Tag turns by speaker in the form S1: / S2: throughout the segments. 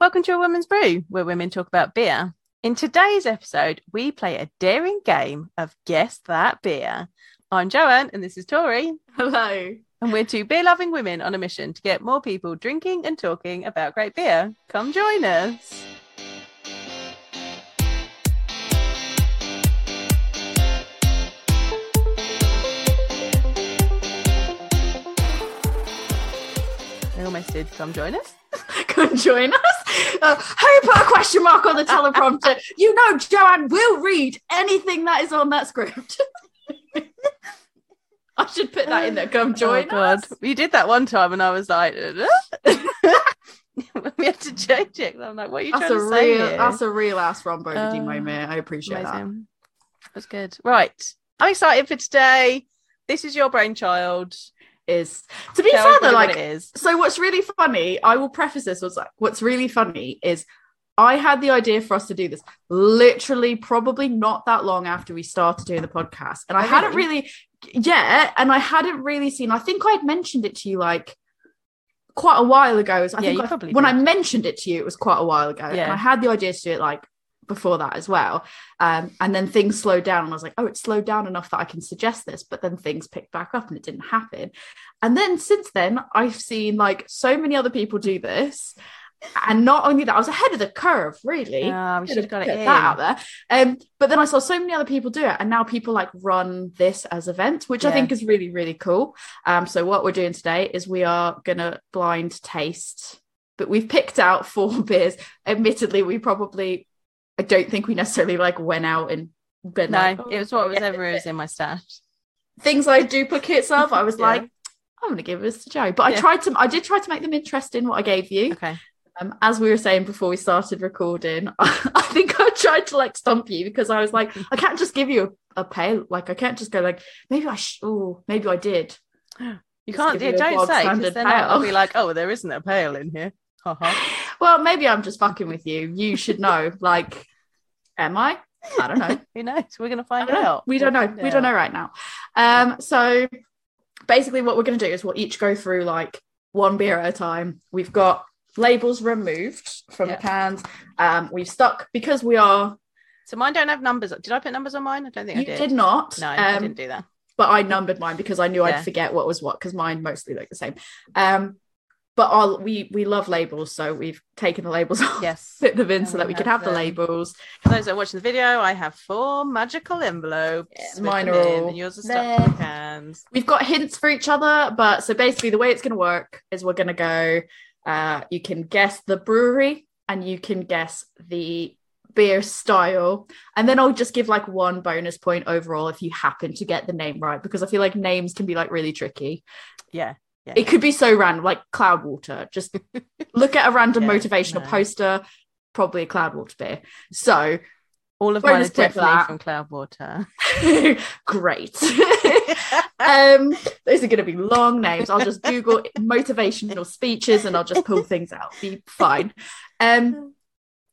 S1: Welcome to A Woman's Brew, where women talk about beer. In today's episode, we play a daring game of Guess That Beer. I'm Joanne, and this is Tori,
S2: Hello.
S1: and we're two beer loving women on a mission to get more people drinking and talking about great beer. Come join us. I almost did come join us.
S2: Come join us. Uh, Harry Potter question mark on the teleprompter. you know, Joanne will read anything that is on that script. I should put that in there. Come join
S1: oh, God.
S2: us.
S1: You did that one time, and I was like, we had to change it. I'm like, what are you
S2: That's
S1: trying
S2: a
S1: to say?
S2: real,
S1: here?
S2: that's a real ass Ron Burgundy
S1: Uh,
S2: moment. I appreciate that.
S1: Amazing. That's good. Right. I'm excited for today. This is your brainchild.
S2: Is to be
S1: Tell
S2: fair
S1: everybody
S2: though,
S1: what
S2: like
S1: it is.
S2: so what's really funny i will preface this was like what's really funny is i had the idea for us to do this literally probably not that long after we started doing the podcast and i
S1: Oh,
S2: hadn't really yeah and i hadn't really seen i think i'd mentioned it to you like quite a while ago so i
S1: Yeah,
S2: think
S1: you
S2: I-
S1: probably
S2: when i
S1: did.
S2: mentioned it to you it was quite a while ago and
S1: Yeah.
S2: i had the idea to do it like before that as well um, and then things slowed down and i was like oh it slowed down enough that i can suggest this but then things picked back up and it didn't happen and then since then, I've seen like so many other people do this. And not only that, I was ahead of the curve, really.
S1: Ah, we should have got it
S2: Put
S1: in.
S2: that out there. Um, but then I saw so many other people do it, and now people like run this as events, which I
S1: Yeah.
S2: think is really, really cool. Um, so what we're doing today is we are gonna blind taste, but we've picked out four beers. Admittedly, we probably I don't think we necessarily like went out and been
S1: No,
S2: like, "Oh,
S1: it was what was
S2: yeah,
S1: ever was in my stash.
S2: things I duplicates of, I was
S1: Yeah.
S2: like, I'm gonna give this to Joe. But I
S1: Yeah.
S2: tried to I did try to make them interesting what I gave you.
S1: Okay.
S2: Um, as we were saying before we started recording, I think I tried to like stump you because I was like, I can't just give you a, a pale, like I can't just go like maybe I sh- oh maybe I did.
S1: You
S2: Just
S1: can't
S2: give
S1: yeah,
S2: you a
S1: don't
S2: bog
S1: say because
S2: standard
S1: then I'll
S2: pail.
S1: be like, oh, well, there isn't a pail in here. Ha ha.
S2: Well, maybe I'm just fucking with you. You should know. like, am I? I don't know.
S1: Who knows? We're gonna
S2: I
S1: find
S2: don't know.
S1: out.
S2: We don't know. We don't know right now. Um, so basically, what we're going to do is we'll each go through like one beer at a time. We've got labels removed from
S1: Yeah.
S2: the cans. Um, we've stuck because we are.
S1: So mine don't have numbers. Did I put numbers on mine? I don't think
S2: you
S1: I did.
S2: did. not.
S1: No,
S2: um,
S1: I didn't do that.
S2: But I numbered mine because I knew
S1: Yeah.
S2: I'd forget what was what because mine mostly look the same. Um, but our, we we love labels, so we've taken the labels off,
S1: Yes.
S2: put them in,
S1: And
S2: so
S1: we
S2: that we could
S1: have
S2: have the
S1: them.
S2: labels.
S1: For those that are watching the video, I have four magical envelopes.
S2: Yeah,
S1: with
S2: mine
S1: them
S2: are
S1: in,
S2: all
S1: and yours are stuck in
S2: there.
S1: the cans.
S2: we've got hints for each other but so basically the way it's going to work is we're going to go uh, you can guess the brewery and you can guess the beer style and then i'll just give like one bonus point overall if you happen to get the name right because i feel like names can be like really tricky
S1: Yeah. Yeah.
S2: it could be so random like cloud water just look at a random
S1: Yeah,
S2: motivational
S1: no.
S2: poster probably a cloud water beer so
S1: All of
S2: Bonus
S1: mine is
S2: point for
S1: definitely
S2: that.
S1: from Cloudwater.
S2: great um those are going to be long names i'll just google motivational speeches and i'll just pull things out be fine um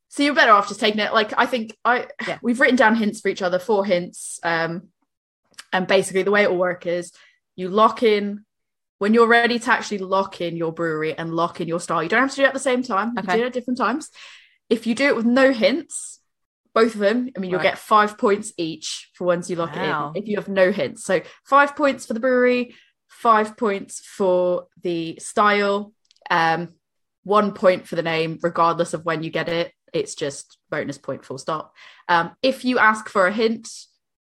S2: so you're better off just taking it like i think i
S1: Yeah.
S2: we've written down hints for each other four hints um and basically the way it will work is you lock in when you're ready to actually lock in your brewery and lock in your style you don't have to do it at the same time you
S1: Okay.
S2: can do it at different times if you do it with no hints both of them i mean you'll
S1: Right.
S2: get five points each for ones you lock
S1: Wow.
S2: it in if you have no hints so five points for the brewery five points for the style um one point for the name regardless of when you get it it's just bonus point full stop um if you ask for a hint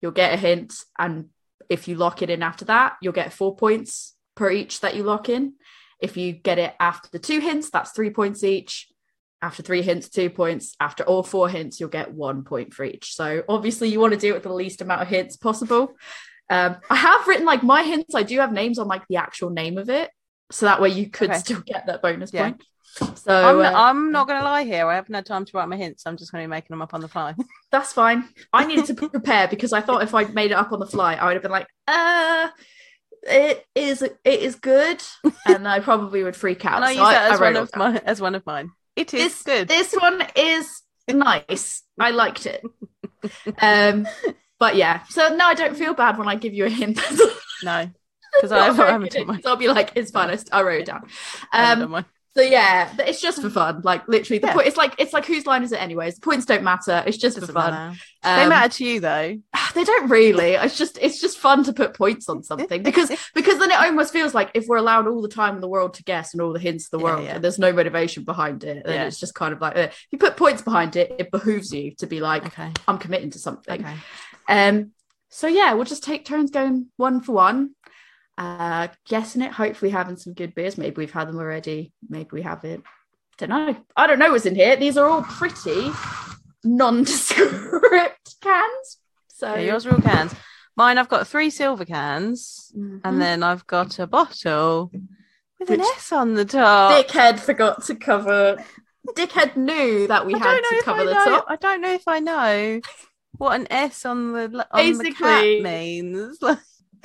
S2: you'll get a hint and if you lock it in after that you'll get four points per each that you lock in if you get it after two hints that's three points each after three hints two points after all four hints you'll get one point for each so obviously you want to do it with the least amount of hints possible um, i have written like my hints i do have names on like the actual name of it so that way you could
S1: Okay.
S2: still get that bonus
S1: Yeah.
S2: point so
S1: I'm,
S2: uh,
S1: I'm not going to lie here. I haven't had time to write my hints. I'm just going to be making them up on the fly.
S2: that's fine. I needed to prepare because I thought if I'd made it up on the fly, I would have been like, uh, it is it is good, and I probably would freak out.
S1: and I
S2: So
S1: use that as,
S2: wrote
S1: one
S2: it
S1: of
S2: down.
S1: my, as one of mine. It is
S2: This-
S1: good.
S2: This one is nice. I liked it. Um, but yeah, so no, I don't feel bad when I give you a hint.
S1: no, because I, I
S2: Not very
S1: haven't
S2: good
S1: done mine.
S2: at it. I'll be like, it's fine. I, I wrote it down.
S1: I haven't
S2: Um,
S1: done mine.
S2: So yeah, but it's just for fun. Like literally, the
S1: Yeah.
S2: point. It's like it's like whose line is it anyways? The points don't matter. It's just for
S1: Doesn't
S2: fun.
S1: matter. they
S2: Um,
S1: matter to you though.
S2: Ah, they don't really. It's just it's just fun to put points on something because because then it almost feels like if we're allowed all the time in the world to guess and all the hints in the
S1: Yeah,
S2: world,
S1: yeah.
S2: and there's no motivation behind it, then
S1: Yeah.
S2: it's just kind of like eh. if you put points behind it, it behooves you to be like
S1: Okay.
S2: I'm committing to something.
S1: Okay.
S2: Um, so yeah, we'll just take turns going one for one, uh, guessing it. Hopefully, having some good beers. Maybe we've had them already. Maybe we haven't. Don't know. I don't know what's in here. These are all pretty nondescript cans. So
S1: Yeah, yours are all cans. Mine, I've got three silver cans, and then I've got a bottle with an
S2: Mm-hmm. Which-
S1: S on the top.
S2: Dickhead forgot to cover. Dickhead knew that we
S1: I
S2: had
S1: don't know
S2: to
S1: if I
S2: cover the
S1: know.
S2: top.
S1: I don't know if I know what an S on the on the
S2: Basically-
S1: cat means.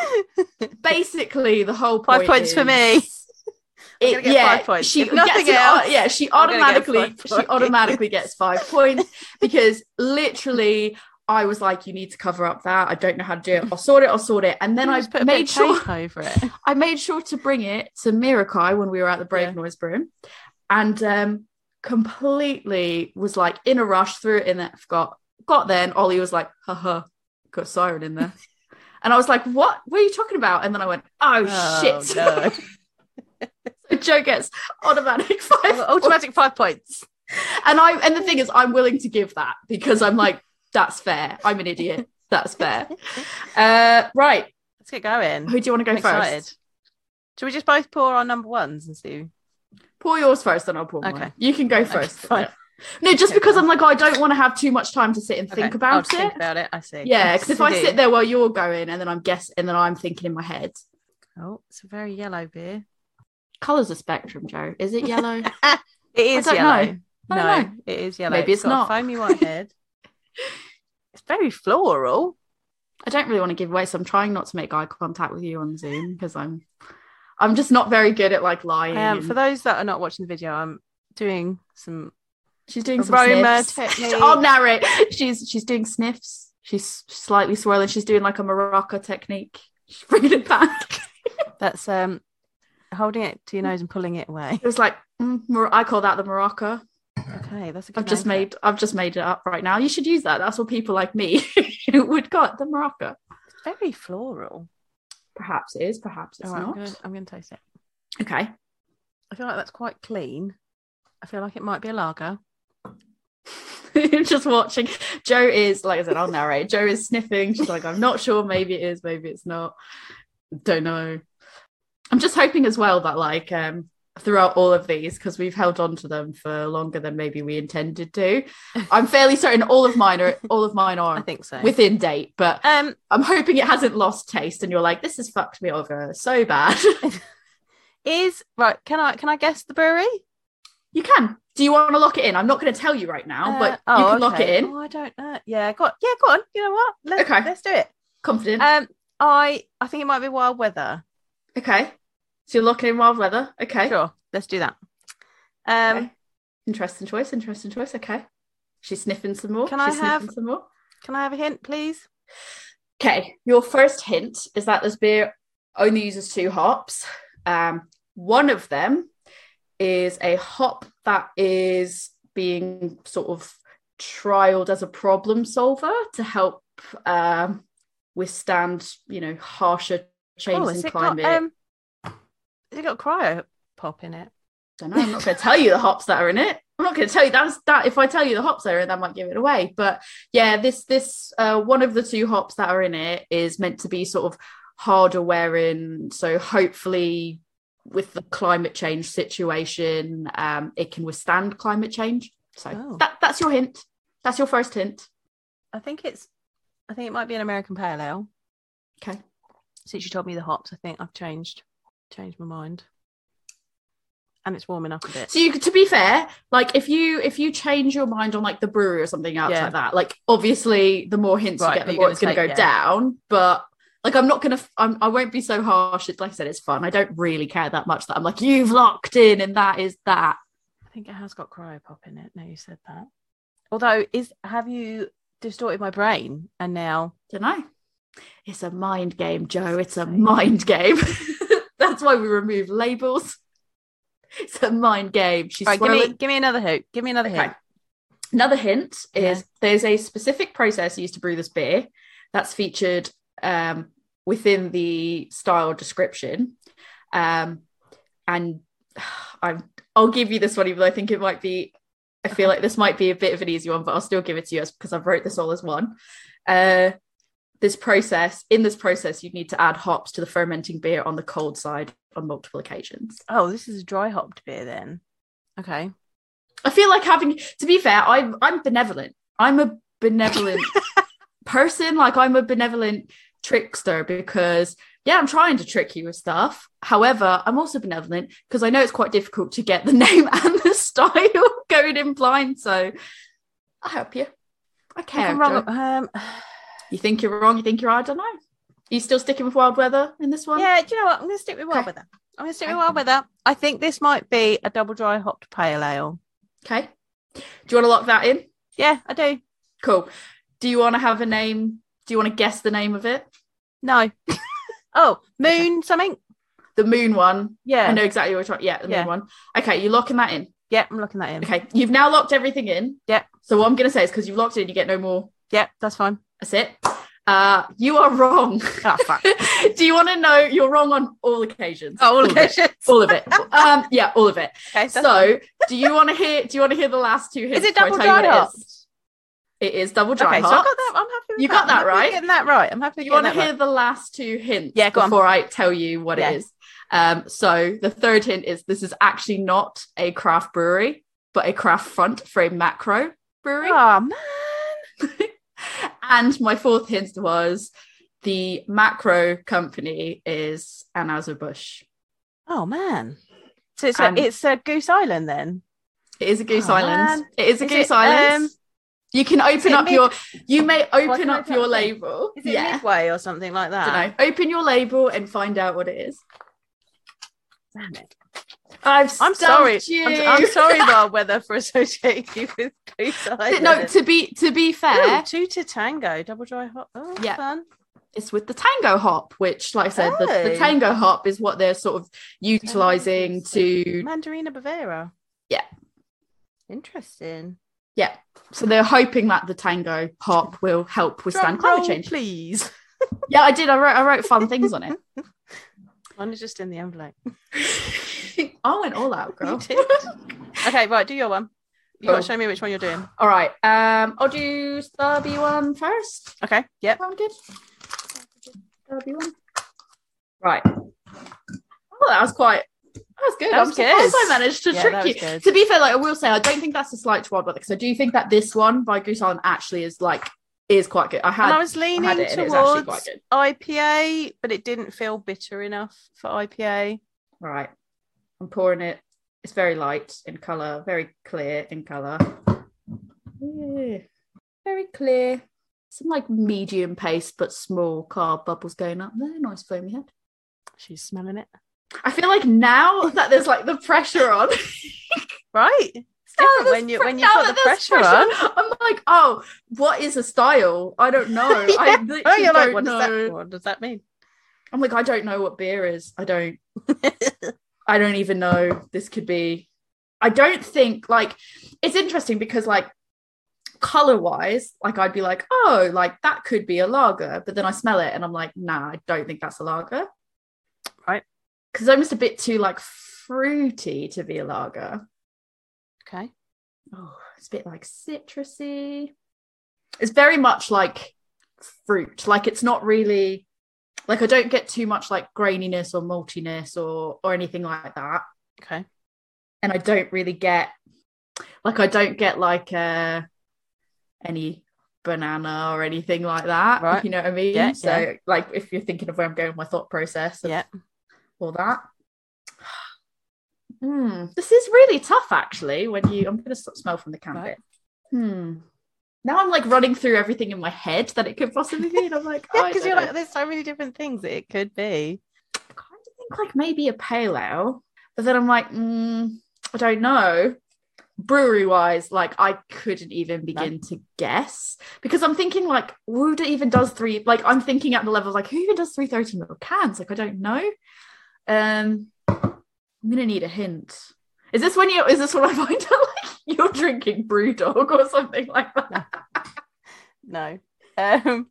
S1: Like,
S2: Basically, the whole
S1: Five
S2: point
S1: points for
S2: is-
S1: me. I'm gonna
S2: It,
S1: get
S2: yeah,
S1: five points.
S2: she
S1: If nothing
S2: gets an-
S1: else,
S2: yeah, she
S1: I'm gonna get
S2: automatically
S1: five
S2: she
S1: points.
S2: automatically gets five points because literally I was like, you need to cover up that. I don't know how to do it. I'll sort it. I'll sort it. And then
S1: You
S2: I
S1: just put a bit
S2: made
S1: of
S2: sure
S1: tape over it.
S2: I made sure to bring it to Mirakai when we were at the Brave
S1: Yeah.
S2: Noise Broom, and um, completely was like in a rush, threw it in there, forgot, got there, and Ollie was like, "Ha ha, got siren in there," and I was like, "What? What are you talking about?" And then I went, "Oh,
S1: Oh,
S2: shit!"
S1: no.
S2: Joe gets automatic
S1: I've
S2: five,
S1: got automatic five points.
S2: and I and the thing is, I'm willing to give that because I'm like, that's fair. I'm an idiot. That's fair. Uh, right,
S1: Let's get going.
S2: who do you want to go
S1: I'm
S2: Oh, first?
S1: excited. Should we just both pour our number ones and see?
S2: Pour yours first, then I'll pour mine.
S1: Okay.
S2: You can go
S1: Okay,
S2: first.
S1: fine.
S2: No, just
S1: Okay,
S2: because
S1: fine.
S2: I'm like, "Oh, I don't want to have too much time to sit and
S1: Okay,
S2: think
S1: I'll
S2: about it.
S1: Think about it. I see.
S2: Yeah, because if I
S1: see.
S2: sit there while you're going and then I'm guessing and then I'm thinking in my head,
S1: Oh, it's a very yellow beer.
S2: colours a spectrum, Joe. Is it yellow?
S1: It is
S2: don't know.
S1: yellow.
S2: I
S1: No,
S2: don't
S1: it is yellow.
S2: Maybe it's
S1: got a
S2: not.
S1: foamy white head. it's very floral.
S2: I don't really want to give away, so I'm trying not to make eye contact with you on Zoom because I'm, I'm just not very good at like lying.
S1: Um,
S2: and-
S1: for those that are not watching the video, I'm doing some.
S2: She's doing some
S1: Aroma
S2: sniffs.
S1: technique.
S2: I'll narrate. She's she's doing sniffs. She's slightly swirling. She's doing like a maraca technique. She's bringing it back.
S1: That's um, holding it to your
S2: Hmm.
S1: nose and pulling it away.
S2: It was like mm, mar- I call that the maraca.
S1: Okay, that's a good.
S2: I've just
S1: name for it.
S2: made I've just made it up right now. You should use that. That's what people like me would got the maraca.
S1: It's very floral.
S2: Perhaps it is. Perhaps it's
S1: All right, Oh, I'm
S2: not.
S1: gonna, I'm going to taste it.
S2: Okay.
S1: I feel like that's quite clean. I feel like it might be a lager.
S2: just watching. Joe is like I said. I'll narrate. Joe is sniffing. She's like, I'm not sure. Maybe it is. Maybe it's not. Don't know. I'm just hoping as well that like um throughout all of these because we've held on to them for longer than maybe we intended to. I'm fairly certain all of mine are all of mine
S1: I
S2: are
S1: think so.
S2: within date, but
S1: um,
S2: I'm hoping it hasn't lost taste and you're like, this has fucked me over so bad.
S1: is right. Can I can I guess the brewery?
S2: you can. Do you want to lock it in? I'm not going to tell you right now,
S1: Uh,
S2: but
S1: oh,
S2: you can lock it
S1: okay.
S2: in.
S1: Oh, I don't know. Yeah, go on. Yeah, go on. You know what? Let's,
S2: Okay.
S1: let's do it.
S2: Confident.
S1: Um, I I think it might be wild weather.
S2: okay. So you're locking in wild weather. Okay.
S1: Sure, let's do that. Um,
S2: Okay. Interesting choice. Interesting choice. Okay. She's sniffing some more.
S1: Can
S2: She's
S1: I have-
S2: sniffing some more?
S1: can I have a hint, please?
S2: Okay. Your first hint is that this beer only uses two hops. Um, one of them is a hop that is being sort of trialed as a problem solver to help um, withstand, you know, harsher
S1: oh,
S2: changes
S1: has
S2: in
S1: it got
S2: climate.
S1: um, has it got cryo pop in it?
S2: don't know. I'm not going to tell you the hops that are in it. I'm not going to tell you that's that. If I tell you the hops that are in, it, that might give it away. But yeah, this this uh, one of the two hops that are in it is meant to be sort of harder wearing. So hopefully, with the climate change situation, um, it can withstand climate change. So
S1: Oh.
S2: that that's your hint. That's your first hint.
S1: I think it's. I think it might be an American pale ale.
S2: Okay.
S1: Since you told me the hops, I think I've changed changed my mind. And it's warming up a bit.
S2: So you, to be fair, like if you if you change your mind on like the brewery or something else
S1: Yeah.
S2: like that, like obviously the more hints
S1: Right,
S2: you get, the
S1: you're
S2: more
S1: gonna
S2: it's going to go
S1: take- yeah.
S2: down. But like I'm not going to, I'm I won't be so harsh. It's like I said, it's fun. I don't really care that much that I'm like you've locked in and that is that.
S1: I think it has got cryopop in it. Now you said that. Although, is have you distorted my brain and now
S2: Don't know. It's a mind game, Joe. It's a
S1: Same.
S2: mind game. That's why we remove labels. It's a mind game. She's
S1: Right, give
S2: swirling
S1: me give me another hoop. Give me another
S2: Okay.
S1: hoop.
S2: Another hint
S1: Yeah.
S2: is there's a specific process used to brew this beer that's featured um, within the style description. Um, and I'm, I'll give you this one, even though I think it might be, I feel like this might be a bit of an easy one, but I'll still give it to you as- because I've wrote this all as one. Uh, this process, in this process, you need to add hops to the fermenting beer on the cold side on multiple occasions.
S1: Oh, this is a dry hopped beer then. Okay.
S2: I feel like having to be fair, I'm I'm benevolent. I'm a benevolent person, like I'm a benevolent trickster because yeah, I'm trying to trick you with stuff. However, I'm also benevolent because I know it's quite difficult to get the name and the style going in blind. So I help you. I
S1: I think
S2: care.
S1: I'm
S2: Joe.
S1: wrong. Um,
S2: You think you're wrong, you think you're right, I don't know. you still sticking with wild weather in this one?
S1: yeah, do you know what? I'm gonna stick with wild
S2: Okay.
S1: weather. I'm gonna stick with
S2: Okay.
S1: wild weather. I think this might be a double dry hopped pale ale.
S2: Okay. Do you want to lock that in?
S1: Yeah, I do.
S2: Cool. Do you want to have a name? Do you want to guess the name of it?
S1: No. oh, moon something.
S2: The moon one I
S1: Yeah.
S2: know exactly which one. Yeah, the
S1: Yeah.
S2: main one. Okay, you're locking that in.
S1: Yeah, I'm locking that in.
S2: Okay, you've now locked everything in.
S1: Yeah.
S2: So what I'm gonna say is because you've locked it in, you get no more.
S1: Yeah, that's fine.
S2: That's it. Uh, you are wrong.
S1: Oh fuck.
S2: Do you want to know? You're wrong on all occasions.
S1: oh, all
S2: of it. All of it. Um, yeah, all of it.
S1: Okay, that's fine.
S2: so, do you want to hear? Do you want to hear the last two hints?
S1: is it
S2: before I
S1: double
S2: tell you
S1: dry
S2: what it
S1: hopped?
S2: is? It is double dry
S1: okay, so I got
S2: hopped.
S1: that. I'm happy with
S2: You
S1: that.
S2: got that
S1: I'm happy with
S2: right?
S1: Getting that right. I'm happy.
S2: Do
S1: with
S2: you want to
S1: getting that
S2: hear the last two hints
S1: Yeah, go on.
S2: before I tell you what
S1: Yeah.
S2: it is? Um, so the third hint is this is actually not a craft brewery, but a craft front for a macro brewery.
S1: right. Oh, man.
S2: and my fourth hint was the macro company is Anheuser-Busch.
S1: Oh man. So it's a,
S2: And-
S1: it's a Goose Island then.
S2: It is a Goose
S1: Oh,
S2: Island.
S1: man.
S2: It is a
S1: Is it,
S2: Goose Island.
S1: um,
S2: you can open
S1: it
S2: up
S1: mid-
S2: your you may
S1: can
S2: open
S1: I
S2: up your
S1: open up thing?
S2: label.
S1: Is it Ah.
S2: Yeah.
S1: Midway or something like that?
S2: I don't know. Open your label and find out what it is.
S1: Damn it.
S2: I've
S1: I'm
S2: stumped
S1: sorry.
S2: You.
S1: I'm, I'm sorry, Wild Weather, for associating you with Goose Island.
S2: no, to be to be fair,
S1: Ooh, two to tango, double dry hot. Oh,
S2: Yeah.
S1: fun.
S2: it's with the tango hop, which, like I said, the, the
S1: Oh.
S2: tango hop is what they're sort of utilizing to.
S1: Mandarina Bavera.
S2: Yeah.
S1: Interesting.
S2: So they're hoping that the tango hop will help
S1: Drum
S2: withstand climate
S1: roll,
S2: change.
S1: please.
S2: Yeah, I did. I wrote I wrote fun things on it.
S1: Mine is just in the envelope.
S2: I went all out,
S1: You
S2: girl.
S1: did. okay, right. Do your one. You got
S2: Cool.
S1: to show me which one you're doing.
S2: All right. Um, I'll do Star B one first.
S1: Okay. Yep.
S2: Sound good? Star B one. Right. Oh, that was quite. That was good.
S1: That was
S2: I'm surprised
S1: good.
S2: I managed to
S1: Yeah,
S2: trick
S1: that
S2: you.
S1: was good.
S2: To be fair, like I will say, I don't think that's a slight to Wild Weather because I do think that this one by Goose Island actually is like is quite good. I
S1: And
S2: had
S1: I was leaning
S2: it and it was actually
S1: towards
S2: quite good.
S1: IPA, but it didn't feel bitter enough for IPA.
S2: All right. I'm pouring it. It's very light in color, very clear in color. Very clear. Some like medium paste, but small carb bubbles going up there. Nice foamy head.
S1: She's smelling it.
S2: I feel like now that there's like the pressure on,
S1: Right? It's
S2: Now
S1: different
S2: there's
S1: when
S2: pre-
S1: you when you
S2: now
S1: put
S2: that
S1: the
S2: there's
S1: pressure on.
S2: I'm like, oh, what is a style? I don't know. I
S1: Yeah.
S2: literally
S1: Oh, you're
S2: don't
S1: like, what does,
S2: know.
S1: that, what does that mean?
S2: I'm like, I don't know what beer is. I don't. I don't even know this could be. I don't think like it's interesting because like color wise, like I'd be like, oh, like that could be a lager, but then I smell it and I'm like, nah, I don't think that's a lager.
S1: Right.
S2: Because it's almost a bit too like fruity to be a lager.
S1: Okay.
S2: Oh, it's a bit like citrusy. It's very much like fruit. Like it's not really like I don't get too much like graininess or maltiness or or anything like that.
S1: Okay.
S2: And I don't really get like I don't get like uh any banana or anything like that.
S1: Right.
S2: If you know what I mean?
S1: Yeah,
S2: so like if you're thinking of where I'm going with my thought process of
S1: Yeah.
S2: all that. Hmm. This is really tough, actually. When you, I'm going to smell from the can a
S1: Right.
S2: bit. Hmm. Now I'm like running through everything in my head that it could possibly be, and I'm like, oh, I
S1: Because
S2: don't
S1: you're
S2: know.
S1: like, there's so many different things that it could be.
S2: I kind of think like maybe a pale ale, but then I'm like, mm, I don't know. Brewery wise, like I couldn't even begin to guess because I'm thinking like who do- even does three? Like I'm thinking at the level of, like who even does three thirty mil cans? Like I don't know. Um, I'm gonna need a hint. Is this when you? Is this when I find out like you're drinking brew dog or something like that?
S1: No. Um,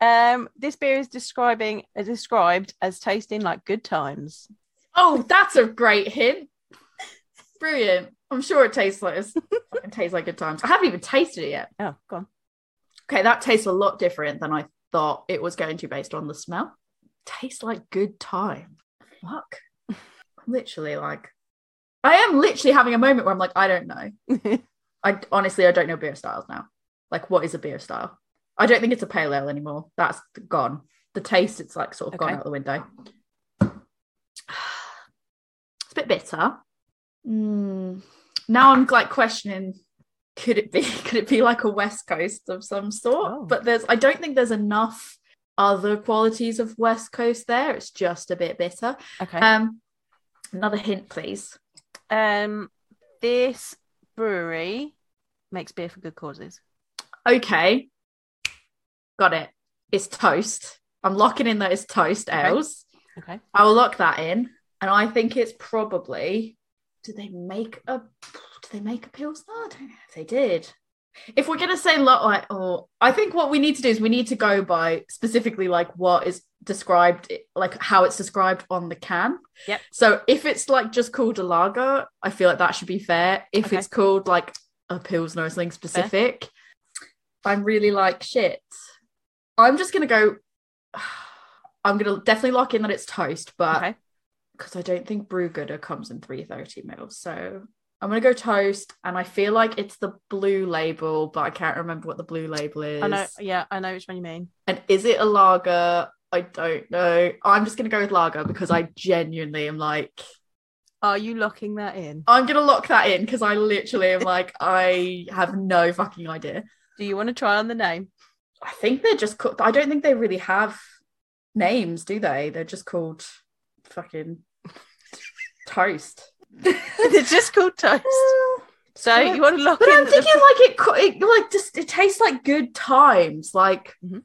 S1: um, this beer is describing uh, described as tasting like good times.
S2: Oh, that's a great hint. Brilliant. I'm sure it tastes like it's- it tastes like good times. I haven't even tasted it yet.
S1: Oh, go on.
S2: Okay, that tastes a lot different than I thought it was going to based on the smell. Tastes like good time. Fuck. literally like I am literally having a moment where I'm like, I don't know. I honestly I don't know beer styles now. Like what is a beer style? I don't think it's a pale ale anymore. That's gone. The taste it's like sort of gone
S1: Okay.
S2: out the window. It's a bit bitter.
S1: Hmm.
S2: Mm. Now I'm like questioning could it be could it be like a west coast of some sort?
S1: Oh.
S2: But there's I don't think there's enough other qualities of west coast there. It's just a bit bitter.
S1: okay.
S2: Um another hint please.
S1: Um, this brewery makes beer for good causes.
S2: Okay. Got it. It's toast. I'm locking in that it's toast
S1: Okay.
S2: ales.
S1: Okay.
S2: I will lock that in. And I think it's probably do they make a do they make a pilsner? I don't know if they did. If we're gonna say lot like oh I think what we need to do is we need to go by specifically like what is described like how it's described on the can.
S1: Yep.
S2: So if it's like just called a lager, I feel like that should be fair. If
S1: Okay.
S2: it's called like a pilsner or something specific, I'm really like shit. I'm just gonna go. I'm gonna definitely lock in that it's toast, but
S1: okay.
S2: because I don't think Brewgooder comes in 330 mils, so I'm gonna go toast. And I feel like it's the blue label, but I can't remember what the blue label is.
S1: I know. Yeah, I know which one you mean.
S2: And is it a lager? I don't know. I'm just gonna go with lager because I genuinely am like,
S1: Are you locking that in?
S2: I'm gonna lock that in because I literally am like, I have no fucking idea.
S1: Do you want to try on the name?
S2: I think they're just called. I don't think they really have names, do they? They're just called fucking toast.
S1: it's just called toast. So
S2: Yeah.
S1: you want to lock
S2: But
S1: in?
S2: I'm
S1: that the-
S2: thinking like it, co- it, like just it tastes like good times. Like,
S1: Mhm.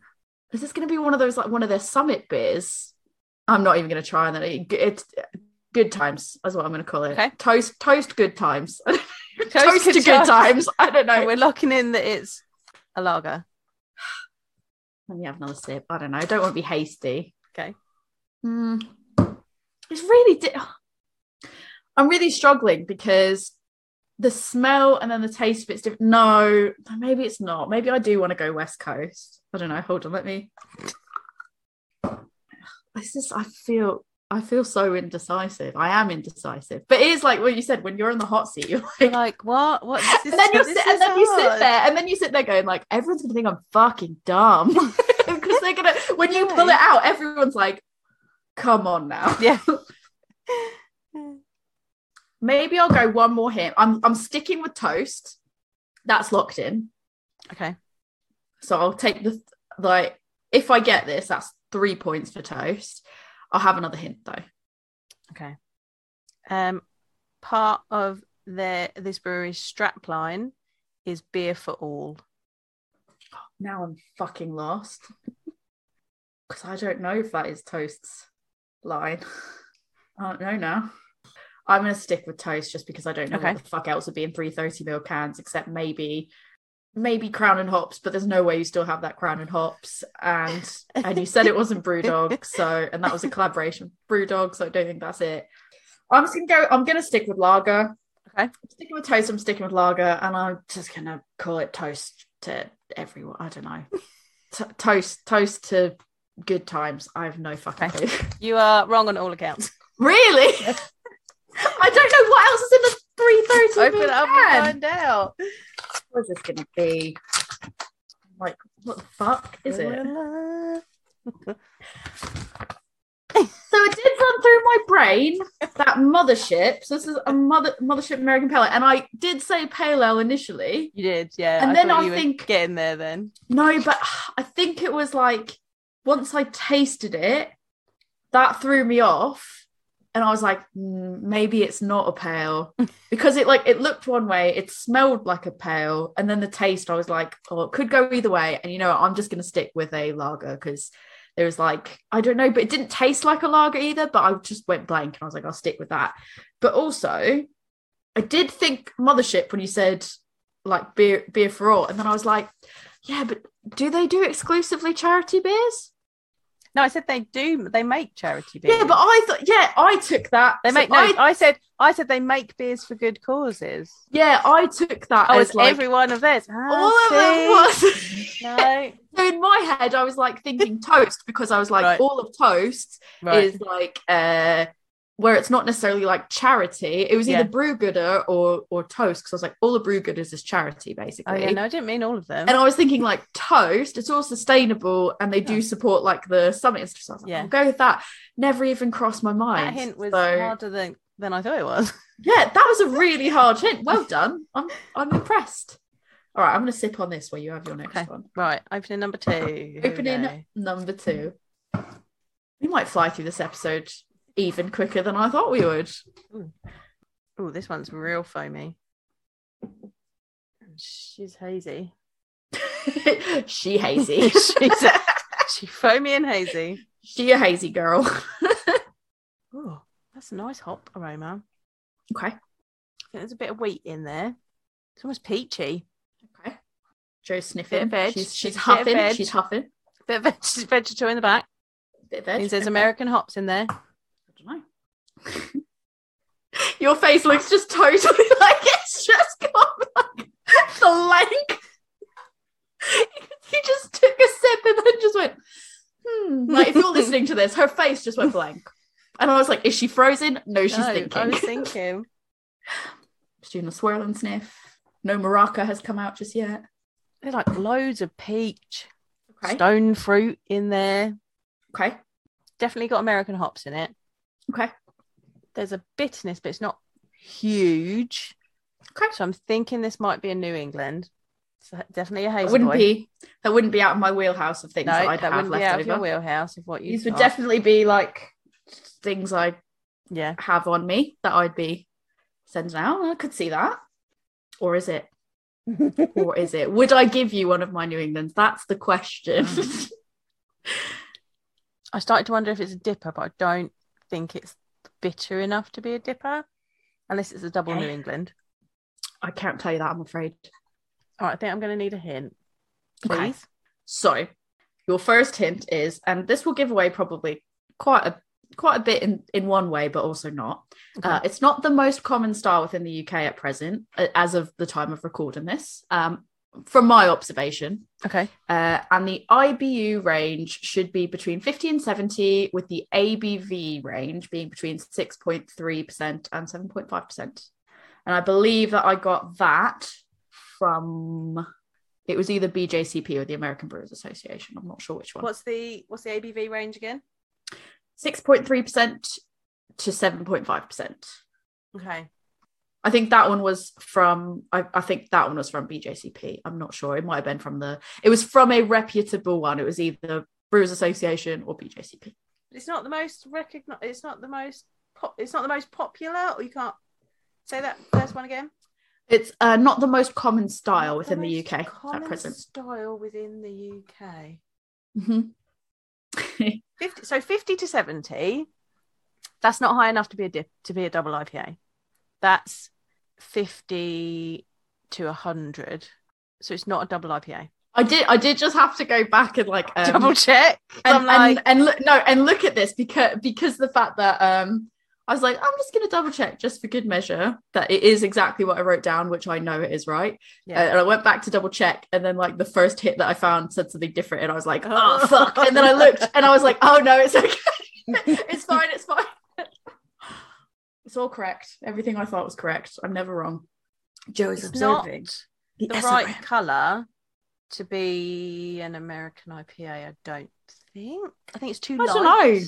S2: is this going to be one of those like one of their summit beers? I'm not even going to try that. It, it's uh, good times. That's what I'm going to call it.
S1: Okay.
S2: Toast, toast, good times. toast, to good
S1: times.
S2: times. I don't know.
S1: We're locking in that it's a lager.
S2: Let me have another sip. I don't know. I don't want to be hasty.
S1: Okay.
S2: Mm. It's really. Di- I'm really struggling because the smell and then the taste of it's different. No, maybe it's not. Maybe I do want to go West Coast. I don't know. Hold on. Let me. This is. I feel. I feel so indecisive. I am indecisive. But it is like what you said when you're in the hot seat. You're like,
S1: You're like what? What? This is,
S2: and then you
S1: this
S2: sit, and
S1: is
S2: then you sit
S1: hard.
S2: there, and then you sit there going like, everyone's gonna think I'm fucking dumb because they're gonna. When you pull
S1: Yeah.
S2: it out, everyone's like, "Come on now."
S1: Yeah.
S2: Maybe I'll go one more hint. I'm I'm sticking with toast. That's locked in.
S1: Okay.
S2: So I'll take the like. If I get this, that's three points for toast. I'll have another hint though.
S1: Okay. Um, part of their this brewery's strap line is beer for all.
S2: Now I'm fucking lost because I don't know if that is Toast's line. I don't know now. I'm gonna stick with Toast just because I don't know
S1: Okay.
S2: what the fuck else would be in 330 mil cans except maybe maybe Crown and Hops, but there's no way you still have that Crown and Hops and and you said it wasn't Brewdog, so and that was a collaboration with Brewdog, so I don't think that's it. I'm just gonna go. I'm gonna stick with lager.
S1: Okay.
S2: I'm sticking with toast. I'm sticking with lager, and I'm just gonna call it toast to everyone. I don't know. T- toast, toast to good times. I have no fucking
S1: Okay.
S2: clue.
S1: You are wrong on all accounts.
S2: really? I don't know what else is in the three thirty.
S1: Open it up and find out.
S2: What is this gonna be? Like, what the fuck is it? So it did run through my brain that mothership. So this is a mother mothership American pale ale, and I did say pale ale initially.
S1: You did, yeah.
S2: And then
S1: thought
S2: I
S1: you were
S2: think-
S1: getting there then.
S2: No, but I think it was like once I tasted it, that threw me off, and I was like, "Mm, maybe it's not a pale because it like it looked one way, it smelled like a pale, and then the taste, I was like, oh, it could go either way. And you know, what, I'm just gonna stick with a lager because there was like I don't know, but it didn't taste like a lager either. But I just went blank, and I was like, I'll stick with that. But also, I did think Mothership when you said like beer beer for all, and then I was like, yeah, but do they do exclusively charity beers?
S1: No, I said they do. They make charity beers.
S2: Yeah, but I thought yeah, I took that.
S1: they
S2: so
S1: make no.
S2: I-
S1: I, said I said they make beers for good causes.
S2: yeah, I took that
S1: Oh,
S2: as
S1: it's
S2: like
S1: every one of theirs.
S2: all
S1: Ah,
S2: of them
S1: see?
S2: was.
S1: No,
S2: So in my head, I was like thinking toast because I was like,
S1: Right.
S2: all of toast
S1: right.
S2: is like uh where it's not necessarily like charity. It was
S1: Yeah.
S2: either brew gooder or or toast because I was like, all of brew gooders is charity basically.
S1: oh yeah, no, I didn't mean all of them.
S2: And I was thinking like toast, it's all sustainable and they
S1: Yeah.
S2: do support like the summit and stuff. So I was like,
S1: Yeah.
S2: I'll go with that. Never even crossed my mind.
S1: That hint was
S2: So,
S1: harder than than I thought it was.
S2: Yeah, that was a really hard hint. Well done. I'm I'm impressed. All right, I'm gonna sip on this while you have your next
S1: Okay.
S2: one.
S1: Right, opening number two. Who
S2: Opening
S1: knows?
S2: number two. We might fly through this episode even quicker than I thought we would.
S1: Oh, this one's real foamy. She's hazy.
S2: she hazy.
S1: She's she foamy and hazy.
S2: she a hazy girl.
S1: Oh, that's a nice hop aroma.
S2: Okay.
S1: I think there's a bit of wheat in there. It's almost peachy.
S2: Okay. Joe's
S1: Bit
S2: sniffing.
S1: of veg.
S2: She's, she's
S1: Bit of
S2: huffing.
S1: veg.
S2: She's huffing.
S1: Bit of veg- vegetable in the back.
S2: Bit of veg.
S1: Means there's
S2: Okay.
S1: American hops in there.
S2: I don't know. Your face looks just totally like it's just gone like the length. He just took a sip and then just went, hmm. Like, if you're listening to this, her face just went blank. And I was like, is she frozen? No, she's
S1: No,
S2: thinking.
S1: I was thinking.
S2: She's doing a swirl and sniff. No maraca has come out just yet.
S1: There's like loads of peach,
S2: Okay.
S1: stone fruit in there.
S2: Okay.
S1: Definitely got American hops in it.
S2: Okay.
S1: There's a bitterness, but it's not huge.
S2: Okay.
S1: So I'm thinking this might be a New England. It's definitely a
S2: That
S1: hazy
S2: wouldn't
S1: boy.
S2: be that wouldn't be out of my wheelhouse of things
S1: no,
S2: that I'd
S1: that
S2: have
S1: wouldn't be out
S2: left
S1: of your
S2: over.
S1: wheelhouse of what you.
S2: These would
S1: got.
S2: definitely be like things I
S1: Yeah.
S2: have on me that I'd be sending out. I could see that. Or is it? or is it? Would I give you one of my New Englands? That's the question.
S1: Mm. I started to wonder if it's a dipper, but I don't think it's bitter enough to be a dipper, unless it's a double
S2: Okay.
S1: New England.
S2: I can't tell you that, I'm afraid.
S1: All right, I think I'm going to need a hint, please.
S2: Okay. So, your first hint is, and this will give away probably quite a quite a bit in, in one way, but also not.
S1: Okay.
S2: Uh, it's not the most common style within the UK at present, a- as of the time of recording this, um, from my observation.
S1: okay.
S2: Uh, and the IBU range should be between 50 and 70, with the ABV range being between 6.3% and 7.5%. And I believe that I got that from it was either BJCP or the American Brewers Association. I'm not sure which one.
S1: What's the what's the ABV range again?
S2: 6.3% to 7.5%.
S1: Okay.
S2: I think that one was from I, I think that one was from BJCP. I'm not sure. It might have been from the it was from a reputable one. It was either Brewers Association or BJCP.
S1: It's not the most recognized. It's not the most. Pop- it's not the most popular. Or you can't say that first one again.
S2: It's uh, not the most common
S1: Not
S2: style within the
S1: most
S2: UK
S1: common
S2: at present.
S1: Style within the UK.
S2: Mhm.
S1: 50, so 50 to 70 that's not high enough to be a dip, to be a double ipa that's 50 to 100 so it's not a double ipa
S2: I did I did just have to go back and like um,
S1: double check 'Cause
S2: and,
S1: i'm like
S2: and, and look no and look at this because because the fact that um I was like I'm just gonna double check just for good measure that it is exactly what I wrote down which I know it is right Uh,
S1: yeah.
S2: and I went back to double check, and then like the first hit that I found said something different, and I was like, "Oh
S1: Oh.
S2: fuck!" And then I looked, and I was like, "Oh no, it's okay, it's fine, it's fine." it's all correct. Everything I thought was correct. I'm never wrong. Joe
S1: it's not the right color to be an american ipa i don't think i think it's too
S2: I
S1: light
S2: don't know.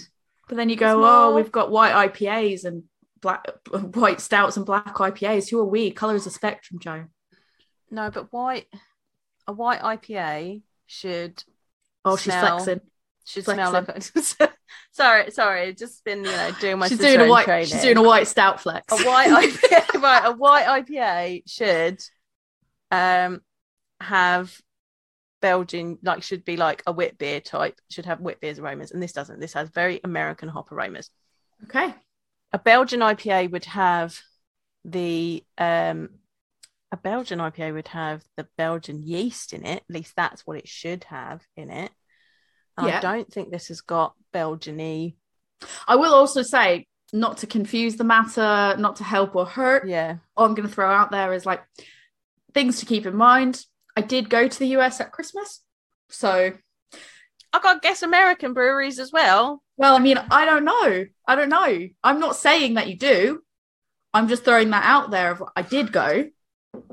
S2: But then you go,
S1: It's
S2: "Oh,
S1: more-
S2: we've got white IPAs and black, white stouts and black IPAs. Who are we? Color is a spectrum, Joe.
S1: no but white a white ipa should
S2: Oh, she's
S1: Smell.
S2: flexing.
S1: should smell like
S2: Flexing.
S1: sorry sorry just been you know doing my
S2: she's doing a
S1: Cicerone
S2: white.
S1: training.
S2: She's doing a white stout flex.
S1: a white IPA, right, a white IPA should um have Belgian like should be like a wit beer type, should have wit beers aromas, and this doesn't. This has very American hop aromas.
S2: okay.
S1: A Belgian IPA would have the um a Belgian IPA would have the Belgian yeast in it. At least that's what it should have in it. And I
S2: Yeah.
S1: don't think this has got Belgian y.
S2: I will also say, not to confuse the matter, not to help or hurt,
S1: Yeah.
S2: all I'm going to throw out there is like things to keep in mind. I did go to the US at Christmas. So,
S1: I got to guess American breweries as well.
S2: well, I mean, I don't know. I don't know. I'm not saying that you do. I'm just throwing that out there. Of, I did go.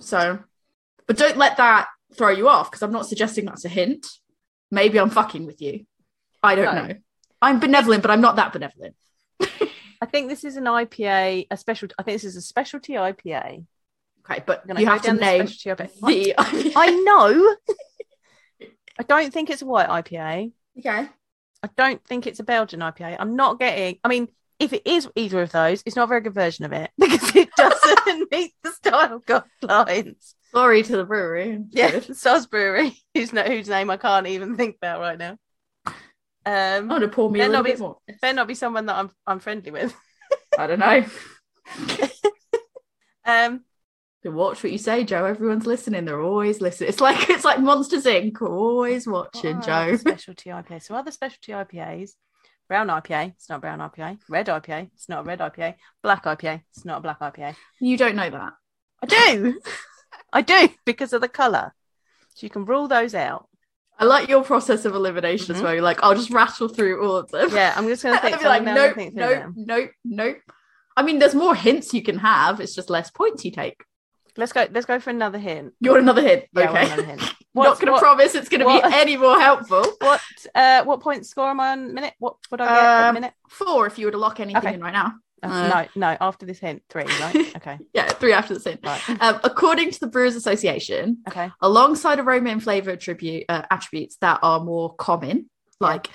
S2: So, but don't let that throw you off because I'm not suggesting that's a hint. Maybe I'm fucking with you. I don't
S1: No.
S2: know. I'm benevolent, but I'm not that benevolent.
S1: I think this is an IPA, a special. I think this is a specialty IPA.
S2: Okay, but
S1: I'm gonna
S2: you
S1: go
S2: have to
S1: down the
S2: name
S1: specialty IPA.
S2: the.
S1: I know. I don't think it's a white IPA.
S2: okay.
S1: I don't think it's a Belgian IPA. I'm not getting. I mean, if it is either of those, it's not a very good version of it because it doesn't meet the style guidelines.
S2: Sorry to the brewery.
S1: Yeah, Sars Brewery, whose, na- whose name I can't even think about right now.
S2: I'm
S1: Um,
S2: gonna pour me a
S1: Then
S2: little
S1: I'll be-
S2: bit more.
S1: better not be someone that I'm I'm friendly with.
S2: I don't know.
S1: Um,
S2: Watch what you say, Joe. Everyone's listening. They're always listening. It's like it's like Monsters Inc. Always watching,
S1: what are other
S2: Joe.
S1: oh, Specialty IPA. So other specialty IPAs. Brown IPA, it's not a brown IPA. Red IPA, it's not a red IPA. Black IPA, it's not a black IPA.
S2: You don't know that.
S1: I do. I do because of the colour. So you can rule those out.
S2: I like your process of elimination as
S1: Mhm.
S2: well. You're like, I'll just rattle through all of them.
S1: Yeah, I'm just going to
S2: I'd
S1: think
S2: be like,
S1: something now and
S2: nope,
S1: think through
S2: nope,
S1: them.
S2: nope, nope. I mean, there's more hints you can have. It's just less points you take.
S1: Let's go. Let's go for another hint.
S2: You want another hint?
S1: Yeah, I want
S2: okay.
S1: another hint.
S2: Not
S1: What's-
S2: going to
S1: what-
S2: promise it's going to be
S1: what-
S2: any more helpful.
S1: what uh what point score am I on minute? What would I get at
S2: Um,
S1: minute?
S2: Four, if you were to lock anything
S1: Okay.
S2: in right now.
S1: Oh,
S2: uh,
S1: no, no, after this hint, three, right? Okay.
S2: Yeah, three after the hint.
S1: Right.
S2: Um, according to the Brewers Association,
S1: Okay.
S2: alongside aroma and flavor attribute, uh, attributes that are more common, like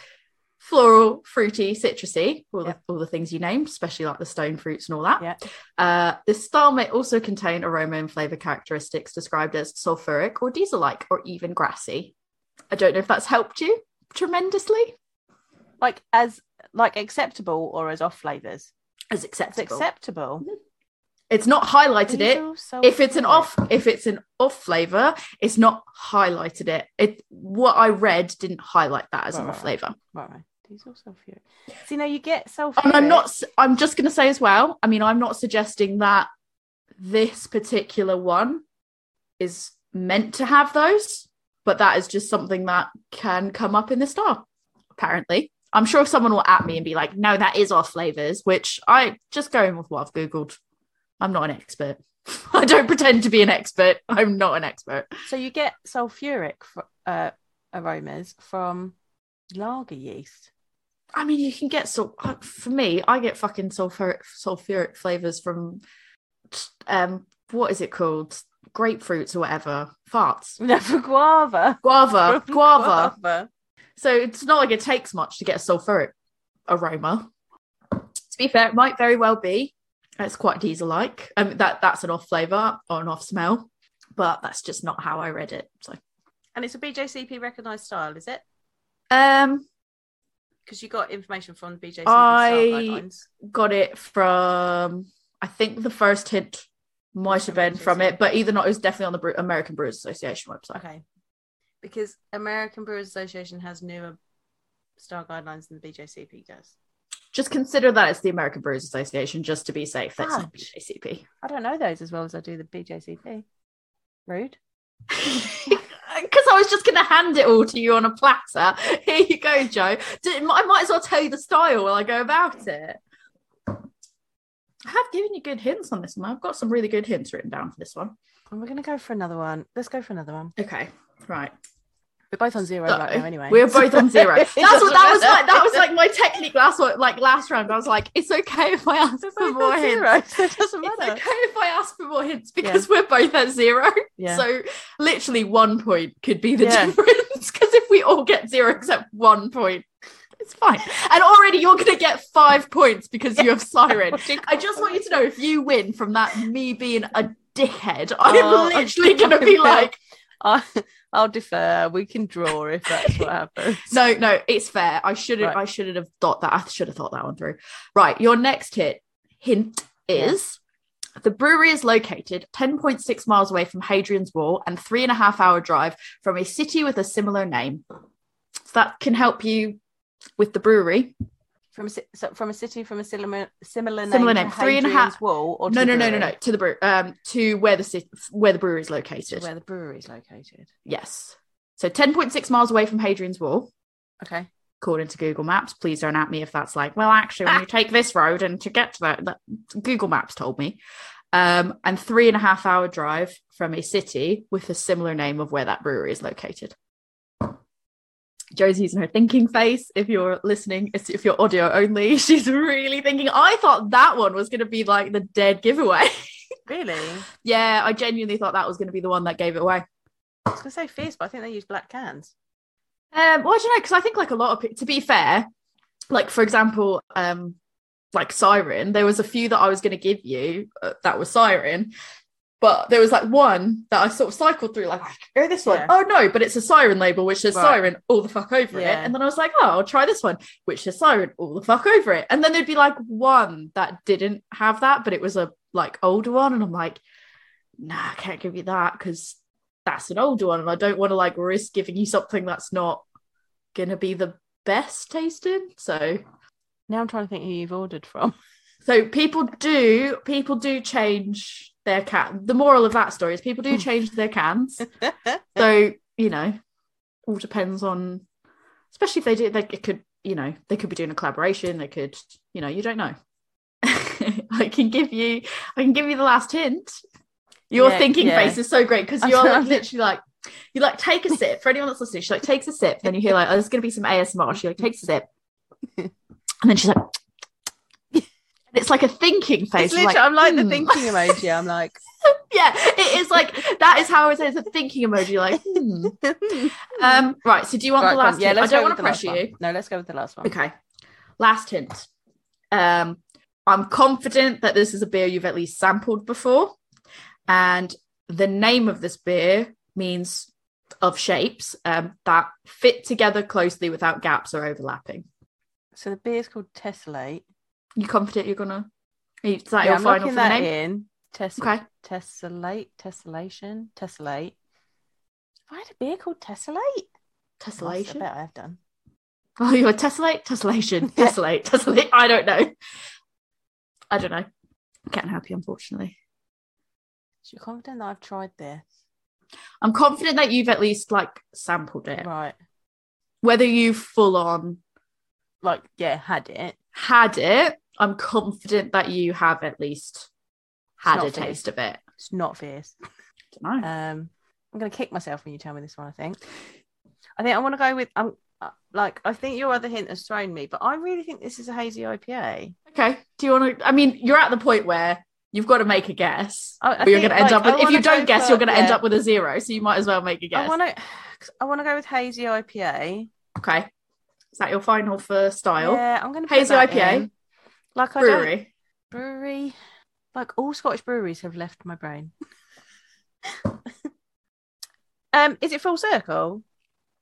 S2: floral, fruity, citrusy, all,
S1: Yep.
S2: the, all the things you named, especially like the stone fruits and all that.
S1: Yep.
S2: Uh, this style may also contain aroma and flavor characteristics described as sulfuric or diesel like or even grassy. I don't know if that's helped you tremendously.
S1: Like as like acceptable or as off flavours? It's
S2: As acceptable.
S1: acceptable.
S2: it's not highlighted it.
S1: Diesel, so
S2: if it's an
S1: good.
S2: off if it's an off flavor it's not highlighted it it what i read didn't highlight that as an
S1: Right,
S2: off
S1: right,
S2: flavor
S1: right, right. Diesel sulfuric. See now you get sulfuric.
S2: and i'm Oh, not s- i'm just going to say as well i mean i'm not suggesting that this particular one is meant to have those but that is just something that can come up in the star apparently i'm sure someone will at me and be like no that is off flavors which i just going with what i've googled i'm not an expert i don't pretend to be an expert i'm not an expert
S1: so you get sulfuric fr- uh, aromas from lager yeast.
S2: I mean, you can get so for me, I get fucking sulfuric sulfuric flavors from um what is it called? Grapefruits or whatever. Farts.
S1: No, for guava.
S2: Guava.
S1: From
S2: guava.
S1: guava.
S2: So it's not like it takes much to get a sulfuric aroma. To be fair, it might very well be. It's quite diesel like. Um, that that's an off flavor or an off smell, but that's just not how I read it. So
S1: And it's a BJCP recognised style, is it?
S2: um
S1: Because you got information from the BJCP style
S2: I-
S1: guidelines.
S2: got it from I think the first hint might have been from it, but either not, it was definitely on the Bre- American Brewers Association website.
S1: Okay. Because American Brewers Association has newer style guidelines than the BJCP does.
S2: Just consider that it's the American Brewers Association, just to be safe. That's not
S1: Fudge.
S2: BJCP.
S1: I don't know those as well as I do the BJCP. Rude.
S2: Because I was just going to hand it all to you on a platter. Here you go, Joe. Do- I might as well tell you the style while I go about it. I have given you good hints on this one. I've got some really good hints written down for this one.
S1: And we're going to go for another one. Let's go for another one.
S2: Okay, right.
S1: We're both on zero
S2: So,
S1: right now, anyway.
S2: We're both on zero.
S1: It
S2: That's what that was
S1: doesn't
S2: like. That was
S1: matter.
S2: like my technique last one, like last round. I was like, it's okay if I ask
S1: We're
S2: for
S1: both
S2: more
S1: on
S2: hints.
S1: zero, so it doesn't
S2: It's
S1: matter.
S2: okay if I ask for more hints because we're both at zero.
S1: Yeah.
S2: So literally one point could be the
S1: Yeah.
S2: difference. Because if we all get zero except one point, it's fine. And already you're gonna get five points because you have siren. I just want you to know if you win from that me being a dickhead, I'm
S1: Oh, I
S2: literally gonna
S1: can
S2: be
S1: feel-
S2: like
S1: I, I'll defer. We can draw if that's what happens.
S2: No, no, it's fair. I shouldn't.
S1: Right.
S2: I shouldn't have thought that. I should have thought that one through. Right, your next hit hint is The brewery is located 10.6 miles away from Hadrian's Wall and three and a half hour drive from a city with a similar name. So that can help you with the brewery.
S1: From a, ci- so from a city from a similar similar name,
S2: Similar
S1: to
S2: name. Three and a
S1: Hadrian's
S2: half-
S1: Wall or to
S2: No,
S1: the
S2: no, no, no, no.
S1: brewery?
S2: To the brew, um, to where the city, where the brewery is located.
S1: where the brewery is located.
S2: Yes. So 10.6 miles away from Hadrian's Wall.
S1: Okay.
S2: according to Google Maps. Please don't at me if that's like, well, actually, when you take this road and to get to that, that Google Maps told me. Um, and three and a half hour drive from a city with a similar name of where that brewery is located. Joe's using her thinking face. If you're listening, it's- if you're audio only, she's really thinking. I thought that one was going to be like the dead giveaway.
S1: Really? I
S2: yeah, I genuinely thought that was going to be the one that gave it away.
S1: was gonna say fierce, but I think they use black cans.
S2: Um, well, I don't know because I think like a lot of pe- to be fair, like for example, um, like Siren, there was a few that I was going to give you uh, that was Siren, but there was like one that I sort of cycled through, like oh this one,
S1: Yeah.
S2: oh no, but it's a Siren label which says
S1: Right.
S2: Siren all the fuck over
S1: Yeah.
S2: it, and then I was like oh I'll try this one which says Siren all the fuck over it, and then there'd be like one that didn't have that, but it was a like older one, and I'm like nah, I can't give you that because that's an older one, and I don't want to like risk giving you something that's not gonna be the best tasting. So,
S1: Now I'm trying to think who you've ordered from.
S2: so people do people do change their can. The moral of that story is people
S1: Hmm.
S2: do change their cans. So you know, all depends on, especially if they do. They it could you know they could be doing a collaboration. They could you know you don't know. I can give you I can give you the last hint. Your
S1: Yeah,
S2: thinking
S1: yeah.
S2: face is so great because
S1: I'm
S2: you're like,
S1: sorry.
S2: literally like you like take a sip for anyone that's listening. She like takes a sip, then you hear like oh, there's gonna be some ASMR. She like takes a sip, and then she's like, and it's like a thinking face.
S1: It's literally- I'm like the
S2: "Hmm."
S1: thinking emoji. I'm like
S2: Yeah, it is like that is how I say it's a thinking emoji. Like, "Hmm." um, right. So do you want
S1: Right,
S2: the
S1: go on.
S2: last? hint? I
S1: go with
S2: don't want to
S1: the last
S2: pressure
S1: one.
S2: you.
S1: No, let's go with the last one.
S2: Okay. Last hint. Um, I'm confident that this is a beer you've at least sampled before. And the name of this beer means of shapes um, that fit together closely without gaps or overlapping.
S1: So the beer's called Tessellate.
S2: You confident you're gonna? Is
S1: Yeah,
S2: that your
S1: I'm
S2: final
S1: locking
S2: for the
S1: that
S2: name?
S1: in. Tess-
S2: Okay.
S1: Tessellate, Tessellation, Tessellate. Have I had a beer called Tessellate? That's the
S2: Tessellation.
S1: bet I've done.
S2: Oh, you were tessellate, tessellation,
S1: Yeah.
S2: tessellate, tessellate. I don't know. I don't know. Can't help you, unfortunately.
S1: So you're confident that I've tried this?
S2: I'm confident that you've at least like sampled it.
S1: Right.
S2: whether you full on
S1: Like, yeah, had it.
S2: had it, I'm confident that you have at least had
S1: not
S2: a
S1: finished.
S2: taste of it.
S1: It's not fierce.
S2: Dunno.
S1: Um, I'm going to kick myself when you tell me this one, I think. I think I want to go with, um, uh, like, I think your other hint has thrown me, but I really think this is a hazy IPA.
S2: okay. Do you want to? I mean, you're at the point where you've got to make a guess.
S1: I- I
S2: but you're
S1: think,
S2: going to end
S1: like, I
S2: up with, if
S1: wanna
S2: you don't
S1: go
S2: guess,
S1: for-
S2: you're going to end
S1: yeah.
S2: up with a zero. So you might as well make a
S1: I
S2: guess.
S1: want to, I want to go with hazy IPA.
S2: okay. Is that your final for style?
S1: Yeah, I'm going to
S2: Hazy IPA.
S1: Like, I don't
S2: Brewery.
S1: brewery like all scottish breweries have left my brain um is it full circle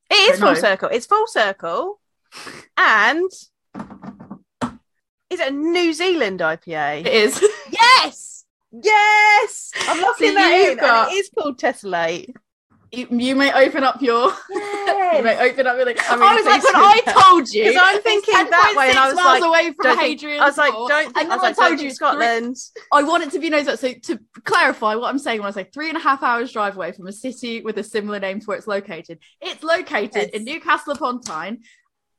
S1: it is
S2: Don't
S1: full
S2: know.
S1: circle it's full circle and is it a new zealand ipa
S2: It is.
S1: yes yes i'm locking
S2: So
S1: that
S2: you've
S1: in
S2: got-
S1: and it is called tessellate
S2: you, you may open up your. You may
S1: yes.
S2: open up your. Like,
S1: I'm
S2: I was
S1: really
S2: Oh,
S1: pleased with
S2: like, when I
S1: that.
S2: told you,
S1: 'Cause I'm
S2: it's
S1: thinking that way, and I
S2: 10.6
S1: was
S2: miles
S1: like,
S2: away from
S1: don't think-
S2: Hadrian's
S1: I was like,
S2: Wall.
S1: don't.
S2: And
S1: I was
S2: then
S1: like,
S2: I
S1: don't
S2: told
S1: think
S2: you,
S1: Scotland.
S2: I want it to be known as that. So to clarify what I'm saying when I say three and a half hours drive away from a city with a similar name to where it's located. It's located
S1: Yes.
S2: in Newcastle upon Tyne.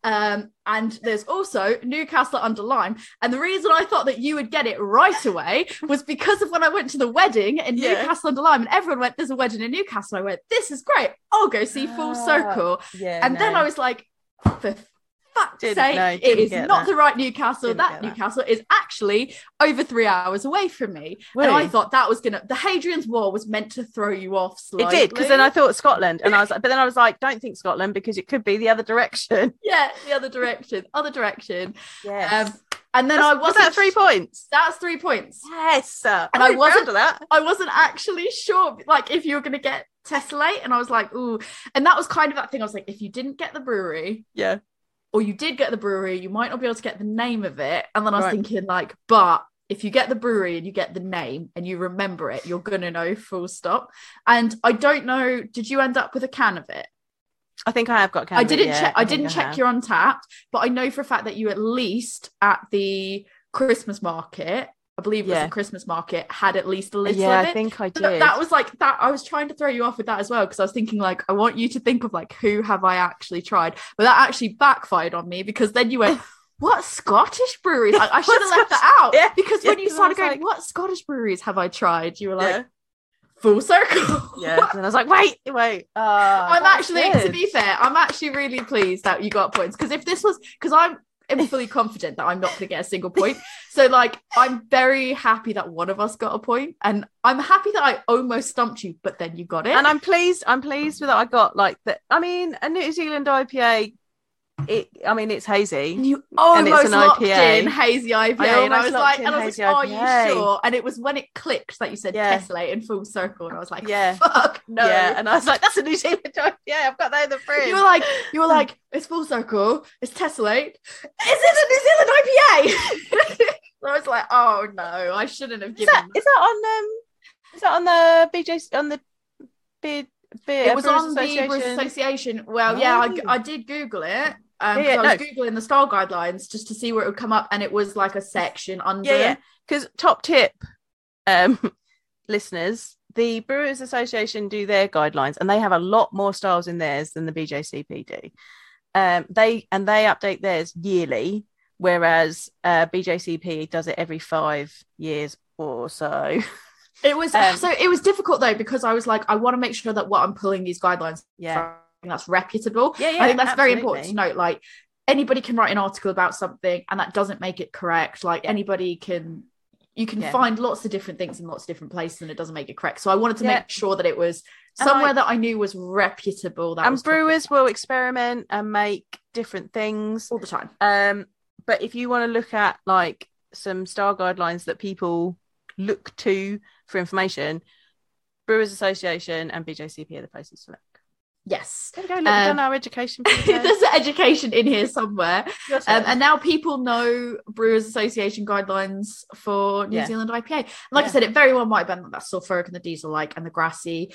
S2: Um, and there's also Newcastle under Lyme. And the reason I thought that you would get it right away was because of when I went to the wedding in
S1: Yeah.
S2: Newcastle under Lyme, and everyone went, There's a wedding in Newcastle. I went, This is great. I'll go see Full
S1: Ah,
S2: Circle.
S1: Yeah,
S2: And then
S1: no.
S2: I was like, for fuck's
S1: Didn't-
S2: sake,
S1: no,
S2: it
S1: didn't
S2: is
S1: get
S2: not
S1: that.
S2: the right Newcastle.
S1: Didn't get
S2: that
S1: that.
S2: Newcastle is actually over three hours away from me. And I
S1: Woo.
S2: thought that was gonna the Hadrian's Wall was meant to throw you off
S1: It
S2: slightly.
S1: did because then I thought Scotland, and I was like, but then I was like, don't think Scotland because it could be the other direction.
S2: Yeah, the other direction, other direction.
S1: Yes.
S2: Um, and then I
S1: was
S2: wasn't
S1: that three points.
S2: that's three points.
S1: Yes, and
S2: I wasn't-
S1: of that.
S2: I wasn't actually sure, like, if you were going to get Tessellate. And I was like, ooh. And that was kind of that thing. I was like, if you didn't get the brewery,
S1: Yeah.
S2: or you did get the brewery, you might not be able to get the name of it. And then I was
S1: Right.
S2: thinking, like, but if you get the brewery and you get the name and you remember it, you're gonna know full stop. And I don't know, did you end up with a can of it?
S1: I think I have got.
S2: I
S1: Cadbury,
S2: didn't
S1: yeah,
S2: check. I
S1: think
S2: didn't check
S1: have.
S2: your untapped, but I know for a fact that you at least at the Christmas market, I believe it was
S1: Yeah.
S2: the Christmas market, had at least a little
S1: Yeah,
S2: of it.
S1: I think I did.
S2: Th- that was like that. I was trying to throw you off with that as well because I was thinking like I want you to think of like who have I actually tried, but that actually backfired on me because then you went. What Scottish breweries? Like, I
S1: What
S2: should have left that out
S1: Yeah,
S2: because when
S1: yeah,
S2: you
S1: 'cause I
S2: started
S1: was
S2: going,
S1: like-
S2: "What Scottish breweries have I tried?" You were like,
S1: yeah.
S2: "Full circle."
S1: yeah. And I was like, wait, wait. Uh, I'm
S2: I'm actually, to be fair, I'm actually really pleased that you got points because if this was, because I'm, I'm fully confident that I'm not going to get a single point. So, like, I'm very happy that one of us got a point, and I'm happy that I almost stumped you, but then you got it.
S1: And I'm pleased. I'm pleased with that. I got like that. I mean, a New Zealand IPA. It. I mean, it's hazy.
S2: Oh, And you
S1: And it's
S2: almost
S1: an
S2: locked
S1: IPA.
S2: in hazy IPA, and I
S1: almost
S2: was
S1: locked
S2: like,
S1: in
S2: and I was
S1: hazy
S2: like, are
S1: IPA.
S2: you sure? And it was when it clicked that you said
S1: Yeah.
S2: tessellate in full circle, and I was like,
S1: Yeah.
S2: fuck no.
S1: Yeah. And I was like, that's a New Zealand IPA. I've got that in the fridge.
S2: You were like, you were like, it's full circle, it's tessellate. Is it a New Zealand IPA? And I was like, oh no, I shouldn't have
S1: is
S2: given.
S1: that, is that on um? Is that on the BJ on the beer beer?
S2: it was
S1: Brewers
S2: on the Brewers
S1: Association?
S2: Association. Well, yeah, I,
S1: Oh.
S2: I did Google it. Um,
S1: Yeah, yeah,
S2: 'cause I was googling the style guidelines just to see where it would come up, and it was like a section under.
S1: yeah, yeah. Because top tip, um, listeners, the Brewers Association do their guidelines, and they have a lot more styles in theirs than the BJCP do. Um, they and they update theirs yearly, whereas uh, BJCP does it every five years or so.
S2: It was
S1: Um,
S2: so it was difficult though because I was like, I want to make sure that what I'm pulling these guidelines
S1: Yeah,
S2: from that's reputable.
S1: yeah, yeah.
S2: I think that's very important to
S1: absolutely.
S2: note. Like anybody can write an article about something, and that doesn't make it correct. Like anybody can, you can
S1: Yeah.
S2: find lots of different things in lots of different places, and it doesn't make it correct. So I wanted to
S1: Yeah.
S2: make sure that it was
S1: And
S2: somewhere
S1: I-
S2: that I knew was reputable. That
S1: And
S2: was proper-
S1: brewers will experiment and make different things.
S2: all the time.
S1: Um, but if you want to look at like some star guidelines that people look to for information, Brewers Association and BJCP are the places to look.
S2: Yes.
S1: There we go. Look, we've
S2: Um,
S1: done our education. for today.
S2: There's education in here somewhere.
S1: Your turn.
S2: Um, and now people know Brewers Association guidelines for New
S1: Yeah.
S2: Zealand IPA. And like
S1: Yeah.
S2: I said, it very well might have been that sulfuric and the diesel like and the grassy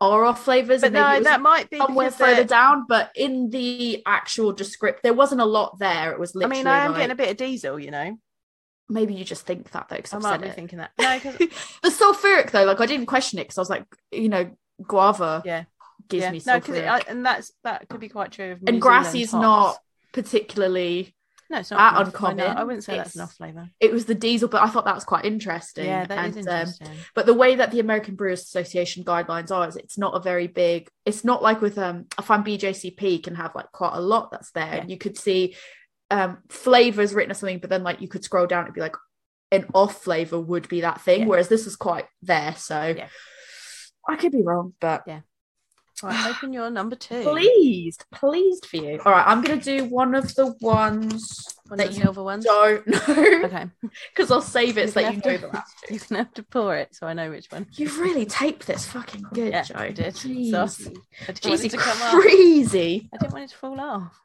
S2: are off flavors.
S1: but
S2: and maybe it
S1: no,
S2: was
S1: that might be
S2: somewhere
S1: because they're-
S2: further down, but in the actual descript, there wasn't a lot there. It was
S1: I
S2: literally.
S1: mean, I am
S2: like-
S1: getting a bit of diesel, you know.
S2: maybe you just think that though, because
S1: I
S2: I've
S1: might
S2: said
S1: be
S2: it.
S1: thinking that. No, 'cause-
S2: the sulfuric though, like I didn't question it because I was like, you know, guava
S1: yeah,
S2: gives
S1: yeah.
S2: me
S1: no,
S2: sulfuric.
S1: because and that's that could be quite true. Of New
S2: and
S1: Zealand
S2: grassy is
S1: hops.
S2: not particularly.
S1: No, it's not enough.
S2: that
S1: I know.
S2: uncommon.
S1: I wouldn't say that's
S2: It's-
S1: enough flavour.
S2: It was the diesel, but I thought that was quite interesting.
S1: Yeah, that is
S2: and, um,
S1: interesting.
S2: but the way that the American Brewers Association guidelines are is it's not a very big it's not like with um I find BJCP can have like quite a lot that's there and you could see um flavors written or something but then like you could scroll down and be like an off flavor would be that thing
S1: Yeah.
S2: whereas this is quite there so
S1: Yeah.
S2: I could be wrong but
S1: Right, open your number two.
S2: pleased pleased for you all right I'm gonna do one of the ones
S1: One
S2: that
S1: of the
S2: you
S1: silver ones.
S2: don't know
S1: Okay.
S2: because I'll save it so
S1: You
S2: that
S1: can
S2: you
S1: have
S2: know
S1: to-
S2: the last two
S1: You can have to pour it so I know which one.
S2: you really taped this fucking good
S1: Yeah,
S2: Joe
S1: I did. So-
S2: Jeez.
S1: I didn't want
S2: Cheesy
S1: it to come off.
S2: crazy.
S1: I didn't want it to fall off.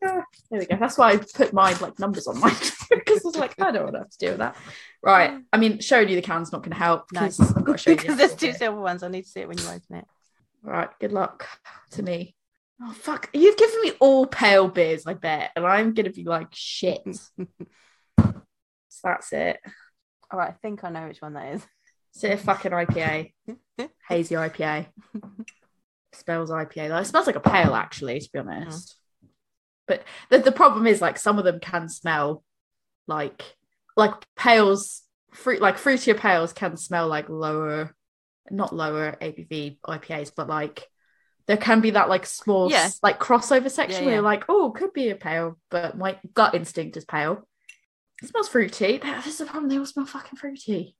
S2: There we go. That's why I put my like numbers on mine because I was like, I don't want to have to deal with that. Right. I mean, showing you the can's not going to help.
S1: No.
S2: 'cause I've got to show you.
S1: Because there's two silver ones. I need to see it when you open it.
S2: Right. Good luck to me. Oh fuck! You've given me all pale beers, I bet, and I'm gonna be like shit. so that's it.
S1: All right, I think I know which one that is.
S2: It's a fucking IPA, hazy IPA. Smells IPA. Like, it smells like a pale, actually, to be honest.
S1: Mm.
S2: But the, the problem is, like, some of them can smell like like pails, fruit like fruitier pails can smell like lower, not lower ABV IPAs, but like there can be that like small
S1: Yeah.
S2: like crossover section
S1: Yeah,
S2: where
S1: yeah.
S2: you're like, oh, could be a pale, but my gut instinct is pale. It smells fruity. That- That's the problem. They all smell fucking fruity.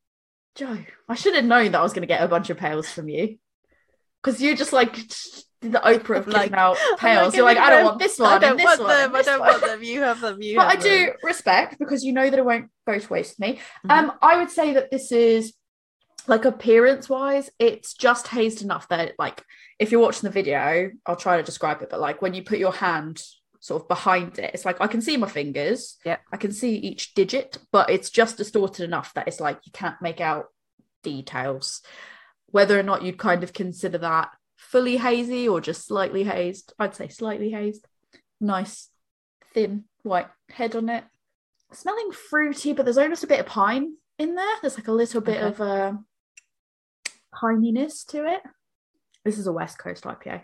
S2: Joe, I should have known that I was going to get a bunch of pails from you because you just like did the Oprah of
S1: Like,
S2: like out
S1: like,
S2: pails. You're
S1: I
S2: like, I
S1: don't-
S2: don't want this one.
S1: I don't
S2: and this
S1: want
S2: one,
S1: them.
S2: and
S1: I
S2: this
S1: don't
S2: one."
S1: want them. You have them. You
S2: But I
S1: have them.
S2: do respect because you know that it won't go to waste for me.
S1: Mhm.
S2: Um, I would say that this is like appearance wise, it's just hazed enough that like if you're watching the video, I'll try to describe it, but like when you put your hand sort of behind it. It's like I can see my fingers.
S1: Yep.
S2: I can see each digit, but it's just distorted enough that it's like you can't make out details. Whether or not you'd kind of consider that fully hazy or just slightly hazed, I'd say slightly hazed. Nice thin white head on it. Smelling fruity, but there's almost a bit of pine in there. There's like a little bit
S1: Okay.
S2: of uh, pininess to it. This is a West Coast IPA.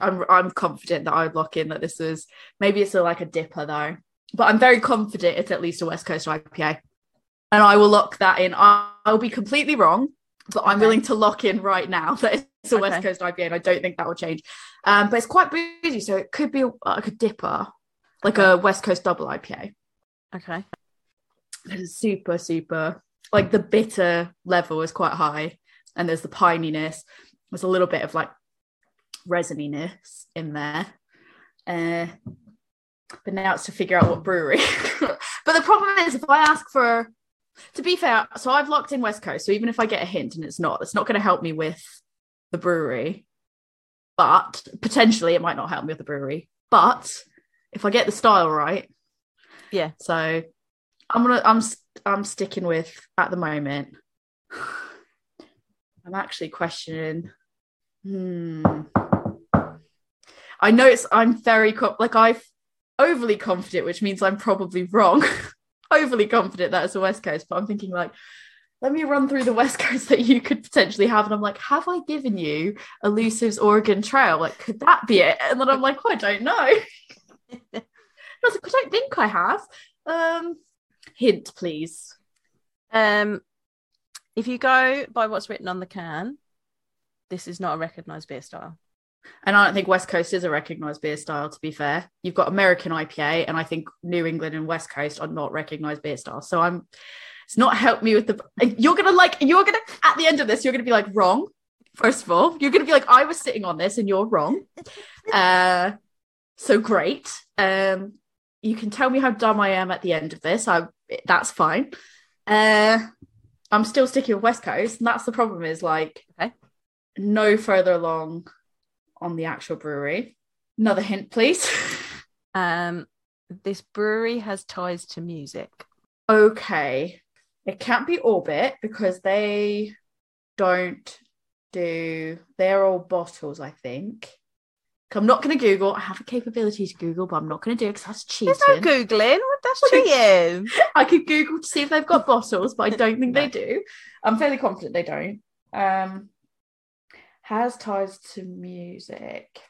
S2: I'm I'm confident that I would lock in that this is maybe it's a, like a dipper though, but I'm very confident it's at least a West Coast IPA, and I will lock that in. I- I'll be completely wrong, but I'm
S1: Okay.
S2: willing to lock in right now that it's a West
S1: Okay.
S2: Coast IPA, and I don't think that will change. Um, but it's quite boozy, so it could be like a dipper, like a West Coast double IPA.
S1: Okay.
S2: It is super super like the bitter level is quite high and there's the pininess there's a little bit of like resininess in there uh but now it's to figure out what brewery but the problem is if i ask for to be fair so i've locked in west coast so even if i get a hint and it's not it's not going to help me with the brewery but potentially it might not help me with the brewery but if i get the style right
S1: Yeah.
S2: so I'm gonna I'm st- I'm sticking with at the moment. I'm actually questioning. Hmm. I know it's I'm very co- like I've overly confident, which means I'm probably wrong. overly confident that it's the West Coast, but I'm thinking like, let me run through the West Coast that you could potentially have, and I'm like, have I given you Elusive's Oregon Trail? Like, could that be it? And then I'm like, "Oh, I don't know. I was like, I don't think I have. Um, hint, please.
S1: Um, if you go by what's written on the can, this is not a recognised beer style.
S2: And I don't think West Coast is a recognised beer style, to be fair. You've got American IPA, and I think New England and West Coast are not recognised beer styles. So I'm, it's not helped me with the. You're going to like, you're going to, at the end of this, you're going to be like, wrong. First of all, you're going to be like, I was sitting on this and you're wrong. Uh, so great. Um, you can tell me how dumb I am at the end of this. I, that's fine. Uh, I'm still sticking with West Coast. And that's the problem is like,
S1: Okay.
S2: no further along on the actual brewery. Another hint, please.
S1: Um, this brewery has ties to music.
S2: okay. It can't be Orbit because they don't do, they're all bottles, I think. I'm not going to Google. I have a capability to Google, but I'm not going to do it because that's cheating.
S1: There's no googling. That's cheating.
S2: I could Google to see if they've got bottles, but I don't think
S1: No.
S2: they do. I'm fairly confident they don't. Um, has ties to music.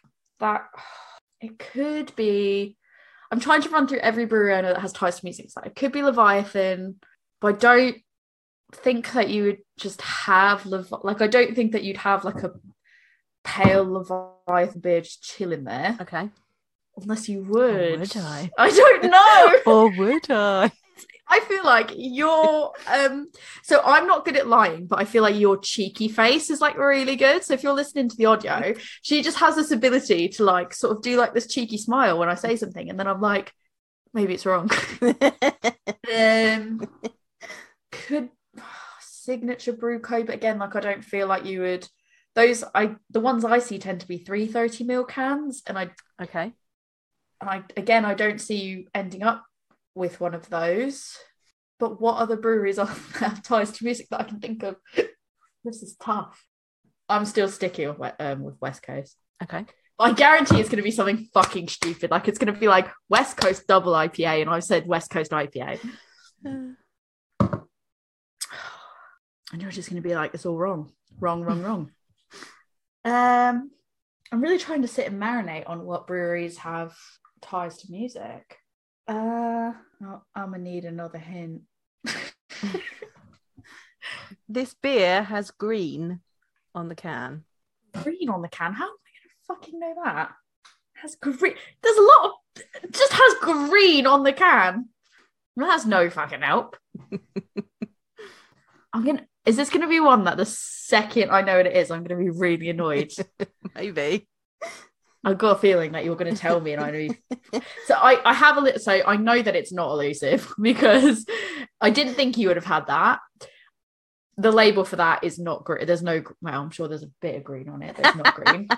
S2: That it could be. I'm trying to run through every brewery owner that has ties to music. So it could be Leviathan, but I don't think that you would just have Levi- like I don't think that you'd have like a pale Leviathan beer just chilling there,
S1: okay.
S2: unless you would.
S1: would I?
S2: I don't know.
S1: Or would I?
S2: I feel like you're um so I'm not good at lying, but I feel like your cheeky face is like really good. So if you're listening to the audio, she just has this ability to like sort of do like this cheeky smile when I say something, and then I'm like, maybe it's wrong. um could signature brew co, but again, like I don't feel like you would those I the ones I see tend to be 330 mil cans, and I
S1: okay.
S2: and I again I don't see you ending up with one of those. But what other breweries are have ties to music that I can think of? this is tough. I'm still sticking with, um, with West Coast.
S1: Okay.
S2: I guarantee it's going to be something fucking stupid. Like it's going to be like West Coast double IPA, and I've said West Coast IPA, and you're just going to be like, it's all wrong, wrong, wrong, wrong. Um, I'm really trying to sit and marinate on what breweries have ties to music. Uh, oh, I'm gonna need another hint.
S1: This beer has green on the can.
S2: green on the can. How am I gonna fucking know that? Has green. There's a lot of. it Just has green on the can. Well, that's no fucking help. I'm gonna. Is this gonna be one that the second I know what it is, I'm gonna be really annoyed.
S1: Maybe.
S2: I've got a feeling that you're going to tell me, and I know. you- so I, I have a little. So I know that it's not elusive because I didn't think you would have had that. The label for that is not green. There's no. Well, I'm sure there's a bit of green on it, but it's not green.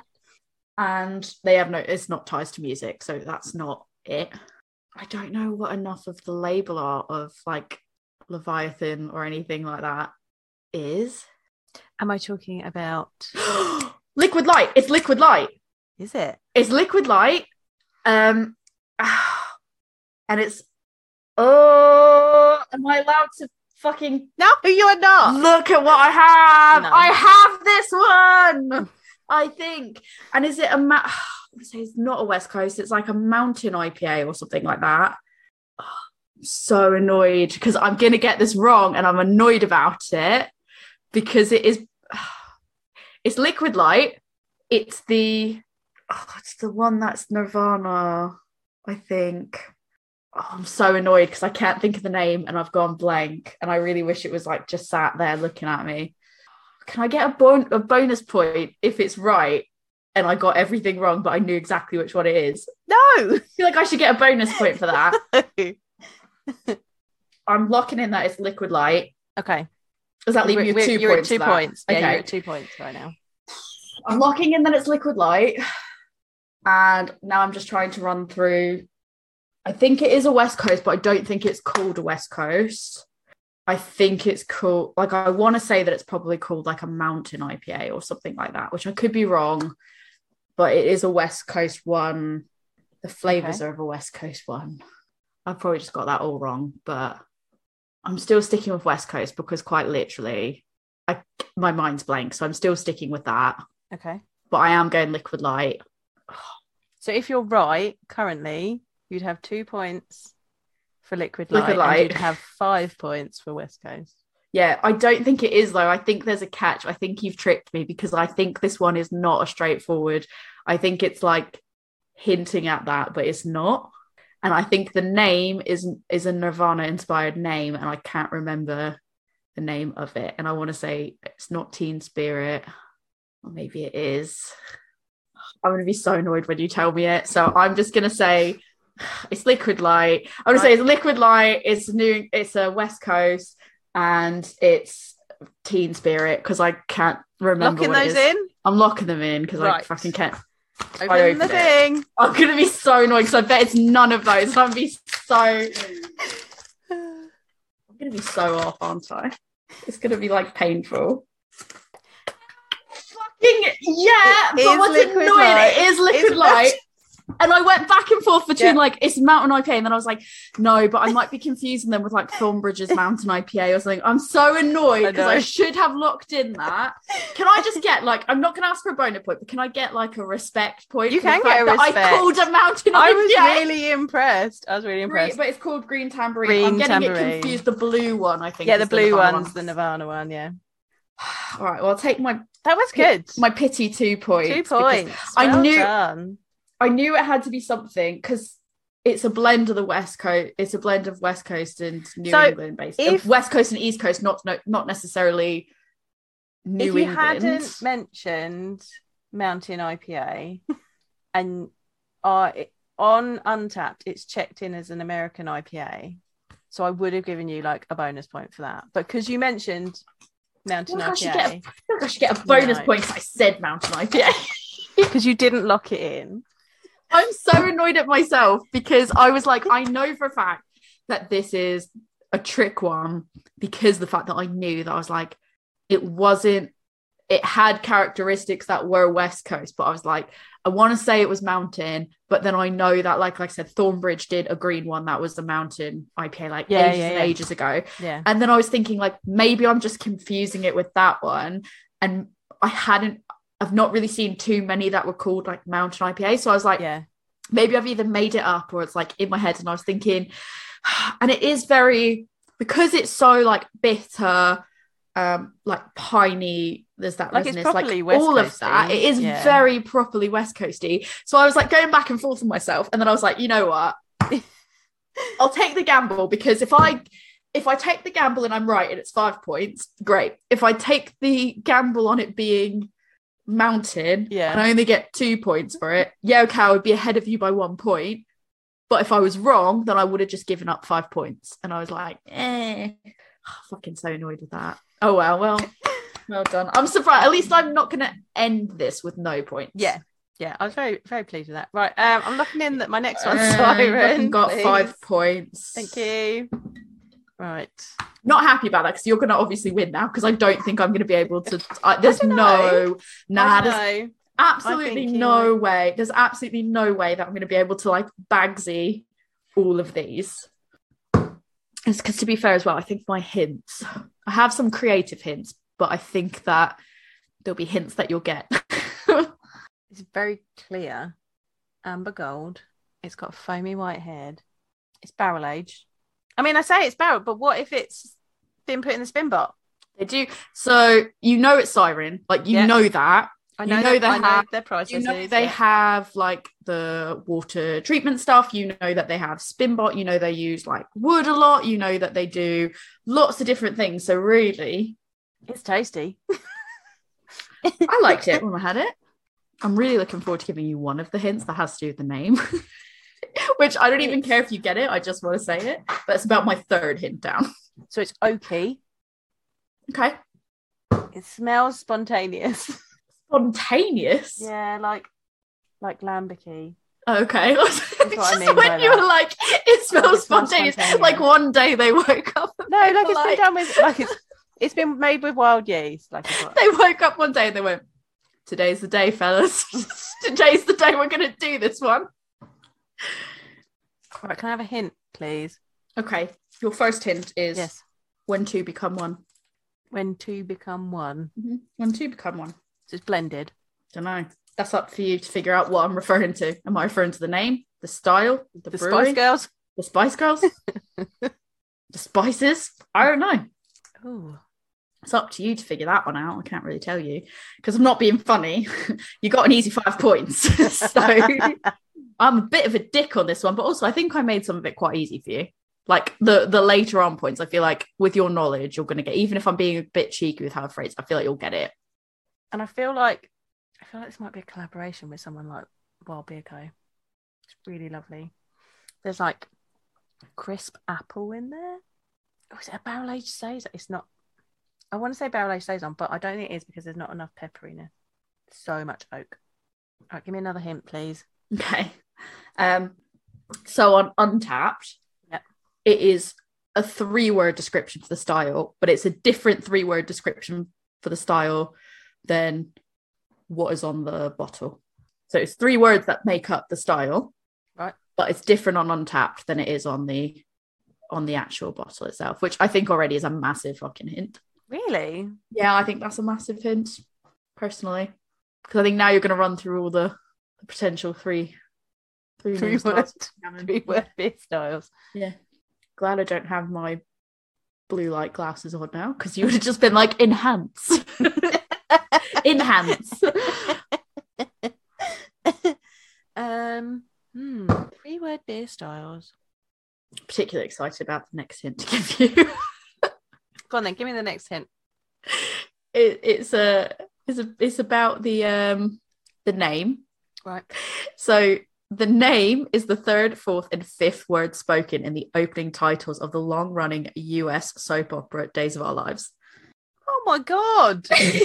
S2: and they have no it's not ties to music so that's not it i don't know what enough of the label art of like leviathan or anything like that is
S1: Am I talking about?
S2: liquid light it's liquid light
S1: Is it?
S2: it's liquid light um and it's oh am i allowed to fucking
S1: No, you are not.
S2: Look at what I have.
S1: No.
S2: I have this one. I think. And is it a ma- I wanna say it's not a West Coast. It's like a mountain IPA or something like that. Oh, I'm so annoyed because I'm gonna get this wrong, and I'm annoyed about it because it is. It's liquid light. It's the. Oh, it's the one that's Nirvana, I think. Oh, I'm so annoyed because I can't think of the name and I've gone blank. And I really wish it was like just sat there looking at me. Can I get a, bon- a bonus point if it's right? And I got everything wrong, but I knew exactly which one it is.
S1: No.
S2: I feel like I should get a bonus point for that. I'm locking in that it's liquid light.
S1: okay.
S2: Does that leave
S1: We're-
S2: me with
S1: we're-
S2: 2
S1: you're
S2: points?
S1: at two
S2: for that?
S1: points. Yeah,
S2: Okay.
S1: you're at two points right now.
S2: I'm locking in that it's liquid light. And now I'm just trying to run through. I think it is a West Coast, but I don't think it's called a West Coast. I think it's called, like, I want to say that it's probably called like a mountain IPA or something like that, which I could be wrong, but it is a West Coast one. The flavors
S1: Okay.
S2: are of a West Coast one. I probably just got that all wrong, but I'm still sticking with West Coast because quite literally, I my mind's blank, so I'm still sticking with that
S1: Okay.
S2: but I am going liquid light.
S1: So if you're right currently, you'd have two points for liquid light.
S2: Liquid
S1: And
S2: Light.
S1: you'd have five points for West Coast.
S2: Yeah, I don't think it is though. I think there's a catch. I think you've tricked me because I think this one is not a straightforward. I think it's like hinting at that, but it's not. And I think the name is is a Nirvana inspired name, and I can't remember the name of it. And I want to say it's not Teen Spirit, or maybe it is. I'm gonna be so annoyed when you tell me it. So I'm just gonna say it's Liquid Light. I'm gonna say it's Liquid Light. It's new. It's a West Coast, and it's Teen Spirit because I can't remember.
S1: Locking
S2: what it
S1: those
S2: is.
S1: in.
S2: I'm locking them in because I
S1: Right.
S2: fucking can't.
S1: Open
S2: open
S1: the
S2: it.
S1: thing.
S2: I'm gonna be so annoyed because I bet it's none of those. I'm gonna be so. I'm gonna be so off, aren't I? It's gonna be like painful. Fucking yeah!
S1: It
S2: but
S1: is
S2: what's
S1: liquid
S2: annoying?
S1: light.
S2: It is liquid
S1: It's
S2: light. And I went back and forth between
S1: Yeah.
S2: like it's mountain IPA, and then I was like, no, but I might be confusing them with like Thornbridge's mountain IPA or something. I'm so annoyed
S1: I
S2: because I
S1: know.
S2: should have locked in that. Can I just get like I'm not gonna ask for a bonus point, but can I get like a respect point?
S1: You
S2: for the
S1: can
S2: fact
S1: get a
S2: that I
S1: respect.
S2: called a mountain.
S1: I
S2: IPA?
S1: was really impressed. I was really
S2: Green-
S1: impressed.
S2: but it's called green tambourine. I'm
S1: Green
S2: getting it
S1: Tambourine.
S2: confused. The blue one, I think.
S1: Yeah,
S2: is
S1: the blue
S2: Nirvana
S1: one's the Nirvana one. Yeah,
S2: All right, well, I'll take my
S1: that was
S2: Yeah,
S1: good.
S2: my pity two points.
S1: Two
S2: because
S1: points.
S2: I
S1: Well
S2: knew-
S1: done.
S2: I knew it had to be something because it's a blend of the West Coast. It's a blend of West Coast and New
S1: So,
S2: England, basically.
S1: if-
S2: West Coast and East Coast, not no, not necessarily New
S1: if you
S2: England.
S1: hadn't mentioned Mountain IPA and are on Untapped, it's checked in as an American IPA. So I would have given you like a bonus point for that. But because you mentioned Mountain
S2: Well, I should get
S1: IPA,
S2: a- I feel like I should get a bonus
S1: No.
S2: point 'cause I said Mountain IPA.
S1: because you didn't lock it in.
S2: I'm so annoyed at myself because I was like, I know for a fact that this is a trick one because the fact that I knew that I was like, it wasn't, it had characteristics that were West Coast, but I was like, I want to say it was mountain, but then I know that, like, like I said, Thornbridge did a green one that was the mountain IPA like
S1: Yeah,
S2: ages
S1: yeah,
S2: and
S1: yeah.
S2: ages ago.
S1: Yeah.
S2: And then I was thinking, like, maybe I'm just confusing it with that one. And I hadn't, I've not really seen too many that were called like mountain IPA. So I was like,
S1: Yeah.
S2: maybe I've either made it up or it's like in my head. And I was thinking, and it is very because it's so like bitter, um, like piney. There's that
S1: Like, it's
S2: resinous,
S1: properly
S2: like
S1: West
S2: all of that.
S1: Coasty,
S2: It is
S1: yeah.
S2: very properly West Coasty. So I was like going back and forth with myself, and then I was like, you know what? I'll take the gamble because if I if I take the gamble and I'm right and it's five points, great. If I take the gamble on it being mountain
S1: Yeah.
S2: and I only get two points for it, yeah, okay, I would be ahead of you by one point. But if I was wrong, then I would have just given up five points. And I was like, eh, fucking so annoyed with that. Oh well, well, well done. I'm surprised. At least I'm not going to end this with no points.
S1: Yeah. Yeah, I was very, very pleased with that. Right, um, I'm looking in that my next one's
S2: Um,
S1: Siren.
S2: got
S1: please.
S2: five points.
S1: Thank you. Right.
S2: Not happy about that because you're going to obviously win now because I don't think I'm going to be able to. I, there's
S1: dunno.
S2: no, nah,
S1: I
S2: there's
S1: know.
S2: absolutely
S1: think you-
S2: no way. There's absolutely no way that I'm going to be able to like Bagsy all of these. It's because to be fair as well, I think my hints. I have some creative hints, but I think that there'll be hints that you'll get.
S1: It's very clear, amber gold. It's got foamy white head. It's barrel aged. I mean, I say it's barrel, but what if it's been put in the spin bot?
S2: they do. So you know it's Siren, like you
S1: Yeah.
S2: know that.
S1: I
S2: You
S1: know,
S2: know
S1: that-
S2: they
S1: I know
S2: have-
S1: their prices.
S2: you know they have like the water treatment stuff you know that they have spinbot you know they use like wood a lot you know that they do lots of different things so really
S1: It's tasty.
S2: i liked it when i had it i'm really looking forward to giving you one of the hints that has to do with the name which i don't even care if you get it i just want to say it but it's about my third hint down
S1: So it's oaky.
S2: okay
S1: It smells spontaneous.
S2: spontaneous
S1: yeah, like like lambicky.
S2: okay
S1: what I
S2: Just
S1: mean by
S2: when you
S1: that.
S2: were like it smells
S1: It smells
S2: spontaneous.
S1: spontaneous.
S2: like one day they woke up
S1: No, like it's
S2: Like-
S1: been done with like it's it's been made with wild yeast. Like it's
S2: they woke up one day and they went, Today's the day, fellas. Today's the day we're going to do this one.
S1: right, can I have a hint, please?
S2: Okay. Your first hint is
S1: Yes.
S2: when two become one.
S1: When two become one.
S2: When two become one.
S1: So it's blended.
S2: Don't know. That's up for you to figure out what I'm referring to. Am I referring to the name, the style, the,
S1: The
S2: brewery,
S1: Spice Girls.
S2: the Spice Girls, the spices? I don't know.
S1: Ooh.
S2: It's up to you to figure that one out. I can't really tell you because I'm not being funny. you got an easy five points. so I'm a bit of a dick on this one, but also I think I made some of it quite easy for you. Like the the later on points, I feel like with your knowledge, you're gonna get. Even if I'm being a bit cheeky with how I phrase, I feel like you'll get it.
S1: And I feel like I feel like this might be a collaboration with someone like Wild Beer Co. It's really lovely. There's like crisp apple in there. Oh, is it a barrel aged saison? It's not. I want to say barrel aged saison, but I don't think it is because there's not enough pepperiness. So much oak. All right, give me another hint, please.
S2: Okay. Um. So on Untapped,
S1: Yep.
S2: it is a three word description for the style, but it's a different three word description for the style than what is on the bottle. So it's three words that make up the style,
S1: Right.
S2: But it's different on Untapped than it is on the on the actual bottle itself, which I think already is a massive fucking hint.
S1: Really?
S2: Yeah, I think that's a massive hint, personally, because I think now you're going to run through all the, the potential three three
S1: Three
S2: new styles.
S1: word, three word beer styles.
S2: Yeah. Glad I don't have my blue light glasses on now because you would have just been like, enhance. enhance.
S1: um, hmm, three word beer styles.
S2: Particularly excited about the next hint to give you.
S1: Go on then, give me the next hint.
S2: It, it's a it's a it's about the um the name.
S1: Right.
S2: So the name is the third, fourth, and fifth word spoken in the opening titles of the long-running US soap opera Days of Our Lives.
S1: Oh my god.
S2: I need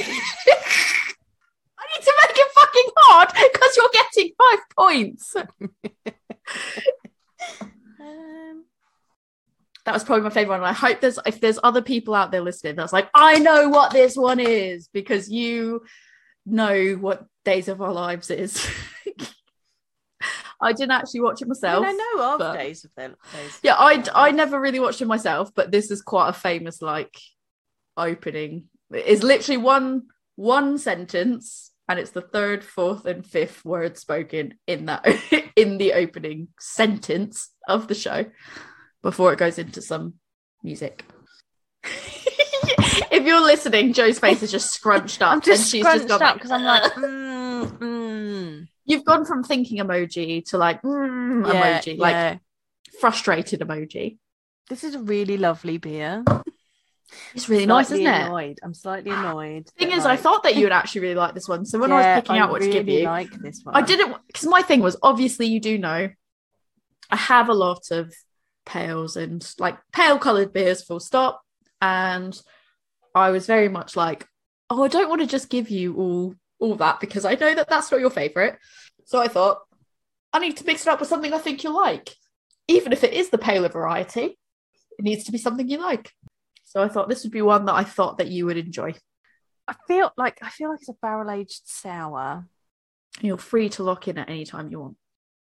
S2: to make it fucking hard because you're getting five points.
S1: Um,
S2: That was probably my favorite one. And I hope there's if there's other people out there listening that's like, I know what this one is because you know what Days of Our Lives is. I didn't actually watch it
S1: I
S2: myself.
S1: mean, I know of
S2: but-
S1: days of their days.
S2: yeah i
S1: of Their
S2: i
S1: Lives.
S2: never really watched it myself but this is quite a famous like opening it's literally one one sentence and it's the third fourth and fifth word spoken in that in the opening sentence of the show before it goes into some music if you're listening joe's face is just scrunched up
S1: I'm just
S2: and she's
S1: scrunched
S2: just gone
S1: up
S2: like,
S1: because I'm like, mm, mm.
S2: you've gone from thinking emoji to like mm,
S1: Yeah,
S2: emoji like
S1: yeah.
S2: frustrated emoji
S1: this is a really lovely beer.
S2: it's really nice isn't
S1: Slightly
S2: it Ah,
S1: Annoyed. I'm slightly annoyed.
S2: thing
S1: that,
S2: is, I
S1: like-
S2: thought that you would actually really like this one. So when I
S1: Yeah,
S2: was picking out what
S1: really
S2: to give you,
S1: like this one.
S2: I didn't because my thing was obviously you do know I have a lot of pales and like pale coloured beers, full stop. And I was very much like, oh, I don't want to just give you all all that because I know that that's not your favorite. So I thought I need to mix it up with something I think you'll like, even if it is the paler variety. It needs to be something you like. So I thought this would be one that I thought that you would enjoy.
S1: I feel like I feel like it's a barrel aged sour.
S2: You're free to lock in at any time you want.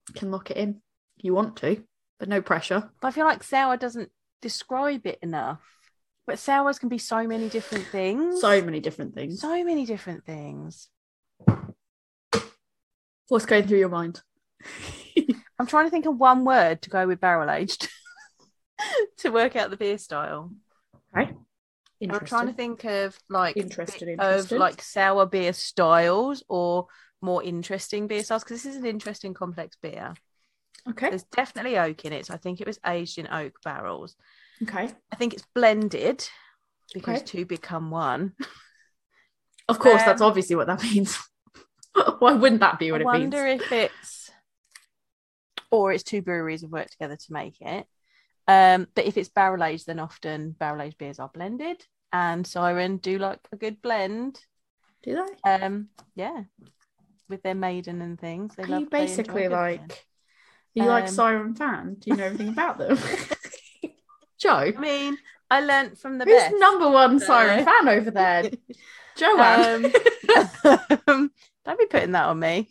S2: You can lock it in if you want to, but no pressure.
S1: But I feel like sour doesn't describe it enough. But sours can be so many different things.
S2: So many different things.
S1: so many different things.
S2: What's going through your mind?
S1: I'm trying to think of one word to go with barrel aged to work out the beer style. I'm trying to think of like bit
S2: Interested,
S1: of
S2: interested.
S1: like sour beer styles or more interesting beer styles because this is an interesting complex beer.
S2: Okay.
S1: There's definitely oak in it. So I think it was aged in oak barrels.
S2: Okay.
S1: I think it's blended because
S2: Okay.
S1: two become one.
S2: Of course, that's
S1: Um,
S2: obviously what that means. Why wouldn't that be
S1: I
S2: what it
S1: wonder
S2: means?
S1: if it's or it's two breweries have worked together to make it. Um, but if it's barrel aged, then often barrel aged beers are blended, and Siren do like a good blend.
S2: Do they?
S1: Um, yeah, with their maiden and things. They
S2: Are
S1: love,
S2: you
S1: they enjoy
S2: basically
S1: a good
S2: like?
S1: blend.
S2: Are you like
S1: Um,
S2: Siren Van? Do you know everything about them? Joe,
S1: I mean, I learnt from the
S2: who's
S1: best.
S2: number one Siren
S1: Uh,
S2: fan over there? Joanne.
S1: Um, don't be putting that on me.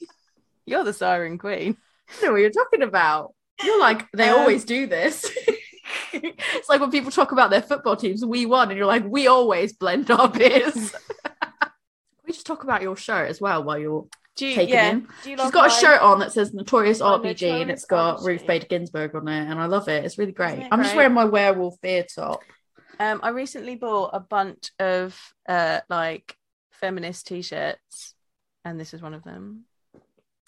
S1: You're the siren queen.
S2: I don't know what you're talking about. You're like, they
S1: Um,
S2: always do this. it's like when people talk about their football teams, we won, and you're like, we always blend our beers. Can we just talk about your shirt as well while you're
S1: Do you,
S2: taking
S1: yeah,
S2: in?
S1: Do you
S2: She's
S1: love
S2: got a
S1: my-
S2: shirt on that says Notorious
S1: Oh,
S2: RBG and
S1: Notorious
S2: it's got Ruth
S1: RBG.
S2: Bader Ginsburg on it, and I love it. It's really great.
S1: Isn't it
S2: I'm just
S1: great?
S2: wearing my werewolf beer top.
S1: Um, I recently bought a bunch of uh, like feminist t-shirts, and this is one of them.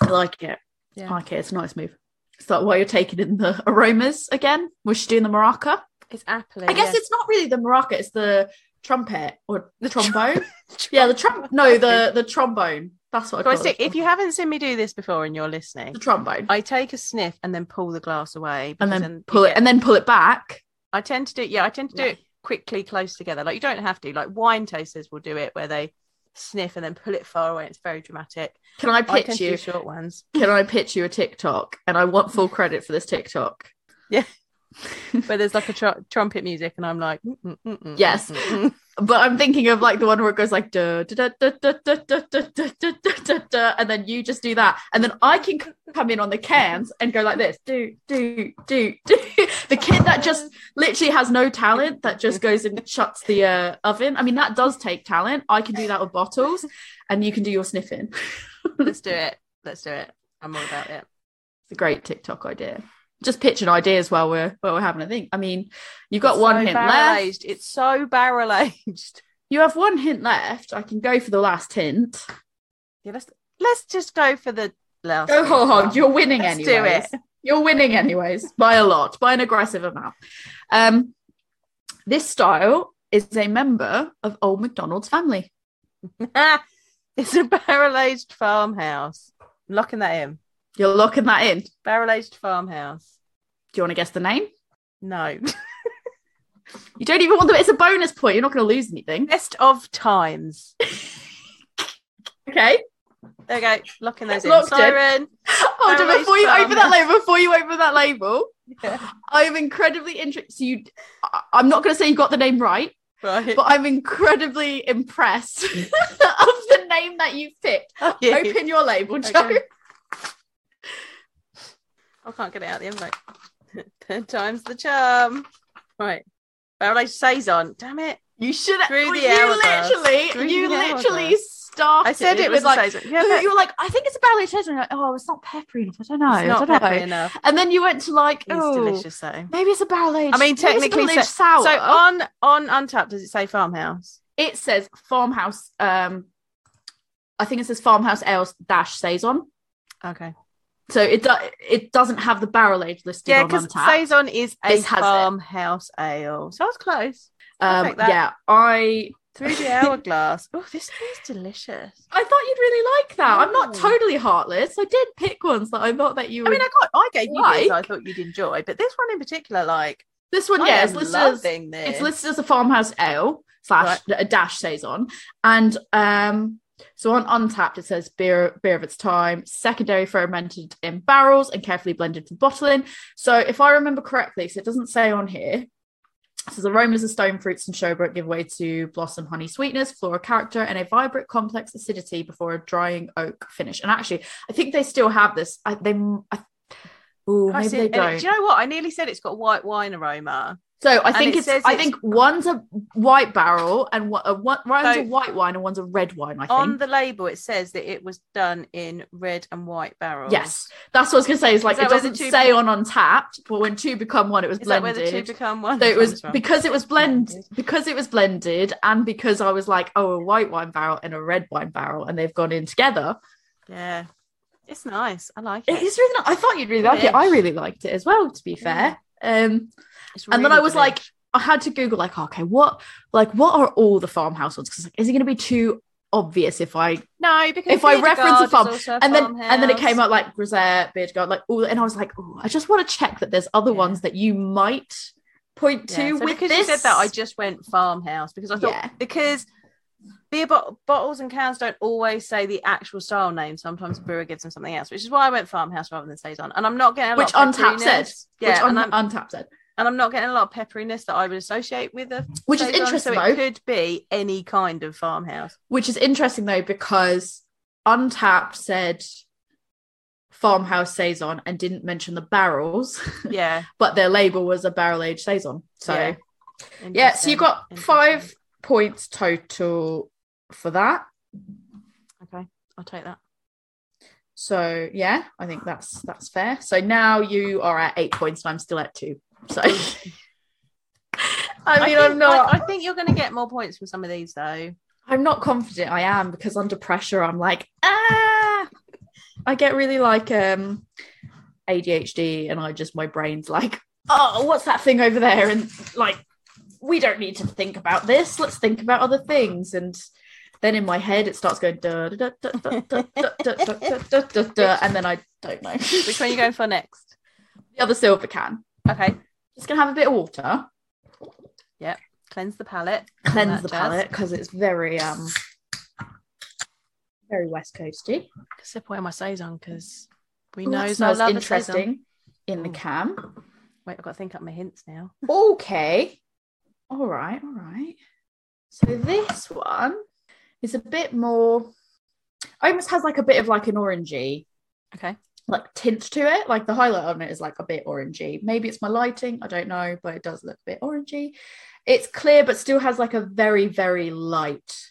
S2: I like it.
S1: Yeah.
S2: I like it. It's a nice move. So while you're taking in the aromas again, we're just doing the maraca.
S1: It's apple.
S2: I guess
S1: yeah.
S2: it's not really the maraca, it's the trumpet or
S1: The
S2: the
S1: trum-
S2: trombone. yeah, the trump no, the the trombone. That's what I
S1: Guys,
S2: call
S1: look,
S2: it.
S1: if you haven't seen me do this before and you're listening,
S2: the trombone.
S1: I take a sniff and then pull the glass away,
S2: and
S1: because
S2: then pull
S1: you
S2: it
S1: get-
S2: and then pull it back.
S1: I tend to do. Yeah, I tend to do
S2: Yeah.
S1: it quickly, close together. Like you don't have to. Like wine tasters will do it, where they sniff and then pull it far away. It's very dramatic.
S2: Can I
S1: I
S2: pitch
S1: tend to
S2: you?
S1: do short ones.
S2: Can I pitch you a TikTok? And I want full credit for this TikTok.
S1: Yeah. Where there's like a tr- trumpet music, and I'm like, mm, mm, mm, mm,
S2: Yes.
S1: mm, mm, mm.
S2: But I'm thinking of like the one where it goes like duh, duh, duh, duh, duh, duh, duh, duh, duh, duh, duh, duh, and then you just do that, and then I can c- come in on the cans and go like this, do do do do. The kid that just literally has no talent that just goes and shuts the uh, oven. I mean, that does take talent. I can do that with bottles, and you can do your sniffing.
S1: Let's do it. Let's do it. I'm all about it.
S2: It's a great TikTok idea. Just pitching ideas while we're while we're having a think. I mean, you've got
S1: It's
S2: one
S1: so
S2: hint left.
S1: barrel-aged. It's so barrel aged.
S2: You have one hint left. I can go for the last hint.
S1: Yeah, let's let's just go for the last.
S2: Go whole hog. You're winning
S1: Let's do
S2: anyways. You're winning anyways by a lot, by an aggressive amount. Um, this style is a member of Old McDonald's family.
S1: it. it's a barrel aged farmhouse. I'm locking that in.
S2: You're locking that in. Do
S1: Barrel aged farmhouse.
S2: you want to guess the name?
S1: No.
S2: You don't even want them. It's a bonus point. You're not going to lose anything.
S1: Best of times.
S2: Okay.
S1: There we go. Locking those in.
S2: Locked in.
S1: Siren.
S2: Hold on,
S1: Alright,
S2: Oh, before you
S1: fun.
S2: open that label, before you open that label,
S1: Yeah.
S2: I'm incredibly interested. So you, I- I'm not going to say you got the name right,
S1: Right.
S2: but I'm incredibly impressed of the name that you picked.
S1: Yeah.
S2: Open your label, Joe.
S1: Okay. I can't get it out of the envelope. Third time's the charm. Right. Barrel aged saison. Damn it.
S2: You should.
S1: Through
S2: well,
S1: the
S2: you
S1: hourglass.
S2: literally,
S1: Through
S2: you
S1: the
S2: literally
S1: hourglass.
S2: started.
S1: I said it, was
S2: with like.
S1: like, saison. Yeah,
S2: "Oh,
S1: but
S2: you were like, I think it's a ballet chase. And you're like, oh, it's not peppery enough. I don't know.
S1: it's not
S2: I don't
S1: peppery
S2: know.
S1: enough.
S2: And then you went to like,
S1: It's
S2: oh,
S1: delicious though.
S2: maybe it's a ballet.
S1: I mean, technically,
S2: it's
S1: so,
S2: sour.
S1: so on on Untapped, does it say farmhouse?
S2: it says farmhouse um i think it says farmhouse ales dash saison
S1: Okay.
S2: so it do- it doesn't have the barrel age listed
S1: Yeah,
S2: on
S1: because
S2: Untappd.
S1: saison is a
S2: This has it.
S1: farmhouse ale. So I was close. I'll
S2: um
S1: take that.
S2: yeah i
S1: Through the hourglass. oh, this is delicious.
S2: i thought you'd really like that i'm not
S1: Mm.
S2: totally heartless i did pick ones that i thought that you
S1: I
S2: would
S1: mean, I got, I gave you these. I
S2: Like-
S1: thought you'd enjoy, but this one in particular, like,
S2: this one
S1: I
S2: yeah
S1: am
S2: it's listed as,
S1: loving this.
S2: it's listed as a farmhouse ale slash a dash saison and um So on Untapped, it says beer, beer of its time, secondary fermented in barrels and carefully blended for bottling. So if I remember correctly, so it doesn't say on here. It says aromas of stone fruits and showbread give way to blossom honey sweetness, floral character, and a vibrant complex acidity before a drying oak finish. And actually, I think they still have this. I, they, I, ooh,
S1: I
S2: maybe
S1: see-
S2: they
S1: and it-
S2: don't.
S1: do you know what? I nearly said it's got white wine aroma.
S2: So I
S1: And
S2: think
S1: it
S2: it's,
S1: says
S2: I
S1: it's-
S2: think one's a white barrel and one, uh, one one's
S1: So-
S2: a white wine and one's a red wine. I think
S1: On the label, it says that it was done in red and white barrels.
S2: yes, that's what I was gonna say. Is like
S1: that
S2: it
S1: where the
S2: doesn't
S1: two
S2: say on Untapped, but when two become one, it was
S1: Is that where
S2: blended.
S1: the two become one?
S2: so it was
S1: comes from?
S2: because it was blend
S1: Blended.
S2: because it was blended and because I was like, oh, a white wine barrel and a red wine barrel, and they've gone in together.
S1: yeah, it's nice. I like
S2: It
S1: it.
S2: is really. Nice. I thought you'd really like it.
S1: is.
S2: I really liked it as well. To be fair,
S1: Mm.
S2: um,
S1: It's
S2: and then
S1: really
S2: I was
S1: good.
S2: like, I had to Google like, okay, what like what are all the farmhouse ones? Because like, is it going to be too obvious if I
S1: no, because
S2: if I
S1: Peter
S2: reference a
S1: Gard is
S2: farm-
S1: also a
S2: and then and then it
S1: farmhouse.
S2: came out like Grisette, Beard Guard, like all, and I was like, oh, I just want to check that there's other
S1: Yeah.
S2: ones that you might point to
S1: Yeah, so
S2: with
S1: because
S2: this.
S1: you said that, I just went farmhouse because I thought
S2: Yeah.
S1: because beer bot- bottles and cans don't always say the actual style name. Sometimes the brewer gives them something else, which is why I went farmhouse rather than saison. And I'm not getting a lot
S2: Which
S1: of
S2: Untapped said.
S1: pepperiness. yeah,
S2: which
S1: and,
S2: un-
S1: I'm,
S2: untapped said,
S1: and I'm not getting a lot of pepperiness that I would associate with a
S2: which is
S1: saison,
S2: interesting
S1: So
S2: though.
S1: it could be any kind of farmhouse.
S2: which is interesting though because Untapped said farmhouse saison and didn't mention the barrels,
S1: Yeah,
S2: but their label was a barrel aged saison. So.
S1: Yeah.
S2: Yeah, so
S1: Interesting.
S2: you got
S1: Interesting.
S2: five points total for that.
S1: Okay, I'll take that.
S2: So yeah, I think that's that's fair. So now you are at eight points and I'm still at two. So I mean
S1: think,
S2: I'm not
S1: I, I think you're going to get more points from some of these though.
S2: I'm not confident I am because under pressure I'm like, ah I get really like um ADHD and I just my brain's like, oh, what's that thing over there? And like we don't need to think about this. Let's think about other things. And then in my head it starts going duh, duh, duh, duh, duh, duh, duh, duh, duh, duh, duh, duh, duh, and then I don't know.
S1: Which one are you going for next?
S2: The other silver can.
S1: Okay,
S2: Just gonna have a bit of water.
S1: cleanse the palate. all
S2: Cleanse
S1: that
S2: the
S1: jazz.
S2: palate because it's very um very west coasty.
S1: sip away my saison because we
S2: Ooh,
S1: know
S2: that
S1: I
S2: smells
S1: love a saison.
S2: interesting in the
S1: Ooh.
S2: can.
S1: Wait, I've got to think up my hints now.
S2: Okay. All right, all right. So this one is a bit more almost has like a bit of like an orangey
S1: Okay.
S2: like tint to it. Like the highlight on it is like a bit orangey. Maybe it's my lighting, I don't know, but it does look a bit orangey. It's clear but still has like a very, very light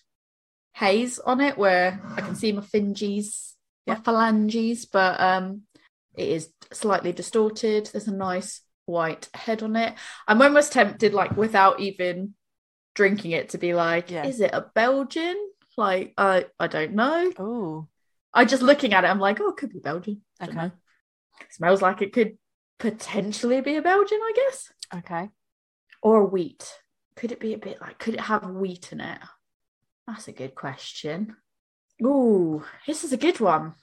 S2: haze on it where I can see my phinges, my
S1: Yeah.
S2: phalanges, but um it is slightly distorted. There's a nice white head on it. I'm almost tempted, like without even drinking it, to be like,
S1: Yeah.
S2: is it a Belgian? Like, I I don't know.
S1: Oh,
S2: I just looking at it, I'm like, oh, it could be Belgian. I don't
S1: Okay.
S2: know. Smells like it could potentially be a Belgian, I guess,
S1: okay.
S2: or a wheat. Could it be a bit like? Could it have wheat in it? That's a good question. Ooh, this is a good one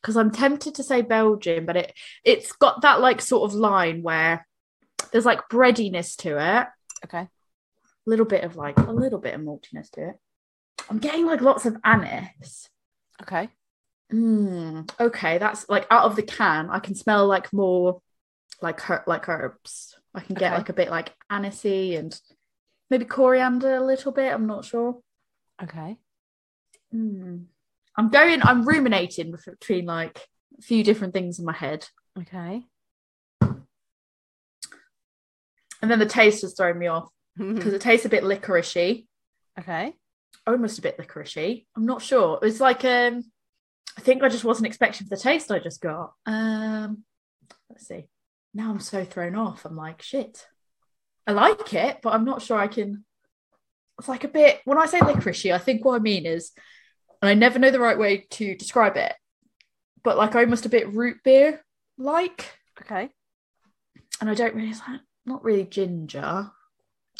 S2: because I'm tempted to say Belgian, but it it's got that like sort of line where there's like breadiness to it,
S1: Okay.
S2: a little bit of like a little bit of maltiness to it. I'm getting like lots of anise.
S1: Okay.
S2: Mm, okay, that's like out of the can. I can smell like more like her like herbs. I can get
S1: Okay.
S2: like a bit like anisey and maybe coriander a little bit. I'm not sure.
S1: Okay.
S2: Mm. I'm going. I'm ruminating bef- between like a few different things in my head,
S1: Okay.
S2: and then the taste has thrown me off because it tastes a bit licoricey,
S1: okay.
S2: almost a bit licoricey. I'm not sure. It's like um, I think I just wasn't expecting the taste I just got. Um, let's see. Now I'm so thrown off. I'm like, shit. I like it, but I'm not sure I can. It's like a bit. When I say licoricey, I think what I mean is, and I never know the right way to describe it, but like almost a bit root beer like
S1: Okay.
S2: and I don't really it's like not really ginger.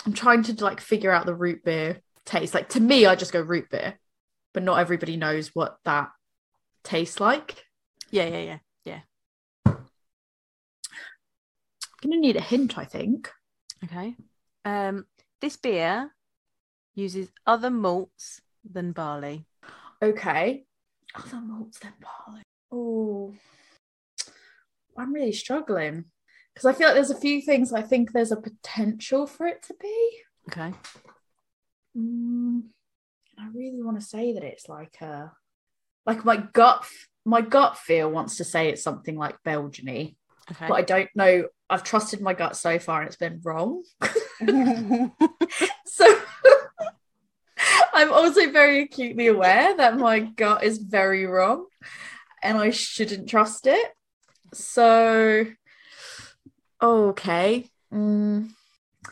S2: I'm trying to like figure out the root beer taste. Like to me, I just go root beer, but not everybody knows what that tastes like.
S1: Yeah, yeah, yeah.
S2: I'm gonna need a hint, I think.
S1: Okay. Um, this beer uses other malts than barley.
S2: Okay. Other malts than barley. Oh, I'm really struggling because I feel like there's a few things I think there's a potential for it to be.
S1: Okay.
S2: Mm, and I really want to say that it's like a, like my gut, f- my gut feel wants to say it's something like Belgiany,
S1: Okay.
S2: but I don't know. I've trusted my gut so far and it's been wrong. So I'm also very acutely aware that my gut is very wrong and I shouldn't trust it. So, okay. Mm.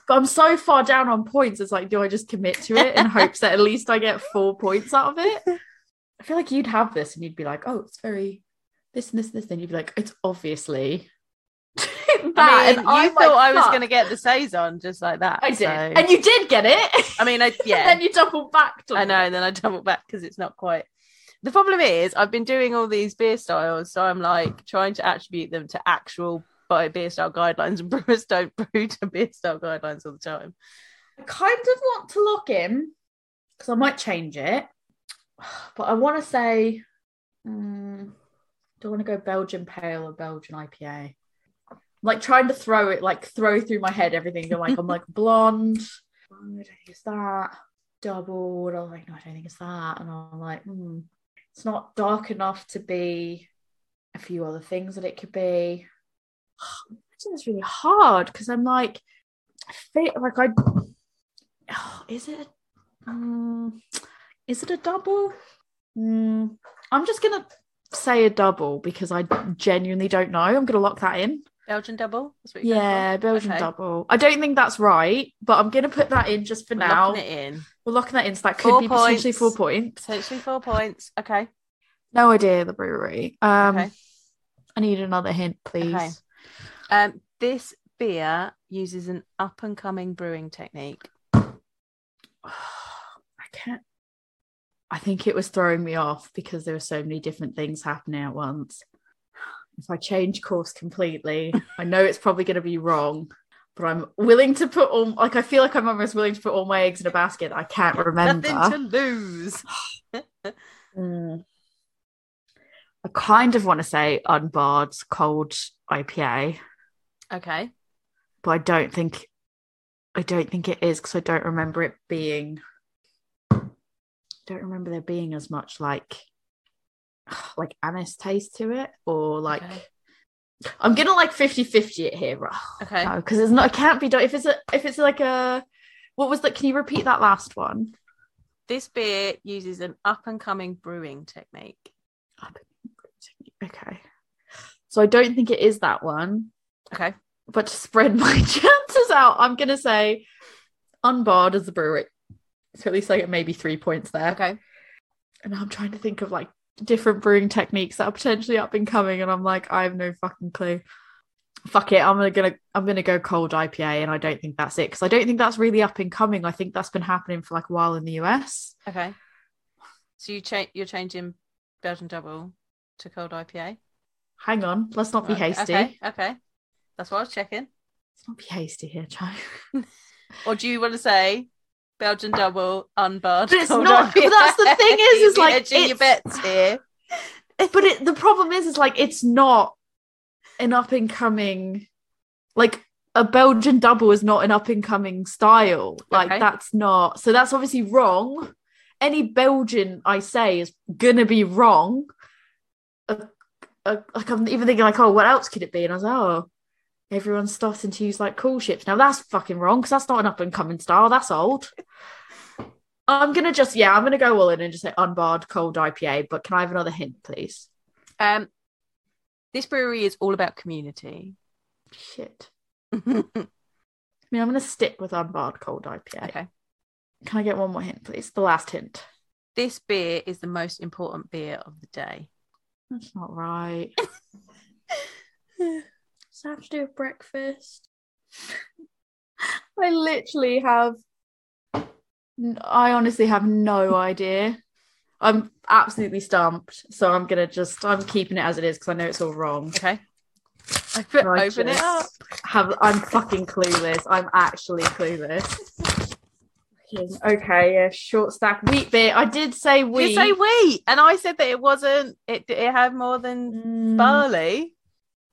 S2: But I'm so far down on points. It's like, do I just commit to it in hopes that at least I get four points out of it? I feel like you'd have this and you'd be like, oh, it's very this and this and this. Then you'd be like, it's obviously that.
S1: I mean,
S2: and
S1: you
S2: I'm
S1: thought
S2: like,
S1: I was
S2: fuck.
S1: going to get the saison just like that.
S2: I did.
S1: so-
S2: And you did get it.
S1: I mean, I yeah.
S2: then you double back to
S1: I know, and then I double back because it's not quite. The problem is, I've been doing all these beer styles, so I'm like trying to attribute them to actual by beer style guidelines, and brewers don't brew to beer style guidelines all the time.
S2: I kind of want to lock in because I might change it, but I want to say, mm, do I want to go Belgian Pale or Belgian IPA? Like trying to throw it, like throw through my head everything. I'm like, I'm like blonde. I don't think it's that. Double. I'm like, no, I don't think it's that. And I'm like, hmm, it's not dark enough to be a few other things that it could be. It's really hard because I'm like, I feel like I oh, is it um, is it a double Mm, i'm just gonna say a double because i genuinely don't know i'm gonna lock that in
S1: Belgian double, that's what you're going
S2: yeah belgian
S1: Okay.
S2: double i don't think that's right but i'm gonna put that in just for
S1: for? We're
S2: now
S1: locking it in.
S2: we're locking that in so that could
S1: Four
S2: be potentially
S1: points.
S2: four points
S1: Potentially four points. Okay.
S2: no idea the brewery um
S1: Okay.
S2: i need another hint please
S1: Okay. Um, this beer uses an up and coming brewing technique.
S2: I can't. I think it was throwing me off because there were so many different things happening at once. If I change course completely, I know it's probably going to be wrong, but I'm willing to put all, like, I feel like I'm almost willing to put all my eggs in a basket that I can't remember.
S1: Nothing to lose.
S2: Mm. I kind of want to say unbarred cold IPA,
S1: Okay.
S2: but I don't think, I don't think it is because I don't remember it being, don't remember there being as much like, like anise taste to it or like,
S1: Okay.
S2: I'm gonna like 50-50 it here, because
S1: Okay.
S2: it's not, it can't be done if it's a, if it's like a, what was that? Can you repeat that last one?
S1: This beer uses an up and coming brewing technique.
S2: Okay, so I don't think it is that one.
S1: Okay.
S2: but to spread my chances out, I'm gonna say unbarred as the brewery. So at least I get maybe three points there.
S1: Okay.
S2: And I'm trying to think of like different brewing techniques that are potentially up and coming, and I'm like, I have no fucking clue. Fuck it, I'm gonna, gonna I'm gonna go cold IPA, and I don't think that's it because I don't think that's really up and coming. I think that's been happening for like a while in the US.
S1: Okay. So you change you're changing Belgian double to cold IPA.
S2: Hang on, let's not be
S1: Right,
S2: hasty.
S1: Okay. Okay. That's what I was checking.
S2: Let's not be hasty here, Joe.
S1: Or do you want to say Belgian double unbarred?
S2: But it's
S1: cold
S2: not-
S1: IPA?
S2: but that's the thing is,
S1: You'd
S2: is
S1: be
S2: like,
S1: edging your
S2: it's-
S1: bets here.
S2: but it, the problem is, is like it's not an up and coming, like a Belgian double is not an up and coming style. Like
S1: Okay.
S2: that's not. So that's obviously wrong. Any Belgian I say is gonna be wrong. A, a, like I'm even thinking like, oh, what else could it be? And I was like, oh, everyone's starting to use like cool ships now. That's fucking wrong because that's not an up and coming style. That's old. I'm gonna just yeah, I'm gonna go all in and just say unbarred cold IPA. But can I have another hint, please?
S1: Um, this brewery is all about community.
S2: Shit.
S1: okay.
S2: I mean, I'm gonna stick with unbarred cold IPA. Can I get one more hint, please? The last hint.
S1: This beer is the most important beer of the day.
S2: That's not right. Does that have to do with breakfast? I literally have. n- I honestly have no idea. I'm absolutely stumped. So I'm gonna just. I'm keeping it as it is because I know it's all wrong.
S1: Okay. Open,
S2: I
S1: open it
S2: just
S1: up.
S2: Have I'm fucking clueless. I'm actually clueless. checking. Okay, yeah, short stack wheat beer. I did say wheat.
S1: You say wheat, and I said that it wasn't. It it had more than
S2: Mm,
S1: barley.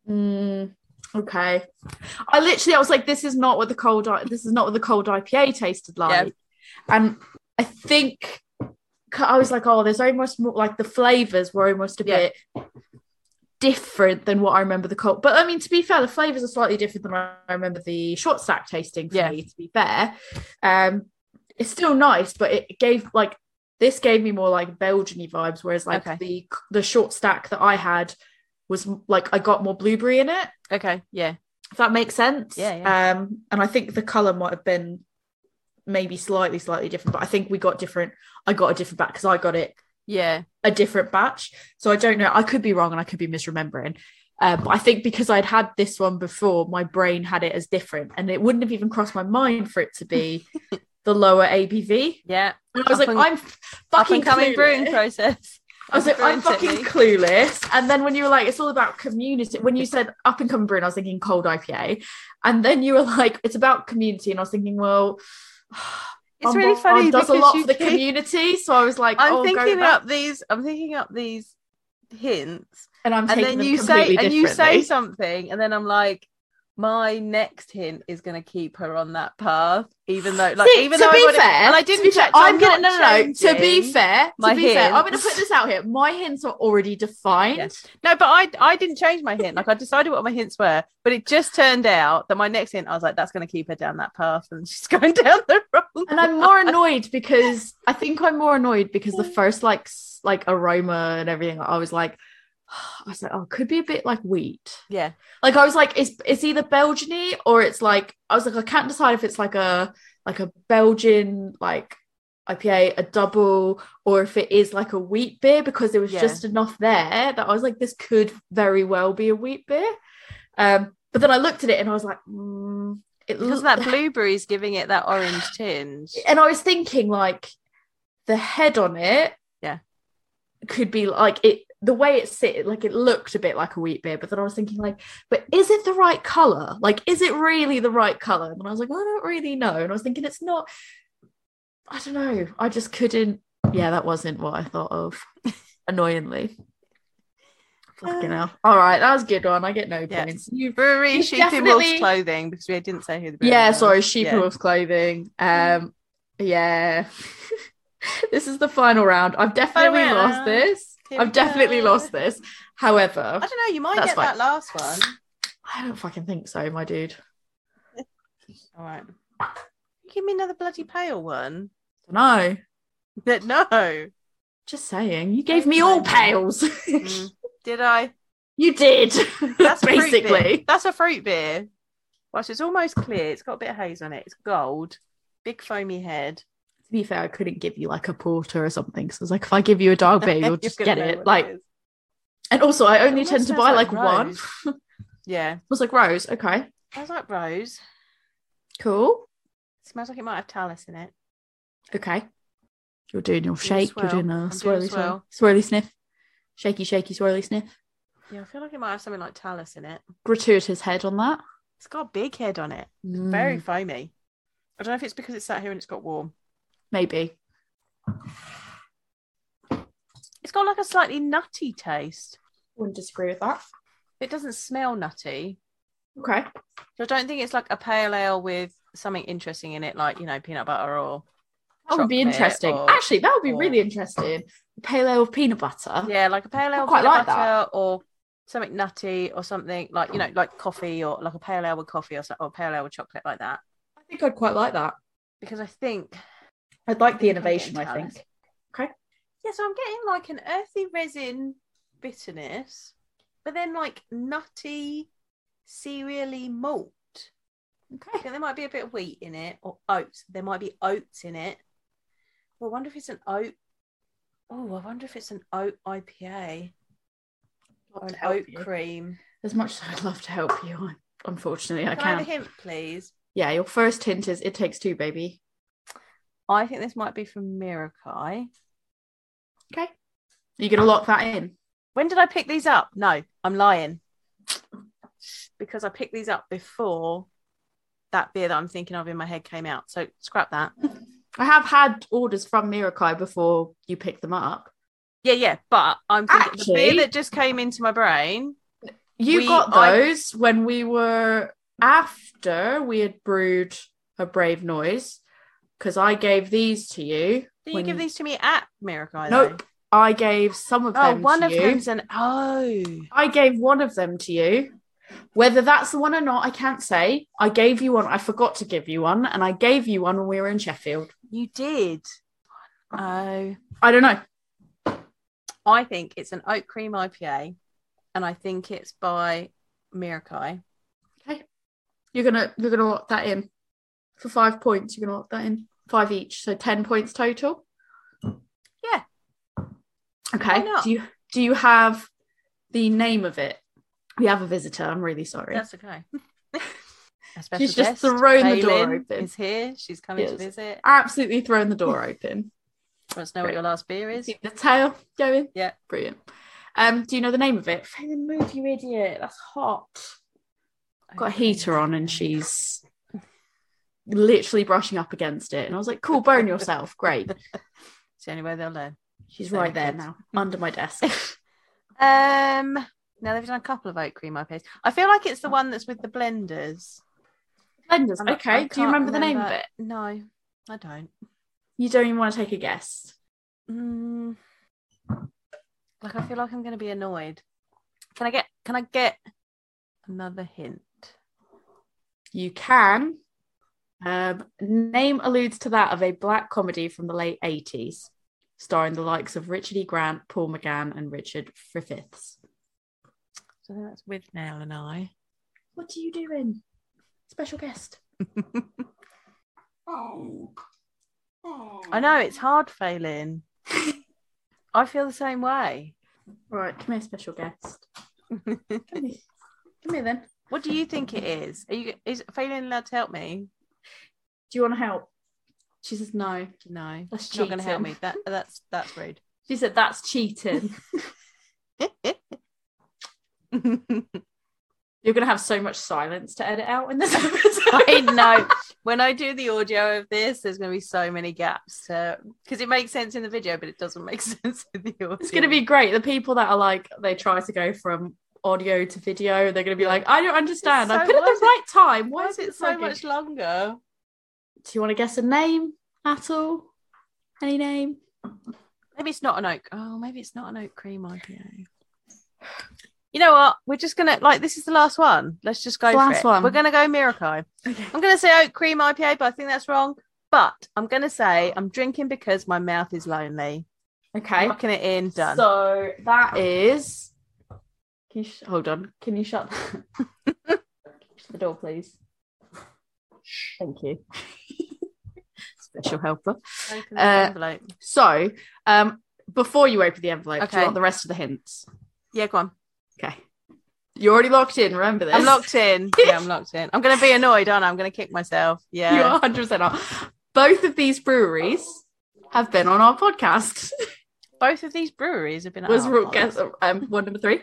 S2: mm, okay. I literally, I was like, this is not what the cold. I- This is not what the cold IPA tasted like. And I think I was like, oh, there's almost more like the flavors were almost a
S1: Yeah.
S2: bit different than what I remember the cold. But I mean, to be fair, the flavors are slightly different than I I remember the short stack tasting for
S1: Yeah.
S2: me. To be fair, um, it's still nice, but it gave like this gave me more like Belgian vibes, whereas like
S1: Okay.
S2: the the short stack that I had was like I got more blueberry in it.
S1: Okay, yeah,
S2: If that makes sense.
S1: Yeah,
S2: Um, and I think the color might have been maybe slightly, slightly different, but I think we got different. I got a different batch because I got it
S1: yeah,
S2: a different batch. So I don't know. I could be wrong and I could be misremembering. Uh, but I think because I'd had this one before, my brain had it as different, and it wouldn't have even crossed my mind for it to be the lower ABV.
S1: yeah.
S2: And I was
S1: Up
S2: like,
S1: and-
S2: I'm
S1: Up
S2: fucking
S1: and coming
S2: clueless.
S1: brewing process.
S2: I was like, I'm
S1: Brewing
S2: fucking
S1: technique.
S2: clueless. And then when you were like, it's all about community, when you said up and coming brewing, I was thinking cold IPA. And then you were like, it's about community. And I was thinking, well,
S1: It's
S2: Bumble
S1: really funny
S2: does
S1: because
S2: a lot
S1: you
S2: for the
S1: keep-
S2: community. So I was like,
S1: I'm
S2: oh, go with
S1: thinking
S2: that.
S1: up these. I'm thinking up these hints,
S2: And I'm
S1: and
S2: taking
S1: then
S2: them
S1: you say
S2: completely
S1: and you say
S2: differently.
S1: something, and then I'm like, my next hint is going to keep her on that path, even though, like,
S2: See,
S1: even
S2: to
S1: though
S2: be
S1: I've already-
S2: fair,
S1: and I didn't
S2: to be fair,
S1: check, so
S2: I'm,
S1: I'm
S2: gonna no
S1: not
S2: no no. To be
S1: changing
S2: fair, to
S1: my
S2: be fair, I'm gonna
S1: hints.
S2: put this out here. My hints are already defined.
S1: Yes. No, but I I didn't change my hint. Like I decided what my hints were, but it just turned out that my next hint I was like, that's going to keep her down that path, and she's going down the wrong.
S2: And I'm more annoyed because I think I'm more annoyed because the first like s- like aroma and everything, I was like, I was like, oh, could be a bit like wheat.
S1: yeah,
S2: Like I was like, it's it's either Belgiany or it's like I was like, I can't decide if it's like a like a Belgian like IPA, a double, or if it is like a wheat beer because there was
S1: Yeah.
S2: just enough there that I was like, this could very well be a wheat beer. Um, but then I looked at it and I was like, mm, it
S1: because
S2: looks
S1: that blueberry's giving it that orange tinge.
S2: and I was thinking like the head on it,
S1: Yeah.
S2: could be like it the way it sit like it looked a bit like a wheat beer, but then I was thinking like, but is it the right color? Like, is it really the right color? And I was like, well, I don't really know. And I was thinking it's not. I don't know. I just couldn't. Yeah, that wasn't what I thought of. Annoyingly. Fucking hell. All right, that was a good one. I get no
S1: Uh. Yeah.
S2: points. You
S1: Brewery
S2: It's
S1: sheep in wolf's
S2: definitely-
S1: clothing because we didn't say who the brewery
S2: yeah
S1: was.
S2: sorry sheep
S1: Yeah.
S2: and wolf's clothing um yeah this is the final round i've definitely
S1: Final
S2: lost
S1: round.
S2: this
S1: Here
S2: i've
S1: we
S2: definitely
S1: go.
S2: lost this however
S1: I don't know. You might
S2: That's
S1: get
S2: fine.
S1: that last one.
S2: i don't fucking think so my dude
S1: All right. Give me another bloody pale one.
S2: no
S1: But no.
S2: just saying you gave me all
S1: Okay.
S2: pails
S1: Mm. Did I?
S2: you did
S1: That's
S2: that's
S1: a fruit beer.
S2: basically
S1: That's a fruit beer. Watch, it's almost clear. It's got a bit of haze on it. It's gold. Big foamy head.
S2: to be fair i couldn't give you like a porter or something because i was like if i give you a dark beer you'll
S1: You're
S2: just
S1: gonna
S2: get
S1: know
S2: it
S1: what
S2: like
S1: is.
S2: and also i only
S1: almost
S2: tend to
S1: smells
S2: buy
S1: like
S2: like, one
S1: rose. yeah,
S2: I was like rose okay
S1: smells like rose.
S2: cool
S1: It smells like it might have talus in it.
S2: Okay. You're doing your
S1: a
S2: shake. You're
S1: swirl.
S2: doing
S1: I'm
S2: a
S1: doing a
S2: swirly,
S1: swirl.
S2: swirl. swirly sniff. Shaky, shaky, swirly sniff.
S1: Yeah, I feel like it might have something like talus in it.
S2: Gratuitous head on that.
S1: It's got a big head on it.
S2: Mm,
S1: Very foamy. I don't know if it's because it's sat here and it's got warm.
S2: maybe.
S1: It's got like a slightly nutty taste.
S2: Wouldn't disagree with that.
S1: It doesn't smell nutty.
S2: Okay.
S1: So I don't think it's like a pale ale with something interesting in it, like you know, peanut butter or
S2: That would be
S1: chocolate
S2: interesting.
S1: or-
S2: Actually, that would be
S1: or-
S2: really interesting. Pale ale with peanut butter.
S1: yeah, like a pale ale,
S2: quite
S1: peanut
S2: like
S1: butter,
S2: that.
S1: or something nutty, or something like you know, like coffee, or like a pale ale with coffee, or, so- or pale ale with chocolate, like that.
S2: I think I'd quite like that.
S1: Because I think
S2: I'd like the
S1: I think I'd get
S2: innovation, I
S1: Talus.
S2: think. Okay.
S1: yeah, so I'm getting like an earthy resin bitterness, but then like nutty, cereally malt. I
S2: Okay.
S1: think there might be a bit of wheat in it or oats. There might be oats in it. Well, I wonder if it's an oat. Oh, I wonder if it's an oat IPA or
S2: Love
S1: an
S2: to help
S1: oat
S2: you.
S1: cream.
S2: As much as I'd love to help you, I- unfortunately, I
S1: Can I have a
S2: can't.
S1: hint, please?
S2: yeah, your first hint is it takes two, baby.
S1: I think this might be from Mirakai.
S2: Okay. Are you going to lock that in?
S1: When did I pick these up? No, I'm lying. Because I picked these up before that beer that I'm thinking of in my head came out. So scrap that.
S2: I have had orders from Mirakai before you picked them up.
S1: Yeah, yeah. But I'm thinking
S2: Actually-
S1: the beer that just came into my brain.
S2: You
S1: We-
S2: got
S1: I-
S2: those when we were after we had brewed a brave noise because I gave these to you.
S1: Did you
S2: when-
S1: give these to me at Miracle?
S2: Nope. I gave some of
S1: Oh,
S2: them.
S1: one
S2: to
S1: of
S2: you.
S1: them's an oh.
S2: I gave one of them to you. Whether that's the one or not, I can't say. I gave you one. I forgot to give you one, and I gave you one when we were in Sheffield.
S1: You did. Oh.
S2: I don't know.
S1: I think it's an oat cream IPA, and I think it's by Mirakai.
S2: You're gonna you're gonna lock that in for five points. You're gonna lock that in five each, so ten points total.
S1: Yeah.
S2: Okay.
S1: Why not?
S2: Do you do you have the name of it? We have a visitor. I'm really sorry.
S1: That's okay. A special
S2: She's just thrown the door
S1: Bailyn
S2: open.
S1: Is here. She's coming to
S2: Yes.
S1: visit.
S2: Absolutely thrown the door open.
S1: Wants to know what
S2: Great.
S1: your last beer is.
S2: See the tail going.
S1: Yeah.
S2: Brilliant. Um, do you know the name of it? Failin, move, you idiot. That's hot. Got a heater on and she's literally brushing up against it. And I was like, cool, burn yourself. Great.
S1: It's the only way they'll learn.
S2: She's
S1: Very
S2: right there
S1: good.
S2: now, under my desk.
S1: Um. Now they've done a couple of oat cream IPAs. I feel like it's the one that's with the blenders.
S2: Blenders.
S1: And I- I
S2: Okay. Do you
S1: can't
S2: remember the name of
S1: remember-
S2: it?
S1: No, I don't.
S2: You don't even want to take a guess.
S1: Mm. Like I feel like I'm going to be annoyed. Can I get? Can I get another hint?
S2: You can. Um, name alludes to that of a black comedy from the late 80s, starring the likes of Richard E. Grant, Paul McGann, and Richard Griffiths.
S1: So I think that's with Nail and I.
S2: What are you doing? Special guest. Oh.
S1: I know it's hard failing. I feel the same way.
S2: Right, come here, special guest. Come here, come here then.
S1: what do you think it is? Are you is failing allowed to help me?
S2: Do you want to help? She says no.
S1: No,
S2: That's
S1: she's not going to help
S2: cheating.
S1: me. That that's that's rude.
S2: She said that's cheating. You're gonna have so much silence to edit out in this episode.
S1: I know. When I do the audio of this, there's going to be so many gaps because it makes sense in the video, but it doesn't make sense in the audio.
S2: It's gonna be great. The people that are like they try to go from audio to video, they're gonna be like, I don't understand. I
S1: so-
S2: put it at
S1: why is
S2: the
S1: it-
S2: right time. Why
S1: Why is it so much longer?
S2: Do you want to guess a name at all? Any name?
S1: Maybe it's not an oak. Oh, maybe it's not an oak cream IPA. You know what? We're just gonna like this is the last one. Let's just go
S2: The
S1: for
S2: last
S1: it.
S2: one.
S1: We're gonna go Mirakai.
S2: Okay.
S1: I'm gonna say oak cream IPA, but I think that's wrong. But I'm gonna say I'm drinking because my mouth is lonely.
S2: Okay.
S1: Locking it in, done.
S2: So that is. Can you sh- hold on? Can you shut the door, please? Thank you. Special helper.
S1: Open
S2: uh,
S1: the envelope.
S2: So, um, before you open the envelope, do
S1: Okay.
S2: you want the rest of the hints?
S1: Yeah, go on.
S2: Okay. You're already locked in. Remember this.
S1: I'm locked in. Yeah, I'm locked in. I'm gonna be annoyed, aren't I? I'm gonna kick myself.
S2: You
S1: Yeah.
S2: are 100% off. Both of these breweries have been on our podcast.
S1: Both of these breweries have been at
S2: Was
S1: our
S2: rule
S1: pod.
S2: guess um, one number three?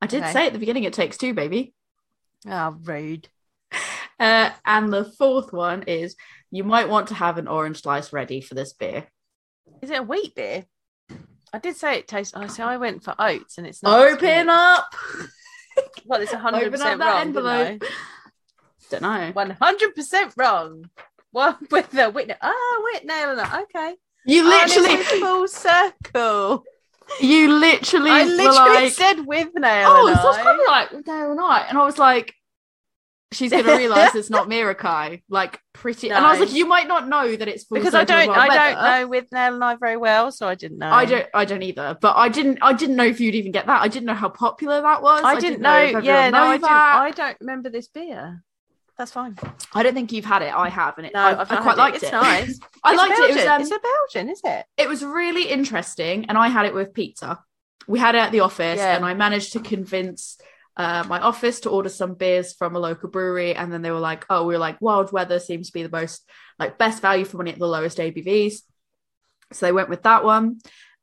S2: I did
S1: Oh, Okay.
S2: say at the beginning it takes two, baby.
S1: Oh, rude.
S2: Uh, and the fourth one is you might want to have an orange slice ready for this beer.
S1: Is it a wheat beer? I did say it tastes. I say I went for oats, and it's not.
S2: Open up.
S1: sweet. Well, it's hundred
S2: Open up
S1: percent
S2: that
S1: wrong.
S2: envelope. Don't know.
S1: One hundred percent wrong. One with the witness. Ah, oh, witness. Okay.
S2: You literally,
S1: Honestly, full circle.
S2: you literally,
S1: I
S2: were
S1: literally
S2: like,
S1: said with nail.
S2: "Oh,
S1: and
S2: so it's
S1: I.
S2: probably like with Day or Night," and I was like, "She's gonna realize it's not Mirakai." Like pretty, and I was
S1: No.
S2: like, "You might not know that it's full
S1: because I
S2: circle
S1: don't.
S2: wild
S1: I don't
S2: weather."
S1: know with nail and I very well, so I didn't know.
S2: I don't. I don't either. But I didn't. I didn't know if you'd even get that. I didn't know how popular that was.
S1: I didn't know.
S2: if everyone
S1: yeah, no,
S2: knew
S1: I didn't.
S2: that.
S1: I don't remember this beer. That's fine.
S2: I don't think you've had it. I have, and it,
S1: No,
S2: I,
S1: I've
S2: I
S1: not
S2: quite
S1: had
S2: liked
S1: it.
S2: it.
S1: It's nice.
S2: I
S1: It's
S2: liked it. It was,
S1: Belgian.
S2: um,
S1: it's a Belgian, is it?
S2: it was really interesting, and I had it with pizza. We had it at the office,
S1: Yeah.
S2: and I managed to convince uh, my office to order some beers from a local brewery, and then they were like, "Oh, we were like Wild Weather seems to be the most like best value for money at the lowest ABVs," so they went with that one,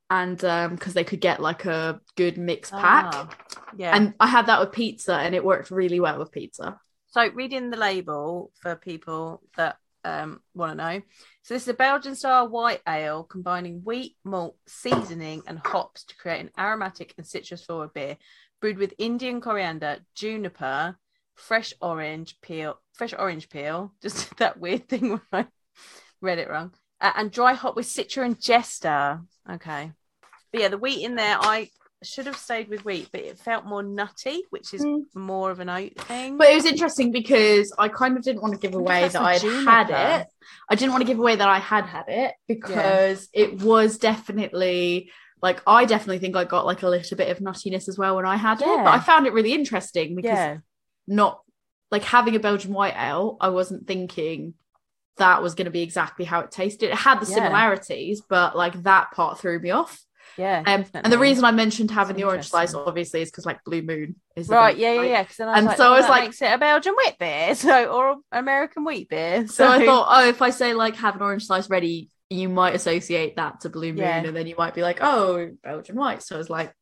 S2: and because they could get like a good mix pack.
S1: Ah, yeah.
S2: And I had that with pizza, and it worked really well with pizza.
S1: So reading the label for people that um, want to know. So this is a Belgian style white ale combining wheat, malt, seasoning, and hops to create an aromatic and citrus forward beer, brewed with Indian coriander, juniper, fresh orange peel, fresh orange peel. Just that weird thing when I read it wrong. Uh, and dry hop with citra and jester. Okay, but yeah, the wheat in there, I should have stayed with wheat, but it felt more nutty, which is
S2: Mm.
S1: more of an oat thing.
S2: But it was interesting because I kind of didn't want to give away
S1: that's
S2: that
S1: the
S2: I'd
S1: juniper.
S2: had it. I didn't want to give away that I had had it because it was definitely like I definitely think I got like a little bit of nuttiness as well when I had it.
S1: Yeah.
S2: But I found it really interesting because
S1: yeah,
S2: not like having a Belgian white ale, I wasn't thinking that was going to be exactly how it tasted. It had the
S1: Yeah.
S2: similarities, but like that part threw me off.
S1: yeah.
S2: Um, and the
S1: definitely.
S2: reason I mentioned having
S1: It's
S2: the orange slice
S1: interesting.
S2: obviously is because like Blue Moon is the
S1: Right,
S2: Belgian
S1: yeah, yeah,
S2: white.
S1: yeah. Because then I was
S2: And
S1: like,
S2: so I
S1: oh,
S2: was
S1: that
S2: like-
S1: makes it a Belgian wheat beer, so or an American wheat beer.
S2: So I thought, oh, if I say like have an orange slice ready, you might associate that to Blue Moon,
S1: Yeah.
S2: and then you might be like, oh, Belgian white. So I was like,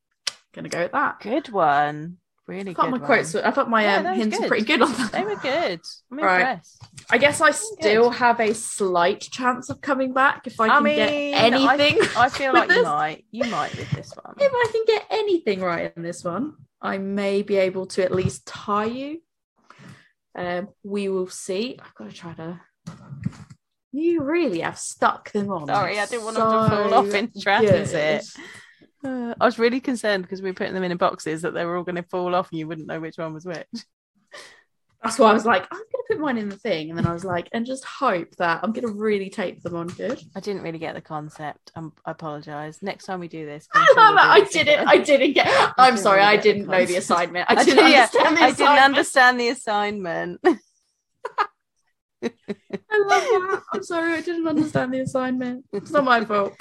S2: gonna go with that.
S1: good one, really
S2: I thought
S1: good.
S2: my
S1: one.
S2: quotes, were- I thought my
S1: Yeah,
S2: um,
S1: that was
S2: hints were
S1: good.
S2: pretty good on that.
S1: they were good. I'm
S2: Right.
S1: impressed.
S2: I guess I
S1: good.
S2: still have a slight chance of coming back if I
S1: I
S2: can
S1: mean,
S2: get anything.
S1: I, I feel like
S2: with
S1: you
S2: this.
S1: might, you might with this one.
S2: if I can get anything right in this one, I may be able to at least tie you. Um, we will see. I've got to try to. You really have stuck them on.
S1: Sorry, I didn't want them to fall off in
S2: good.
S1: Stratus. Uh, I was really concerned because we were putting them in boxes that they were all going to fall off and you wouldn't know which one was which.
S2: That's why I was like, I'm going to put mine in the thing. And then I was like, and just hope that I'm going to really tape them on good.
S1: I didn't really get the concept. Um, I apologise. Next time we do this,
S2: I
S1: I'm sure we'll
S2: love
S1: do
S2: it. I
S1: this
S2: didn't.
S1: again.
S2: I didn't get. I'm
S1: didn't
S2: sorry.
S1: really
S2: I
S1: get the
S2: didn't know the
S1: concept.
S2: assignment. I
S1: I
S2: didn't
S1: didn't- yeah,
S2: understand the
S1: I didn't
S2: assignment.
S1: understand the assignment.
S2: I love that. I'm sorry, I didn't understand the assignment. It's not my fault.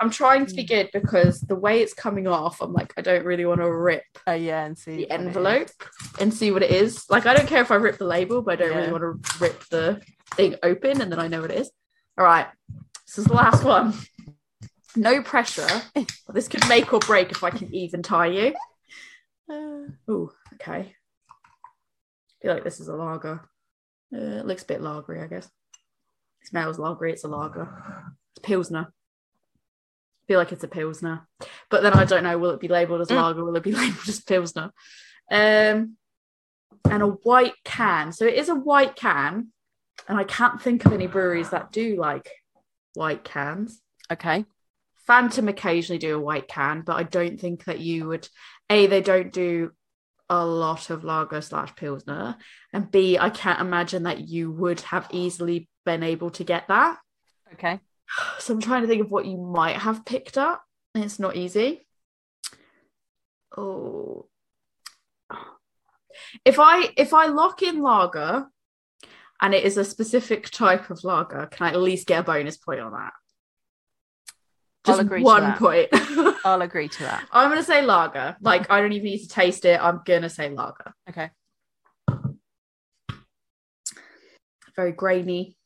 S2: I'm trying
S1: Mm.
S2: to be good because the way it's coming off, I'm like, I don't really want to rip
S1: Oh yeah, and see
S2: the
S1: what it is.
S2: envelope and see what it is. Like, I don't care if I rip the label, but I don't
S1: Yeah.
S2: really want to rip the thing open and then I know what it is. All right, this is the last one. No pressure. This could make or break if I can even tie you.
S1: Uh,
S2: Oh, okay. feel like this is a lager. Uh, it looks a bit lagery, I guess. smells lagery. It's a lager. It's pilsner. feel like it's a pilsner, but then I don't know. Will it be labelled as
S1: Mm.
S2: lager? Will it be labelled as pilsner? Um, and a white can. So it is a white can, and I can't think of any breweries that do like white cans.
S1: okay.
S2: Phantom occasionally do a white can, but I don't think that you would. A, they don't do a lot of lager slash pilsner, and B, I can't imagine that you would have easily been able to get that.
S1: Okay.
S2: So I'm trying to think of what you might have picked up, and it's not easy. Oh, if I if I lock in lager, and it is a specific type of lager, can I at least get a bonus point on that?
S1: I'll
S2: Just
S1: agree to
S2: one
S1: that.
S2: point.
S1: I'll agree to that.
S2: I'm gonna say lager. Like I don't even need to taste it. I'm gonna say lager.
S1: Okay.
S2: Very grainy,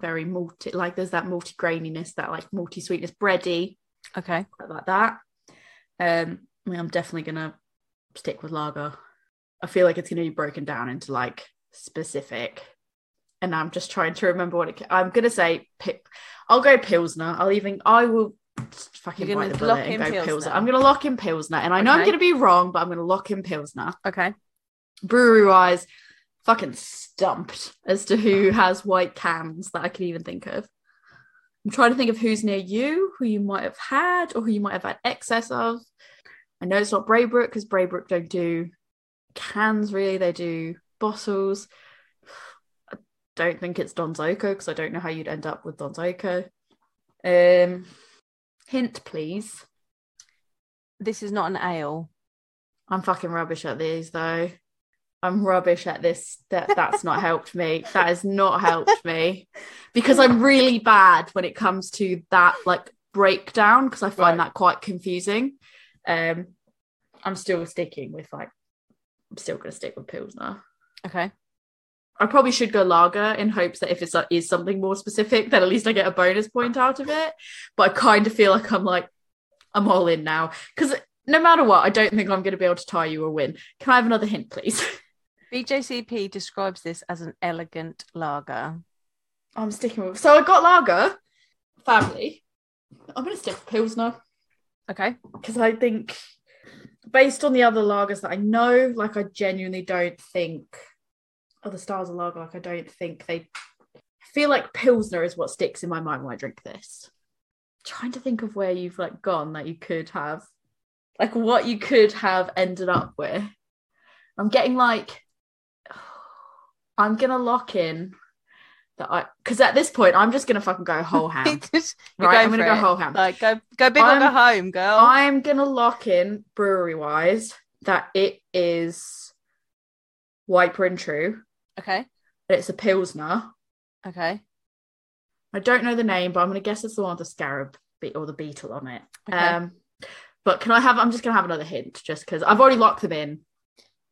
S2: very malty. Like there's that malty graininess, that like malty sweetness, bready,
S1: Okay.
S2: like that. Um, I mean, I'm definitely gonna stick with lager. I feel like it's gonna be broken down into like specific. And I'm just trying to remember what it. I'm gonna say. Pi- I'll go pilsner. I'll even. I will. Fucking
S1: You're gonna
S2: bite the
S1: lock
S2: bullet and
S1: in
S2: go
S1: Pilsner.
S2: pilsner. I'm gonna lock in pilsner, and I know I'm
S1: Okay.
S2: gonna be wrong, but I'm gonna lock in pilsner
S1: Okay.
S2: brewery wise, fucking stumped as to who has white cans that I can even think of. I'm trying to think of who's near you, who you might have had, or who you might have had excess of. I know it's not Braybrook because Braybrook don't do cans really, they do bottles. I don't think it's Donzoko because I don't know how you'd end up with Donzoko. Um, hint, please.
S1: This is not an ale.
S2: I'm fucking rubbish at these though. I'm rubbish at this. That that's not helped me. That has not helped me because I'm really bad when it comes to that like breakdown because I find
S1: Right.
S2: that quite confusing. Um, I'm still sticking with like I'm still gonna stick with pilsner.
S1: Okay.
S2: I probably should go lager in hopes that if it's uh, is something more specific, then at least I get a bonus point out of it. But I kind of feel like I'm like I'm all in now because no matter what, I don't think I'm going to be able to tie you or win. Can I have another hint, please?
S1: BJCP describes this as an elegant lager.
S2: I'm sticking with. So I got lager, family. I'm going to stick with Pilsner
S1: Okay.
S2: because I think, based on the other lagers that I know, like I genuinely don't think other styles of lager, like I don't think they. I feel like Pilsner is what sticks in my mind when I drink this. Trying to think of where you've like gone that you could have, like what you could have ended up with. I'm getting like, I'm gonna lock in that I because at this point I'm just gonna fucking go whole ham.
S1: Because you're
S2: right,
S1: going
S2: I'm gonna
S1: for
S2: go
S1: it.
S2: whole ham.
S1: Like go go big on or
S2: I'm-
S1: go home, girl.
S2: I'm gonna lock in brewery wise that it is Wiper and True.
S1: okay.
S2: and It's a pilsner.
S1: Okay.
S2: I don't know the name, but I'm gonna guess it's the one with the scarab be- or the beetle on it.
S1: Okay.
S2: Um, but can I have? I'm just gonna have another hint, just because I've already locked them in.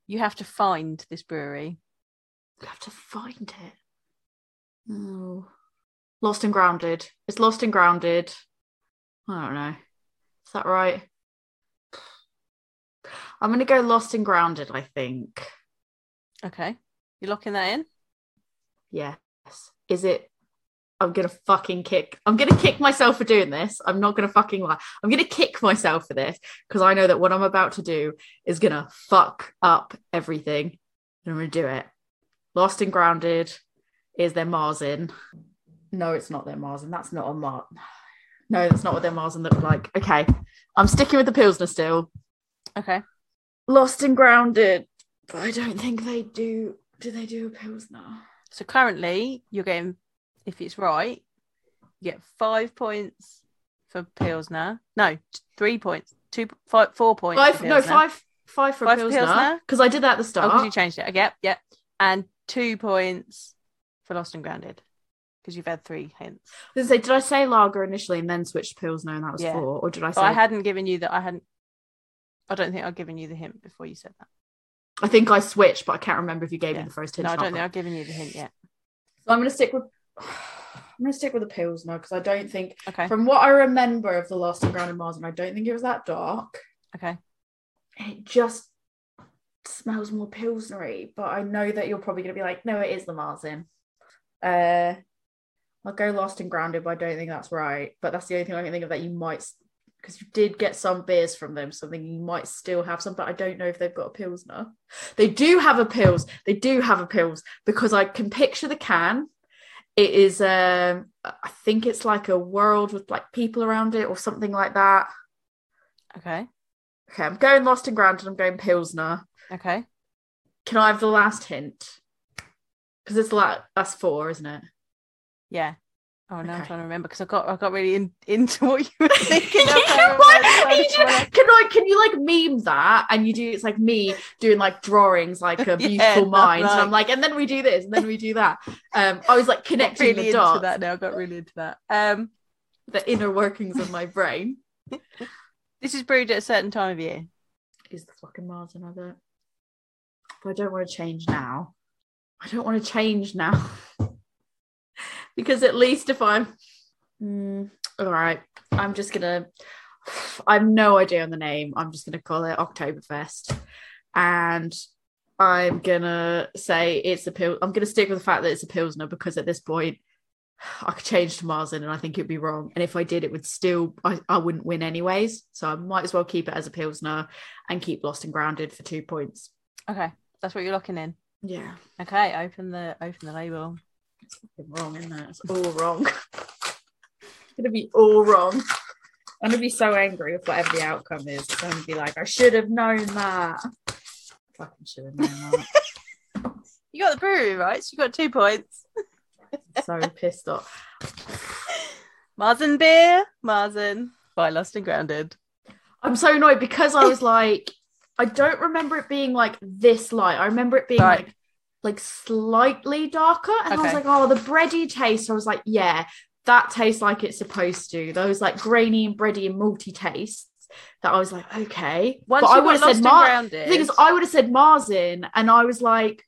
S1: You have to find this brewery.
S2: You have to find it. Oh, lost and grounded. It's lost and grounded. I don't know. Is that right? I'm gonna go lost and grounded. I think.
S1: Okay. You're locking that in?
S2: Yes. Is it? I'm gonna fucking kick. I'm gonna kick myself for doing this. I'm not gonna fucking lie. I'm gonna kick myself for this because I know that what I'm about to do is gonna fuck up everything. And I'm gonna do it. Lost and grounded. Is there Mars in? No, it's not their Mars in. That's not on Mars. No, that's not what their Mars in looked like. Okay, I'm sticking with the Pilsner still.
S1: Okay.
S2: Lost and grounded. But I don't think they do. Do they do a Pilsner?
S1: So currently you're getting if it's right, you get five points for Pilsner. No, t- three points. Two five four points. for
S2: five no
S1: Pilsner.
S2: five five for
S1: Five for
S2: pills pilsner
S1: Pilsner?
S2: because i did that at the
S1: Oh,
S2: start
S1: 'cause you changed it. Yep, yep. And two points for Lost and Grounded. Because you've had three hints.
S2: did, I say, did i say lager initially and then switched to pilsner and that was
S1: Yeah.
S2: four or did i say
S1: So I hadn't given you that I hadn't I don't think I've given you the hint before you said that.
S2: I think i switched but i can't remember if you gave
S1: Yeah.
S2: me the first hint
S1: No, I
S2: or not.
S1: don't think I've given you the hint yet.
S2: so i'm gonna stick with i'm gonna stick with the pilsner because i don't think
S1: Okay.
S2: from what i remember of the last time ground in mars and i don't think it was that dark
S1: Okay.
S2: it just smells more pilsnery but i know that you're probably going to be like no it is the marzen uh i'll go lost and grounded but i don't think that's right but that's the only thing i can think of that you might because you did get some beers from them something you might still have some but i don't know if they've got a pilsner they do have a pills they do have a pills because i can picture the can it is um i think it's like a world with like people around it or something like that
S1: Okay.
S2: okay i'm going lost and grounded i'm going pilsner
S1: Okay.
S2: Can I have the last hint? Because it's like that's four, isn't it?
S1: Yeah. Oh, now I'm
S2: Okay.
S1: trying to remember because I got I got really in, into what you were thinking. of there.
S2: What? You ju- Can I? Can you like meme that? And you do. It's like me doing like drawings, like a
S1: Yeah, not
S2: beautiful mind. And I'm
S1: like-
S2: like, and then we do this, and then we do that. Um, I was like
S1: got
S2: connecting
S1: really
S2: the
S1: into
S2: dots,
S1: that now. I got really into that. Um,
S2: the inner workings of my brain.
S1: this is brewed at a certain time of year.
S2: Is the fucking Mars another? But I don't want to change now. I don't want to change now because at least if I'm Mm, all right, I'm just gonna. I've no idea on the name. I'm just gonna call it Oktoberfest, and I'm gonna say it's a pill. I'm gonna stick with the fact that it's a pilsner because at this point. I could change to Marzen and I think it'd be wrong. And if I did, it would still, I, I wouldn't win anyways. So I might as well keep it as a Pilsner and keep Lost and Grounded for two points.
S1: Okay, that's what you're locking in.
S2: Yeah.
S1: Okay, open the open the label.
S2: It's wrong, isn't it? It's all wrong. it's gonna be all wrong. I'm gonna be so angry with whatever the outcome is. I'm gonna be like, I should have known that. Fucking should have known
S1: You got the brewery right. So you got two points.
S2: that. so pissed off.
S1: Marzen beer, Marzen by Lost and Grounded.
S2: I'm so annoyed because I was like, I don't remember it being like this light. I remember it being
S1: Right.
S2: like like slightly darker. And I was
S1: Okay.
S2: like, oh, the bready taste. I was like, yeah, that tastes like it's supposed to. Those like grainy and bready and multi tastes. That I was like, okay.
S1: Once
S2: but I
S1: you got
S2: would have
S1: Lost
S2: said
S1: and
S2: Mar-
S1: Grounded,
S2: The thing is, I would have said Marzen, and I was like,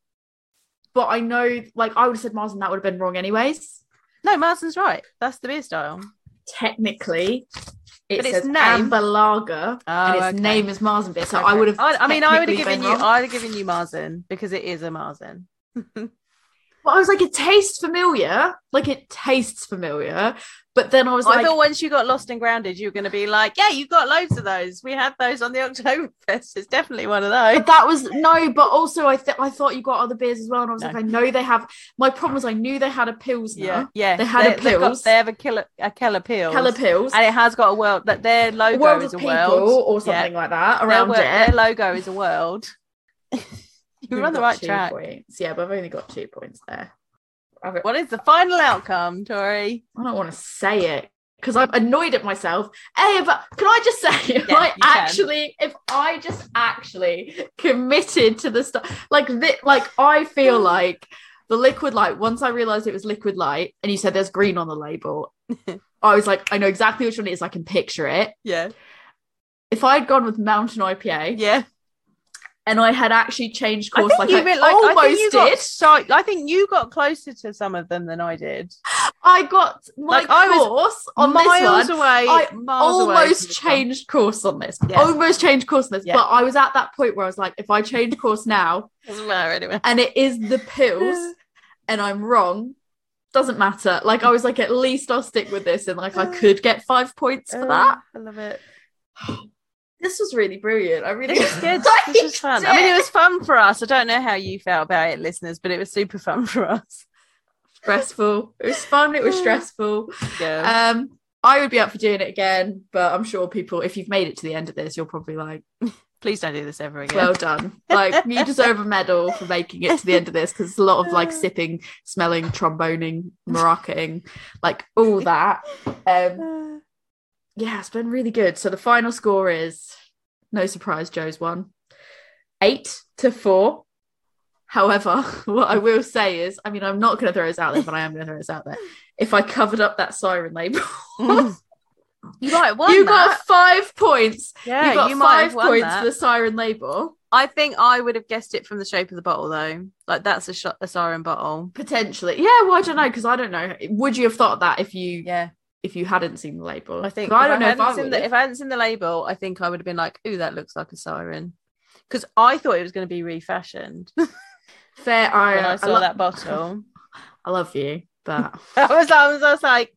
S2: but I know, like, I would have said Marzen, that would have been wrong, anyways.
S1: no, Marzen's right. That's the beer style.
S2: Technically, it
S1: But its
S2: says
S1: name-
S2: Amber Lager, and its
S1: Oh, okay.
S2: name is Marzen beer. So I
S1: Okay.
S2: would have.
S1: I, I mean, I would have
S2: technically
S1: given
S2: been
S1: you.
S2: wrong.
S1: I would have given you Marzen because it is a Marzen.
S2: Well, I was like, it tastes familiar. Like it tastes familiar. But then I was
S1: I
S2: like,
S1: thought once you got lost and grounded, you were going to be like, yeah, you got loads of those. We had those on the Oktoberfest. It's definitely one of those.
S2: But that was no, but also I th- I thought you got other beers as well, and I was
S1: No.
S2: like, I know they have. My problem was I knew they had a pilsner,
S1: Yeah, yeah.
S2: They had a
S1: they've got-
S2: Pils.
S1: They have a killer, a killer pills,
S2: Keller pills,
S1: and it has got a world that their
S2: a
S1: logo
S2: world of
S1: is a
S2: people
S1: world
S2: or
S1: Yeah.
S2: something like that
S1: Their
S2: around
S1: wor-
S2: it.
S1: Their logo is a world. You're
S2: We've
S1: on the
S2: got
S1: right
S2: two
S1: track.
S2: Points. Yeah, but I've only got two points there. I've-
S1: What is the final outcome, Tori?
S2: I don't want to say it because I'm annoyed at myself. Hey, but can I just say, if
S1: Yeah,
S2: I
S1: you can.
S2: actually, if I just actually committed to the stuff, like thi- like I feel like the liquid light. Once I realized it was liquid light, and you said there's green on the label, I was like, I know exactly which one it is. I can picture it.
S1: Yeah,
S2: If I had gone with Mountain IPA
S1: yeah.
S2: and I had actually changed course,
S1: I
S2: like
S1: think you
S2: I
S1: meant, like,
S2: almost
S1: I think you
S2: did,
S1: Got, so I think you got closer to some of them than I did.
S2: I got my
S1: Like, I was
S2: course on this one.
S1: miles away,
S2: I
S1: miles away
S2: almost
S1: from this one.
S2: changed course on this.
S1: Yeah.
S2: Almost changed course on this.
S1: Yeah.
S2: But I was at that point where I was like, if I change course now
S1: Doesn't matter anyway.
S2: and it is the pills and I'm wrong, doesn't matter. Like I was like, at least I'll stick with this and like I could get five points
S1: Uh.
S2: for that.
S1: I love it.
S2: This was really brilliant. I really
S1: This was good. This was fun. I mean, it was fun for us. I don't know how you felt about it, listeners, but it was super fun for us.
S2: stressful. It was fun. It was stressful.
S1: Yeah.
S2: Um, I would be up for doing it again, but I'm sure people, if you've made it to the end of this, you're probably like,
S1: Please don't do this ever again.
S2: well done like you deserve a medal for making it to the end of this because it's a lot of like sipping smelling tromboning maracaing like all that um
S1: Uh,
S2: yeah it's been really good so the final score is no surprise joe's won eight to four however what i will say is i mean i'm not going to throw this out there but i am going to throw this out there if i covered up that siren label
S1: you might have won
S2: you
S1: that.
S2: got five points
S1: yeah,
S2: you got
S1: might
S2: five
S1: have won
S2: points
S1: that.
S2: for the siren label
S1: I think I would have guessed it from the shape of the bottle, though. Like that's a, sh- a siren bottle.
S2: potentially yeah well i don't know because i don't know would you have thought that if you
S1: Yeah,
S2: if you hadn't seen the label
S1: I think.
S2: 'Cause i
S1: if
S2: don't know if
S1: hadn't
S2: i
S1: seen
S2: would
S1: the, if I hadn't seen the label, I think I would have been like, "Ooh, that looks like a siren," because I thought it was going to be refashioned when
S2: fair i, uh,
S1: I
S2: I
S1: saw
S2: lo-
S1: that bottle.
S2: i love you but
S1: I was, I was, I was like,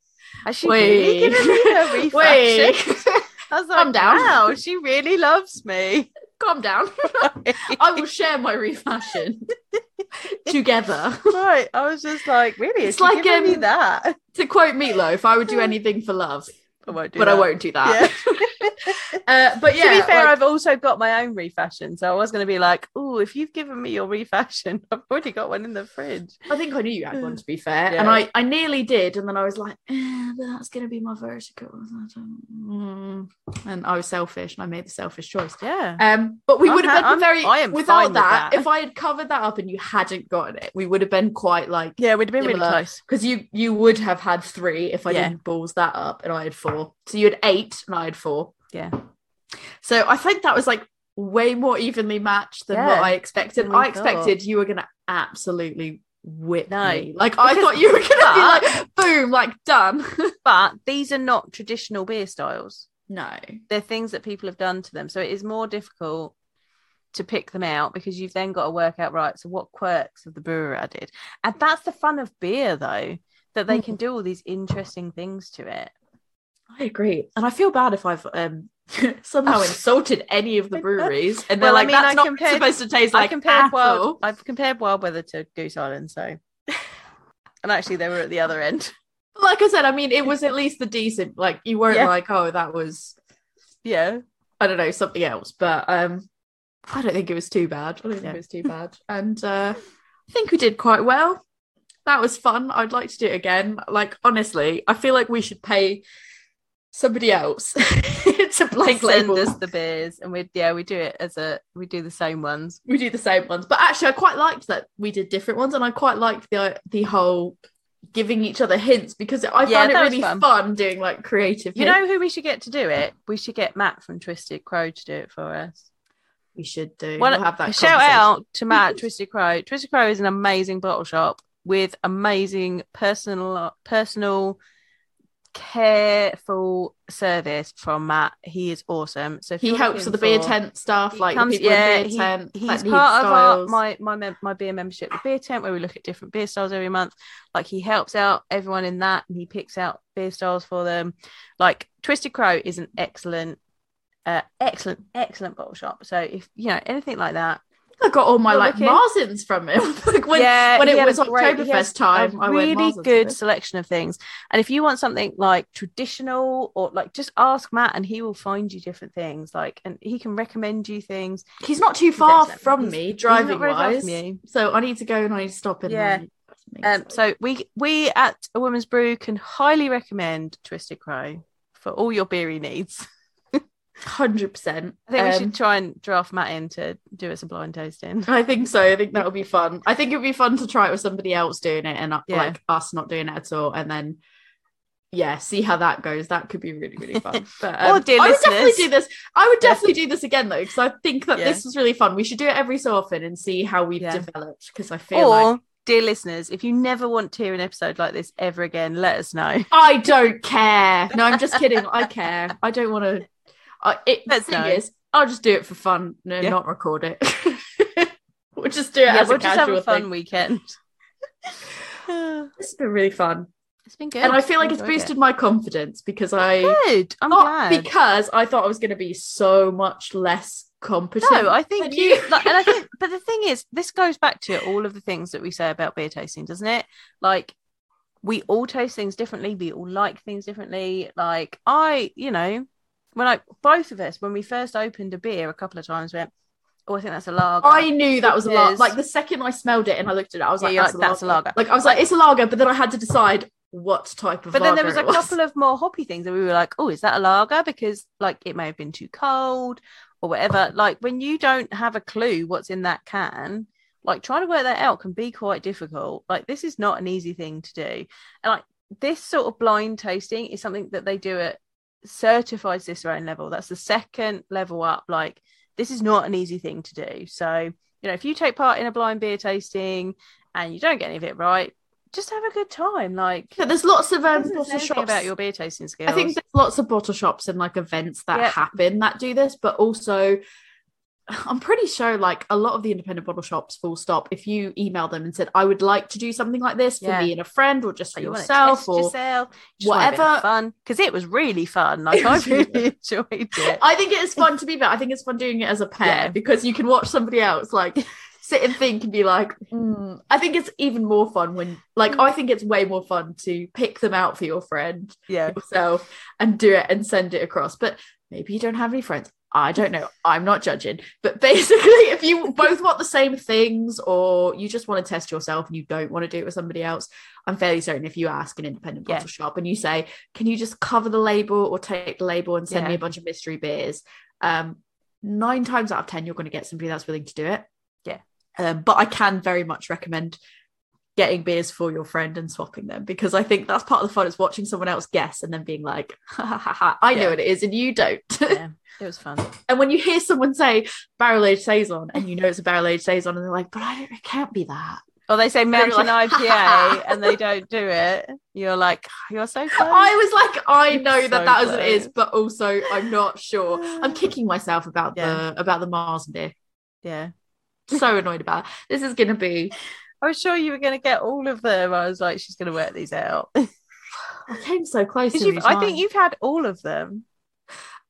S1: "Has she really
S2: Wait.
S1: given me a refashion?"
S2: wait
S1: I was like,
S2: Calm down.
S1: "Wow, she really loves me."
S2: calm down i will share my refashion together
S1: right, I was just like, "Really?"
S2: It's
S1: It's like
S2: like,
S1: giving me
S2: um,
S1: that.
S2: to quote meatloaf i would do anything for love
S1: I won't do
S2: but i
S1: that.
S2: won't do that uh, but yeah
S1: to be fair,
S2: like-
S1: I've also got my own refashion, so I was going to be like, "Oh, if you've given me your refashion, I've already got one in the fridge."
S2: I think I knew you had one to be fair,
S1: Yeah.
S2: and I, I nearly did, and then I was like, eh, but that's gonna be my vertical, I don't- mm. and I was selfish, and I made the selfish choice.
S1: Yeah,
S2: Um, but we
S1: I'm
S2: would have been
S1: ha- I'm-
S2: very
S1: I am
S2: without
S1: fine with
S2: that,
S1: that.
S2: If I had covered that up and you hadn't gotten it, we would have been quite like
S1: yeah, we'd have been really
S2: Similar.
S1: close.
S2: because you you would have had three if I
S1: Yeah.
S2: didn't balls that up, and I had four. So you had eight, and I had four.
S1: Yeah.
S2: So I think that was like way more evenly matched than
S1: Yeah,
S2: what I expected.
S1: than we
S2: I expected you were gonna absolutely whip
S1: No,
S2: me. Like I
S1: because-
S2: thought you were gonna be like boom, like done.
S1: But these are not traditional beer styles;
S2: no.
S1: they're things that people have done to them, so it is more difficult to pick them out because you've then got to work out right. So, what quirks have the brewer added? And that's the fun of beer, though, that they can do all these interesting things to it.
S2: I agree, and I feel bad if I've um, somehow insulted any of the breweries, and they're
S1: Well, I
S2: like,
S1: mean,
S2: "That's
S1: I
S2: not
S1: compared-
S2: supposed to taste like
S1: I compared
S2: apple."
S1: wild. I've compared wild weather to Goose Island, so. And actually, they were at the other end.
S2: But Like I said, I mean, it was at least the decent. Like you weren't
S1: Yeah.
S2: like, "Oh, that was
S1: Yeah.
S2: I don't know something else," but um, I don't think it was too bad. I don't think
S1: Yeah.
S2: it was too bad, and uh, I think we did quite well. That was fun. I'd like to do it again. Like honestly, I feel like we should pay somebody else to blank
S1: send
S2: label.
S1: us the beers and we yeah we do it as a we do the same ones
S2: we do the same ones but actually i quite liked that we did different ones and i quite liked the the whole giving each other hints because i
S1: Yeah,
S2: found it
S1: that was
S2: really fun.
S1: fun.
S2: doing like creative
S1: you
S2: hints.
S1: know who we should get to do it we should get matt from twisted crow to do it for us
S2: we should do
S1: Well,
S2: we'll have that
S1: shout
S2: conversation.
S1: out to matt at twisted crow twisted crow is an amazing bottle shop with amazing personal personal careful service from Matt. He is awesome. So if
S2: He
S1: you're
S2: helps with the
S1: looking
S2: beer
S1: for-
S2: tent stuff,
S1: He
S2: like
S1: comes-
S2: the people in beer
S1: he-
S2: tent.
S1: he's
S2: like
S1: part
S2: the
S1: of our,
S2: styles.
S1: my my mem- my beer membership, the beer tent, where we look at different beer styles every month. Like he helps out everyone in that, and he picks out beer styles for them. Like Twisted Crow is an excellent, uh, excellent, excellent bottle shop. So if you know anything like that,
S2: I got all my
S1: You're
S2: like
S1: looking-
S2: Marzins from him. like when,
S1: yeah,
S2: when
S1: he
S2: it
S1: had
S2: was
S1: a great- he has
S2: Oktoberfest time, I
S1: a
S2: went
S1: really
S2: Marzins
S1: good
S2: with it.
S1: selection of things. And if you want something like traditional or like, just ask Matt, and he will find you different things. Like, and he can recommend you things.
S2: He's not too far
S1: He's-
S2: from
S1: he's
S2: me
S1: not
S2: driving
S1: very far from
S2: wise,
S1: you.
S2: so I need to go and I need to stop in.
S1: Yeah.
S2: there.
S1: Um, so we we at a woman's brew can highly recommend Twisted Crow for all your beery needs.
S2: hundred percent.
S1: I think we should try and draft Matt in to do us a blind tasting.
S2: Um, I think so. I think that would be fun. I think it would be fun to try it with somebody else doing it and uh,
S1: Yeah.
S2: like us not doing it at all, and then yeah, see how that goes. That could be really really fun. But
S1: Or
S2: um,
S1: dear
S2: I would definitely
S1: listeners.
S2: do this. I would definitely do this again though, because I think that
S1: Yeah.
S2: this was really fun. We should do it every so often and see how we've
S1: Yeah.
S2: developed. Because I feel
S1: Or,
S2: like
S1: dear listeners, if you never want to hear an episode like this ever again, let us know.
S2: I don't care. No, I'm just kidding. I care. I don't want to. I it, the
S1: Let's
S2: thing
S1: know.
S2: is, I'll just do it for fun and
S1: Yeah.
S2: not record it. we'll just do it
S1: Yeah,
S2: as
S1: we'll
S2: a
S1: just have
S2: casual
S1: a fun
S2: thing.
S1: weekend. it's
S2: It's been really fun,
S1: been good,
S2: and I feel like it's
S1: enjoyed
S2: boosted my confidence because I
S1: It. Good, I'm
S2: not
S1: glad.
S2: because I thought I was going to be so much less competent.
S1: No, I think
S2: than
S1: you, like, and I think, but the thing is, this goes back to all of the things that we say about beer tasting, doesn't it? Like, we all taste things differently. We all like things differently. Like, I, you know, when I, both of us, when we first opened a beer a couple of times, went, oh, I think that's a lager.
S2: I knew that was a lager.
S1: Because-
S2: Like the second I smelled it and I looked at it, I was
S1: Yeah,
S2: like,
S1: you're
S2: that's,
S1: like,
S2: a
S1: "That's a
S2: lager."
S1: lager.
S2: Like I was like, it's a lager, but then I had to decide what type of.
S1: but then there was
S2: lager
S1: a
S2: it
S1: couple of more hoppy things that we were like, oh, is that a lager? Because, like, it may have been too cold or whatever. Like, when you don't have a clue what's in that can, like trying to work that out can be quite difficult like this is not an easy thing to do and like this sort of blind tasting is something that they do at certified cicerone level that's the second level up like this is not an easy thing to do so you know if you take part in a blind beer tasting and you don't get any of it right just have a good time like
S2: But there's lots of um,
S1: doesn't say
S2: bottle
S1: anything
S2: shops.
S1: about your beer tasting skills
S2: I think there's lots of bottle shops and like events that
S1: Yep.
S2: happen that do this, but also I'm pretty sure like a lot of the independent bottle shops, full stop, if you email them and said, I would like to do something like this for
S1: Yeah.
S2: me and a friend or just for
S1: Like, you wanna
S2: yourself
S1: test
S2: or
S1: yourself, just want a bit of
S2: whatever-
S1: fun because it was really fun like
S2: It
S1: i
S2: was really
S1: really enjoyed it
S2: I think it is fun to be there. I think it's fun doing it as a pair
S1: Yeah.
S2: because you can watch somebody else like sit and think and be like,
S1: Mm.
S2: "Hmm." I think it's even more fun when like I think it's way more fun to pick them out for your friend
S1: yeah
S2: yourself and do it and send it across. But maybe you don't have any friends. I don't know. I'm not judging. But basically, if you both want the same things or you just want to test yourself and you don't want to do it with somebody else, I'm fairly certain if you ask an independent
S1: Yeah.
S2: bottle shop and you say, can you just cover the label or take the label and send me
S1: Yeah.
S2: a bunch of mystery beers? Um, nine times out of 10, you're going to get somebody that's willing to do it.
S1: Yeah.
S2: Um, but I can very much recommend getting beers for your friend and swapping them because I think that's part of the fun is watching someone else guess and then being like, ha, ha, ha, ha, I know
S1: Yeah.
S2: what it is and you don't.
S1: yeah it was fun
S2: and when you hear someone say barrel aged saison and you know it's a barrel aged saison and they're like, but I don't, it can't be that.
S1: Or they say
S2: you're
S1: mountain
S2: like,
S1: IPA and they don't do it. You're like, "Oh, you're so close.
S2: I was like, I
S1: You're
S2: know
S1: so
S2: that that is what it
S1: close.
S2: is, but also I'm not sure. I'm kicking myself about the about the Mars beer.
S1: yeah.
S2: So annoyed about it. This is gonna be.
S1: I was sure you were going to get all of them. I was like, she's going to work these out. 'Cause
S2: I came so close. To
S1: you've-
S2: these
S1: I think
S2: wines.
S1: you've had all of them.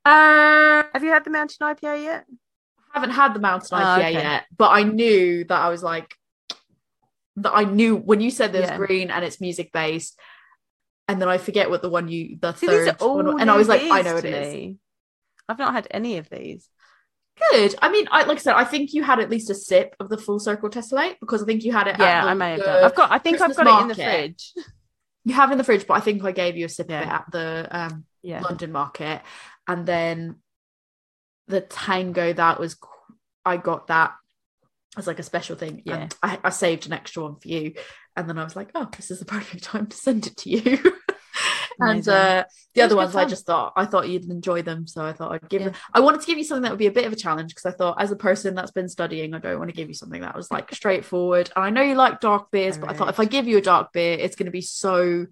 S2: Uh,
S1: Have you had the mountain IPA yet?
S2: haven't had the mountain
S1: Oh,
S2: IPA
S1: okay.
S2: yet, but I knew that I was like that I knew when you said there's
S1: Yeah.
S2: green and it's music based, and then I forget what the one you the
S1: See, these
S2: third
S1: are all.
S2: one, and I
S1: new
S2: was like, I
S1: beers
S2: know it
S1: to
S2: is
S1: me. I've not had any of these.
S2: good. I mean, I like I said, I think you had at least a sip of the full circle tessellate because I think you had it.
S1: Yeah,
S2: at the,
S1: I may have
S2: the-
S1: done. I've got. I think I've
S2: Christmas
S1: got it in the
S2: market.
S1: fridge.
S2: You have in the fridge, but I think I gave you a sip
S1: Yeah.
S2: of it at the um,
S1: Yeah.
S2: London market, and then the tango that was qu- I got that as like a special thing.
S1: Yeah.
S2: and I, I saved an extra one for you, and then I was like, oh, this is the perfect time to send it to you. and
S1: Amazing.
S2: uh, the
S1: It
S2: other
S1: was good
S2: ones I
S1: fun.
S2: just thought I thought you'd enjoy them, so I thought I'd give.
S1: Yeah.
S2: Them, I wanted to give you something that would be a bit of a challenge because I thought as a person that's been studying, I don't want to give you something that was like straightforward. And I know you like dark beers, but I thought if I
S1: Correct.
S2: give you a dark beer, it's going to be so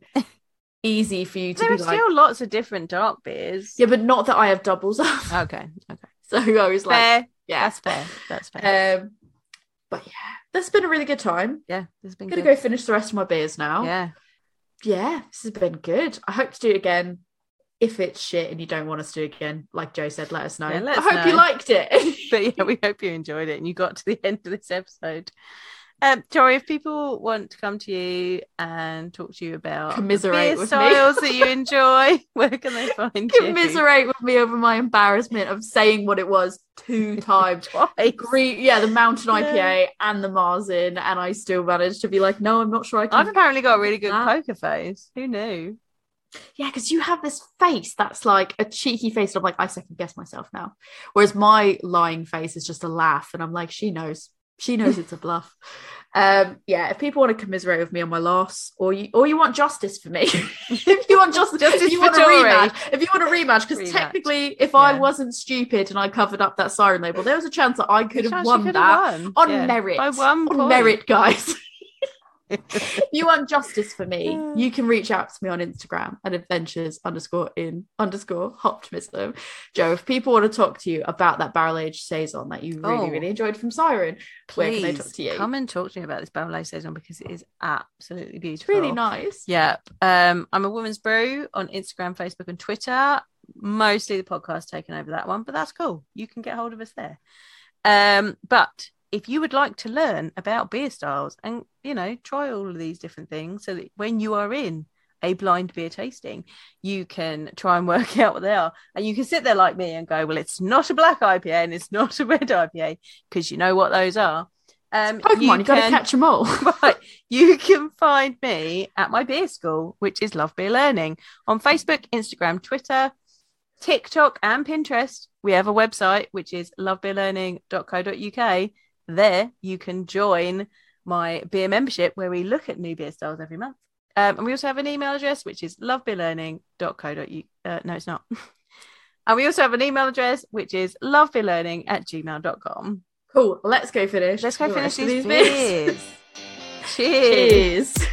S2: easy for you to
S1: There
S2: be
S1: are
S2: like,
S1: still lots of different dark beers.
S2: yeah, but not that I have doubles of.
S1: Okay. Okay.
S2: so I was like,
S1: fair.
S2: yeah,
S1: That's fair. That's fair.
S2: um, but yeah, that's been a really good time.
S1: yeah. This has been
S2: I'm gonna
S1: good.
S2: go finish the rest of my beers now.
S1: Yeah.
S2: yeah, this has been good. I hope to do it again. If it's shit and you don't want us to do it again, like Joe said, let us know.
S1: Yeah, let
S2: I
S1: us
S2: hope you
S1: know.
S2: liked it.
S1: But yeah, we hope you enjoyed it and you got to the end of this episode. Um, Tori, if people want to come to you and talk to you about the
S2: Commiserate
S1: beer
S2: with me.
S1: styles that you enjoy, where can they find you?
S2: Commiserate with me over my embarrassment of saying what it was two times.
S1: Twice.
S2: Green, yeah, the Mountain
S1: Yeah.
S2: IPA and the Mars Inn, and I still managed to be like, no, I'm not sure I
S1: I've
S2: can.
S1: apparently got a really good
S2: That-
S1: poker face. Who knew?
S2: Yeah, because you have this face that's like a cheeky face, and I'm like, I second guess myself now. Whereas my lying face is just a laugh, and I'm like, she knows, she knows it's a bluff. Um, yeah, if people want to commiserate with me on my loss, or you, or you want justice for me, if you want justice,
S1: Justice
S2: if you
S1: for
S2: want a
S1: Tory.
S2: rematch, if you want a rematch, because
S1: Rematch.
S2: technically, if I
S1: Yeah.
S2: wasn't stupid and I covered up that siren label, there was a chance that I could
S1: Good
S2: have
S1: chance
S2: won
S1: you could
S2: that
S1: have won.
S2: on
S1: Yeah.
S2: merit.
S1: By one
S2: on
S1: point.
S2: merit, guys. If you want justice for me,
S1: Yeah.
S2: you can reach out to me on Instagram at adventures underscore in underscore optimism. Joe, if people want to talk to you about that barrel aged saison that you really,
S1: Oh.
S2: really enjoyed from Siren, where can they
S1: Please
S2: talk to you?
S1: Come and talk to me about this barrel life saison because it is absolutely
S2: it's
S1: beautiful.
S2: really nice.
S1: Yep. Um, I'm a woman's brew on Instagram, Facebook, and Twitter. Mostly the podcast taking over that one, but that's cool. You can get hold of us there. Um, but if you would like to learn about beer styles and you know try all of these different things, so that when you are in a blind beer tasting, you can try and work out what they are, and you can sit there like me and go, "Well, it's not a black IPA and it's not a red IPA because you know what those are." Um,
S2: Pokemon, you, gotta catch them all.
S1: right. You can find me at my beer school, which is Love Beer Learning, on Facebook, Instagram, Twitter, TikTok, and Pinterest. We have a website, which is lovebeerlearning.co.uk. There you can join my beer membership where we look at new beer styles every month. Um, and we also have an email address, which is lovebeerlearning.co.uk. Uh, no, it's not. And we also have an email address, which is lovebeerlearning at gmail.com.
S2: cool. Let's go finish.
S1: Let's go
S2: the
S1: finish
S2: rest of
S1: these
S2: beers.
S1: beers. Cheers.
S2: Cheers.